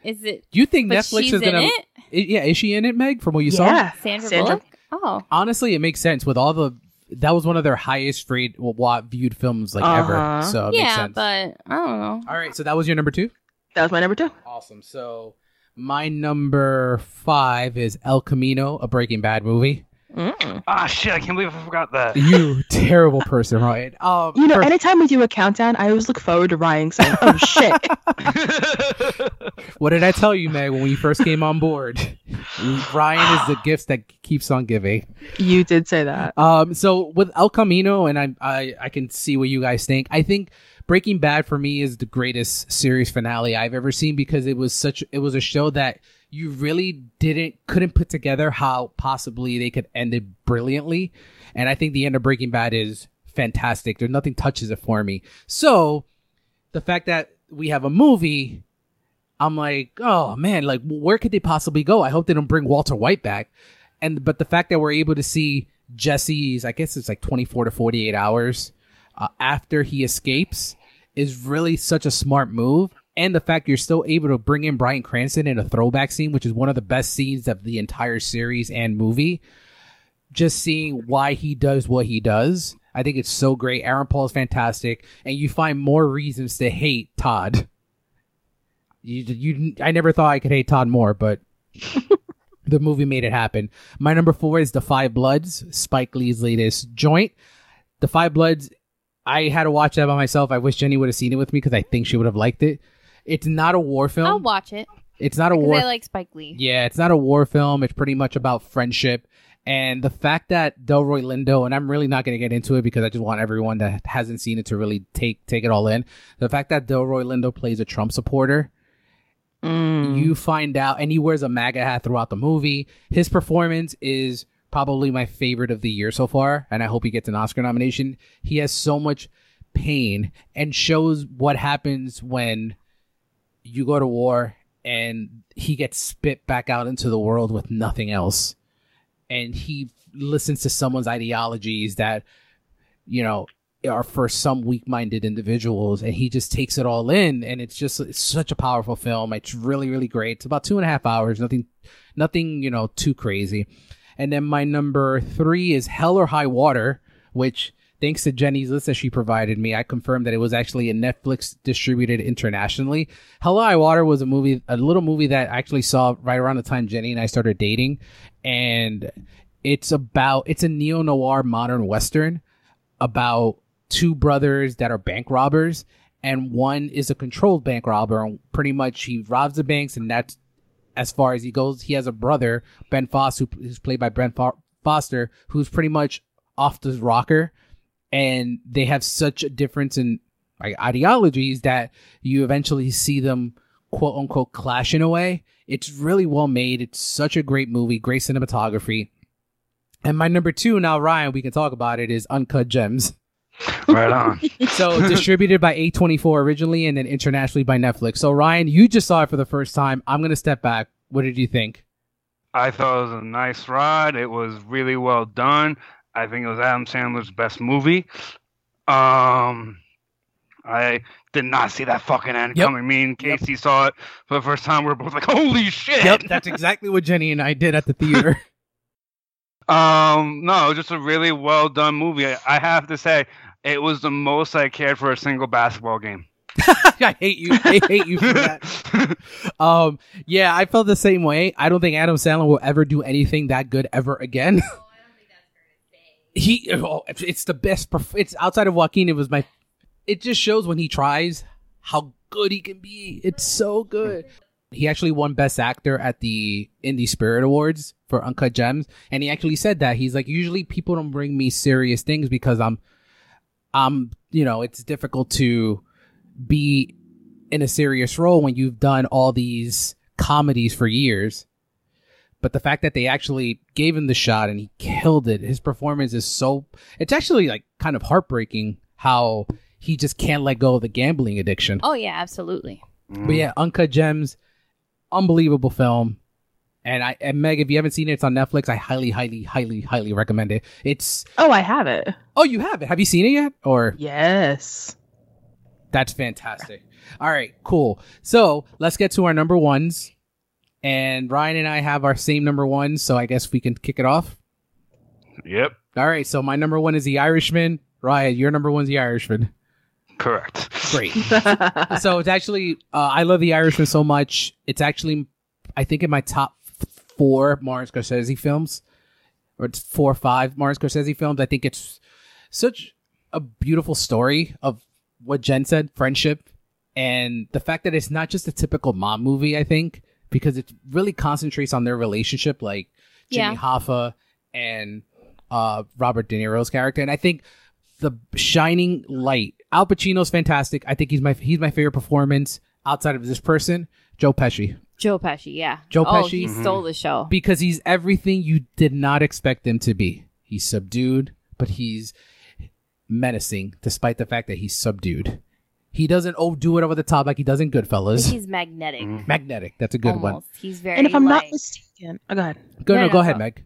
Speaker 2: Is it?
Speaker 1: you think
Speaker 2: But
Speaker 1: Netflix
Speaker 2: she's
Speaker 1: is
Speaker 2: in
Speaker 1: gonna
Speaker 2: it.
Speaker 1: I- yeah, is she in it, Meg, from what you saw?
Speaker 4: yeah,
Speaker 2: Sandra,
Speaker 4: Sandra
Speaker 2: Bullock. Oh,
Speaker 1: Honestly, it makes sense with all the that was one of their highest rate well, wa- viewed films like
Speaker 4: Uh-huh.
Speaker 1: ever. So it makes
Speaker 2: yeah,
Speaker 1: sense.
Speaker 2: but I don't know.
Speaker 1: all right, so that was your number two?
Speaker 4: That was my number two.
Speaker 1: Awesome. So my number five is El Camino, a breaking bad movie.
Speaker 4: Mm.
Speaker 3: Ah, shit! I can't believe I forgot that.
Speaker 1: You terrible person, right? Um,
Speaker 4: You know,
Speaker 1: for-
Speaker 4: anytime we do a countdown, I always look forward to Ryan saying, "Oh shit!"
Speaker 1: What did I tell you, Meg, when we first came on board? Ryan is the gift that keeps on giving.
Speaker 4: you did say that.
Speaker 1: Um, so with El Camino, and I, I, I can see what you guys think. I think Breaking Bad for me is the greatest series finale I've ever seen because it was such, it was a show that you really didn't, couldn't put together how possibly they could end it brilliantly. And I think the end of Breaking Bad is fantastic. There's nothing touches it for me. So the fact that we have a movie, I'm like, oh man, like where could they possibly go? I hope they don't bring Walter White back. And but the fact that we're able to see Jesse's, I guess it's like 24 to 48 hours uh, after he escapes, is really such a smart move. and the fact you're still able to bring in Brian Cranston in a throwback scene, which is one of the best scenes of the entire series and movie. Just seeing why he does what he does, I think it's so great. Aaron Paul is fantastic, and you find more reasons to hate Todd. You, you, I never thought I could hate Todd more, but the movie made it happen. My number four is The Five Bloods, Spike Lee's latest joint. The Five Bloods, I had to watch that by myself. I wish Jenny would have seen it with me because I think she would have liked it. It's not a war film.
Speaker 2: I'll watch it
Speaker 1: it's not a
Speaker 2: because
Speaker 1: war.
Speaker 2: I like Spike Lee.
Speaker 1: yeah, it's not a war film. It's pretty much about friendship. And the fact that Delroy Lindo, and I'm really not going to get into it because I just want everyone that hasn't seen it to really take take it all in. The fact that Delroy Lindo plays a Trump supporter,
Speaker 4: Mm.
Speaker 1: you find out, and he wears a MAGA hat throughout the movie. His performance is probably my favorite of the year so far, and I hope he gets an Oscar nomination. He has so much pain and shows what happens when you go to war and he gets spit back out into the world with nothing else. And he listens to someone's ideologies that, you know, are for some weak minded individuals. And he just takes it all in. And it's just it's such a powerful film. It's really, really great. It's about two and a half hours. Nothing, nothing, you know, too crazy. And then my number three is Hell or High Water, which thanks to Jenny's list that she provided me, I confirmed that it was actually a Netflix distributed internationally. Hello High Water was a movie, a little movie that I actually saw right around the time Jenny and I started dating, and it's about it's a neo noir modern western about two brothers that are bank robbers, and one is a controlled bank robber, and pretty much he robs the banks, and that's as far as he goes. He has a brother, Ben Foss, who, who's played by Brent Fo- Foster, who's pretty much off the rocker, and they have such a difference in like, ideologies that you eventually see them quote unquote clash in a way. It's really well made. It's such a great movie, great cinematography. And my number two now, Ryan, we can talk about it, is Uncut Gems.
Speaker 3: Right on.
Speaker 1: So distributed by A24 originally and then internationally by Netflix. So Ryan, you just saw it for the first time. I'm going to step back. What did you think?
Speaker 3: I thought it was a nice ride. It was really well done. I think it was Adam Sandler's best movie. Um, I did not see that fucking end
Speaker 1: Yep.
Speaker 3: coming. Me and Casey saw it for the first time. We are both like, "Holy shit!"
Speaker 1: that's exactly what Jenny and I did at the theater.
Speaker 3: Um, no, it was just a really well done movie. I, I have to say, it was the most I cared for a single basketball game.
Speaker 1: I hate you. I hate you for that. Um, yeah, I felt the same way. I don't think Adam Sandler will ever do anything that good ever again. he, oh, it's- it's the best. Perf- it's outside of Joaquin. It was my. It just shows when he tries how good he can be. It's so good. He actually won Best Actor at the Indie Spirit Awards for Uncut Gems, and he actually said that he's like, usually people don't bring me serious things because I'm, I'm, you know, it's difficult to be in a serious role when you've done all these comedies for years. But the fact that they actually gave him the shot and he killed it, his performance is so. It's actually like kind of heartbreaking how he just can't let go of the gambling addiction.
Speaker 2: Oh yeah, absolutely.
Speaker 3: Mm,
Speaker 1: But yeah, Uncut Gems, unbelievable film. And I and Meg, if you haven't seen it, it's on Netflix. I highly, highly, highly, highly recommend it. It's
Speaker 4: Oh, I have it.
Speaker 1: oh, you have it. Have you seen it yet? Or
Speaker 4: Yes.
Speaker 1: That's fantastic. All right, cool. So let's get to our number ones. And Ryan and I have our same number one, so I guess we can kick it off.
Speaker 3: Yep.
Speaker 1: All right, so my number one is The Irishman. Ryan, your number one's The Irishman.
Speaker 3: Correct.
Speaker 1: Great. so it's actually, uh, I love The Irishman so much. It's actually, I think, in my top four Martin Scorsese films, or it's four or five Martin Scorsese films. I think it's such a beautiful story of what Jen said friendship and the fact that it's not just a typical mom movie, I think, because it really concentrates on their relationship, like Jimmy
Speaker 2: Yeah.
Speaker 1: Hoffa and uh, Robert De Niro's character. And I think the shining light, Al Pacino's fantastic. I think he's my he's my favorite performance outside of this person, Joe Pesci,
Speaker 2: Joe Pesci, yeah.
Speaker 1: Joe
Speaker 2: Oh,
Speaker 1: Pesci? Mm-hmm.
Speaker 2: he
Speaker 3: Mhm.
Speaker 2: stole the show.
Speaker 1: because he's everything you did not expect him to be. He's subdued, but he's menacing, despite the fact that he's subdued. He doesn't overdo it over the top like he does in Goodfellas.
Speaker 2: He's magnetic.
Speaker 3: Mhm.
Speaker 1: Magnetic. That's a Mm-hmm. good
Speaker 2: almost.
Speaker 1: one.
Speaker 2: He's very.
Speaker 4: and if I'm not
Speaker 2: like-
Speaker 4: mistaken, oh god,
Speaker 1: Go
Speaker 2: No,
Speaker 1: no,
Speaker 2: no,
Speaker 1: go
Speaker 2: no.
Speaker 1: ahead, Meg.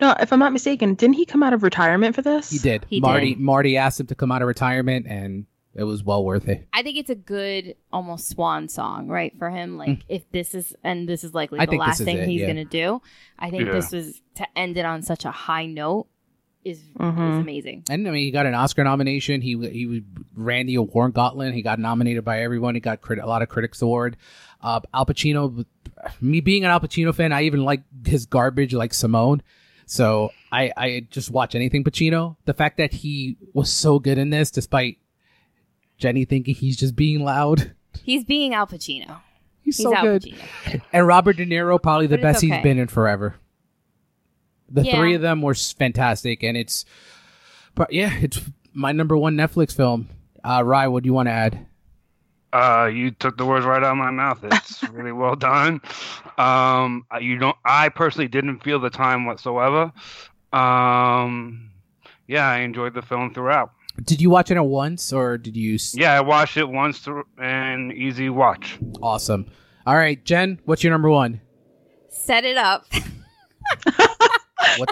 Speaker 4: no, if I'm not mistaken, didn't he come out of retirement for this?
Speaker 1: He did.
Speaker 2: He
Speaker 1: Marty
Speaker 2: did.
Speaker 1: Marty asked him to come out of retirement and it was well worth it.
Speaker 2: I think it's a good almost swan song, right, for him. Like if this is and this is likely
Speaker 1: Mm. I
Speaker 2: the
Speaker 1: think this
Speaker 2: last
Speaker 1: is
Speaker 2: thing
Speaker 1: it,
Speaker 2: he's
Speaker 1: yeah.
Speaker 2: gonna do. I think
Speaker 3: Yeah.
Speaker 2: this was to end it on such a high note is is
Speaker 4: Mhm.
Speaker 2: amazing.
Speaker 1: And I mean, he got an Oscar nomination. He he was ran the award gauntlet. He got nominated by everyone. He got crit- a lot of critics award. Uh, Al Pacino, me being an Al Pacino fan, I even like his garbage, like Simone. So I I just watch anything Pacino. The fact that he was so good in this, despite Jenny thinking he's just being loud,
Speaker 2: He's being Al Pacino.
Speaker 1: he's,
Speaker 2: He's
Speaker 1: so
Speaker 2: Al
Speaker 1: good.
Speaker 2: Pacino.
Speaker 1: And Robert De Niro, probably the
Speaker 2: But it's
Speaker 1: best he's
Speaker 2: okay.
Speaker 1: been in forever. The
Speaker 2: Yeah.
Speaker 1: three of them were s- fantastic, and it's, but yeah, it's my number one Netflix film. Uh, Rye, what do you want to add?
Speaker 3: Uh, you took the words right out of my mouth. It's really well done. Um, I- you don't. I personally didn't feel the time whatsoever. Um, yeah, I enjoyed the film throughout.
Speaker 1: Did you watch it at once, or did you? s-
Speaker 3: Yeah, I watched it once through an easy watch.
Speaker 1: Awesome. All right, Jen, what's your number one?
Speaker 2: Set it up.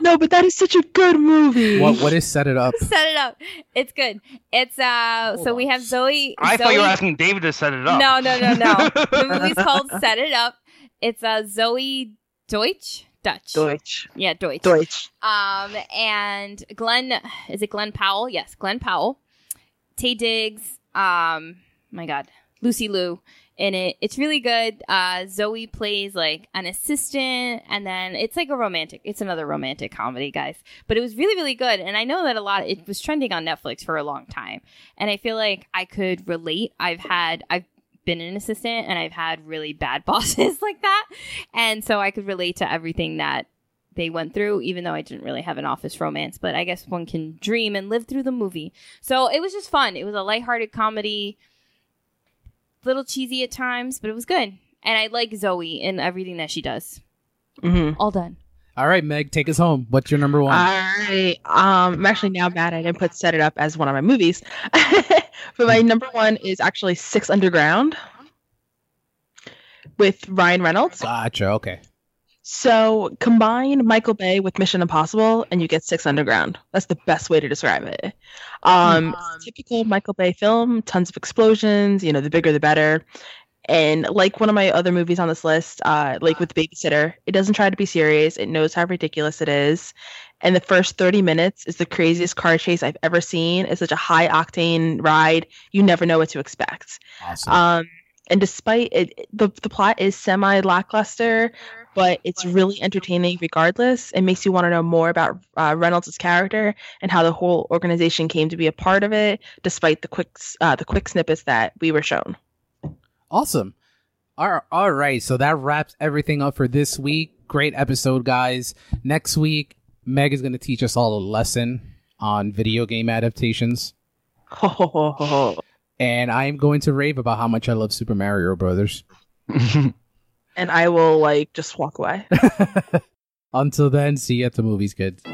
Speaker 4: No, but that is such a good movie.
Speaker 1: What What is set it up?
Speaker 2: set it up. It's good. It's uh
Speaker 1: Hold
Speaker 2: so we
Speaker 1: on.
Speaker 2: have Zoe
Speaker 3: I thought
Speaker 2: Zoe-
Speaker 3: you were asking David to set it up.
Speaker 2: No, no, no, no. the movie's called Set It Up. It's uh Zoe Deutsch. Dutch.
Speaker 4: Deutsch.
Speaker 2: Yeah, Deutsch.
Speaker 4: Deutsch.
Speaker 2: Um, and Glenn, is it Glenn Powell? Yes, Glenn Powell. Tay Diggs. Um, my God, Lucy Liu in it. It's really good. Uh, Zoe plays like an assistant, and then it's like a romantic. It's another romantic comedy, guys. But it was really, really good. And I know that a lot. It was trending on Netflix for a long time, and I feel like I could relate. I've had. I've been an assistant and I've had really bad bosses like that. And so I could relate to everything that they went through, even though I didn't really have an office romance, but I guess one can dream and live through the movie. So it was just fun. It was a lighthearted comedy, little cheesy at times, but it was good. And I like Zoe in everything that she does.
Speaker 4: Mm-hmm.
Speaker 2: All done.
Speaker 1: All right, Meg, take us home. What's your number one?
Speaker 4: I um, I'm actually now mad I didn't put Set It Up as one of my movies, but my number one is actually Six Underground with Ryan Reynolds.
Speaker 1: gotcha. Okay.
Speaker 4: So combine Michael Bay with Mission Impossible, and you get Six Underground. That's the best way to describe it. Um, typical Michael Bay film, tons of explosions. You know, the bigger the better. And like one of my other movies on this list, uh, like with Babysitter, it doesn't try to be serious. It knows how ridiculous it is. And the first 30 minutes is the craziest car chase I've ever seen. It's such a high octane ride. You never know what to expect.
Speaker 1: Awesome.
Speaker 4: Um, and despite it, the the plot is semi lackluster, but it's really entertaining regardless. It makes you want to know more about uh, Reynolds' character and how the whole organization came to be a part of it, despite the quick s- uh, the quick snippets that we were shown.
Speaker 1: Awesome. All all right. So that wraps everything up for this week. Great episode, guys. Next week, Meg is going to teach us all a lesson on video game adaptations,
Speaker 4: Ho, ho, ho, ho, ho.
Speaker 1: and I am going to rave about how much I love Super Mario Brothers.
Speaker 4: And I will like just walk away.
Speaker 1: Until then, see you at the movies, kids.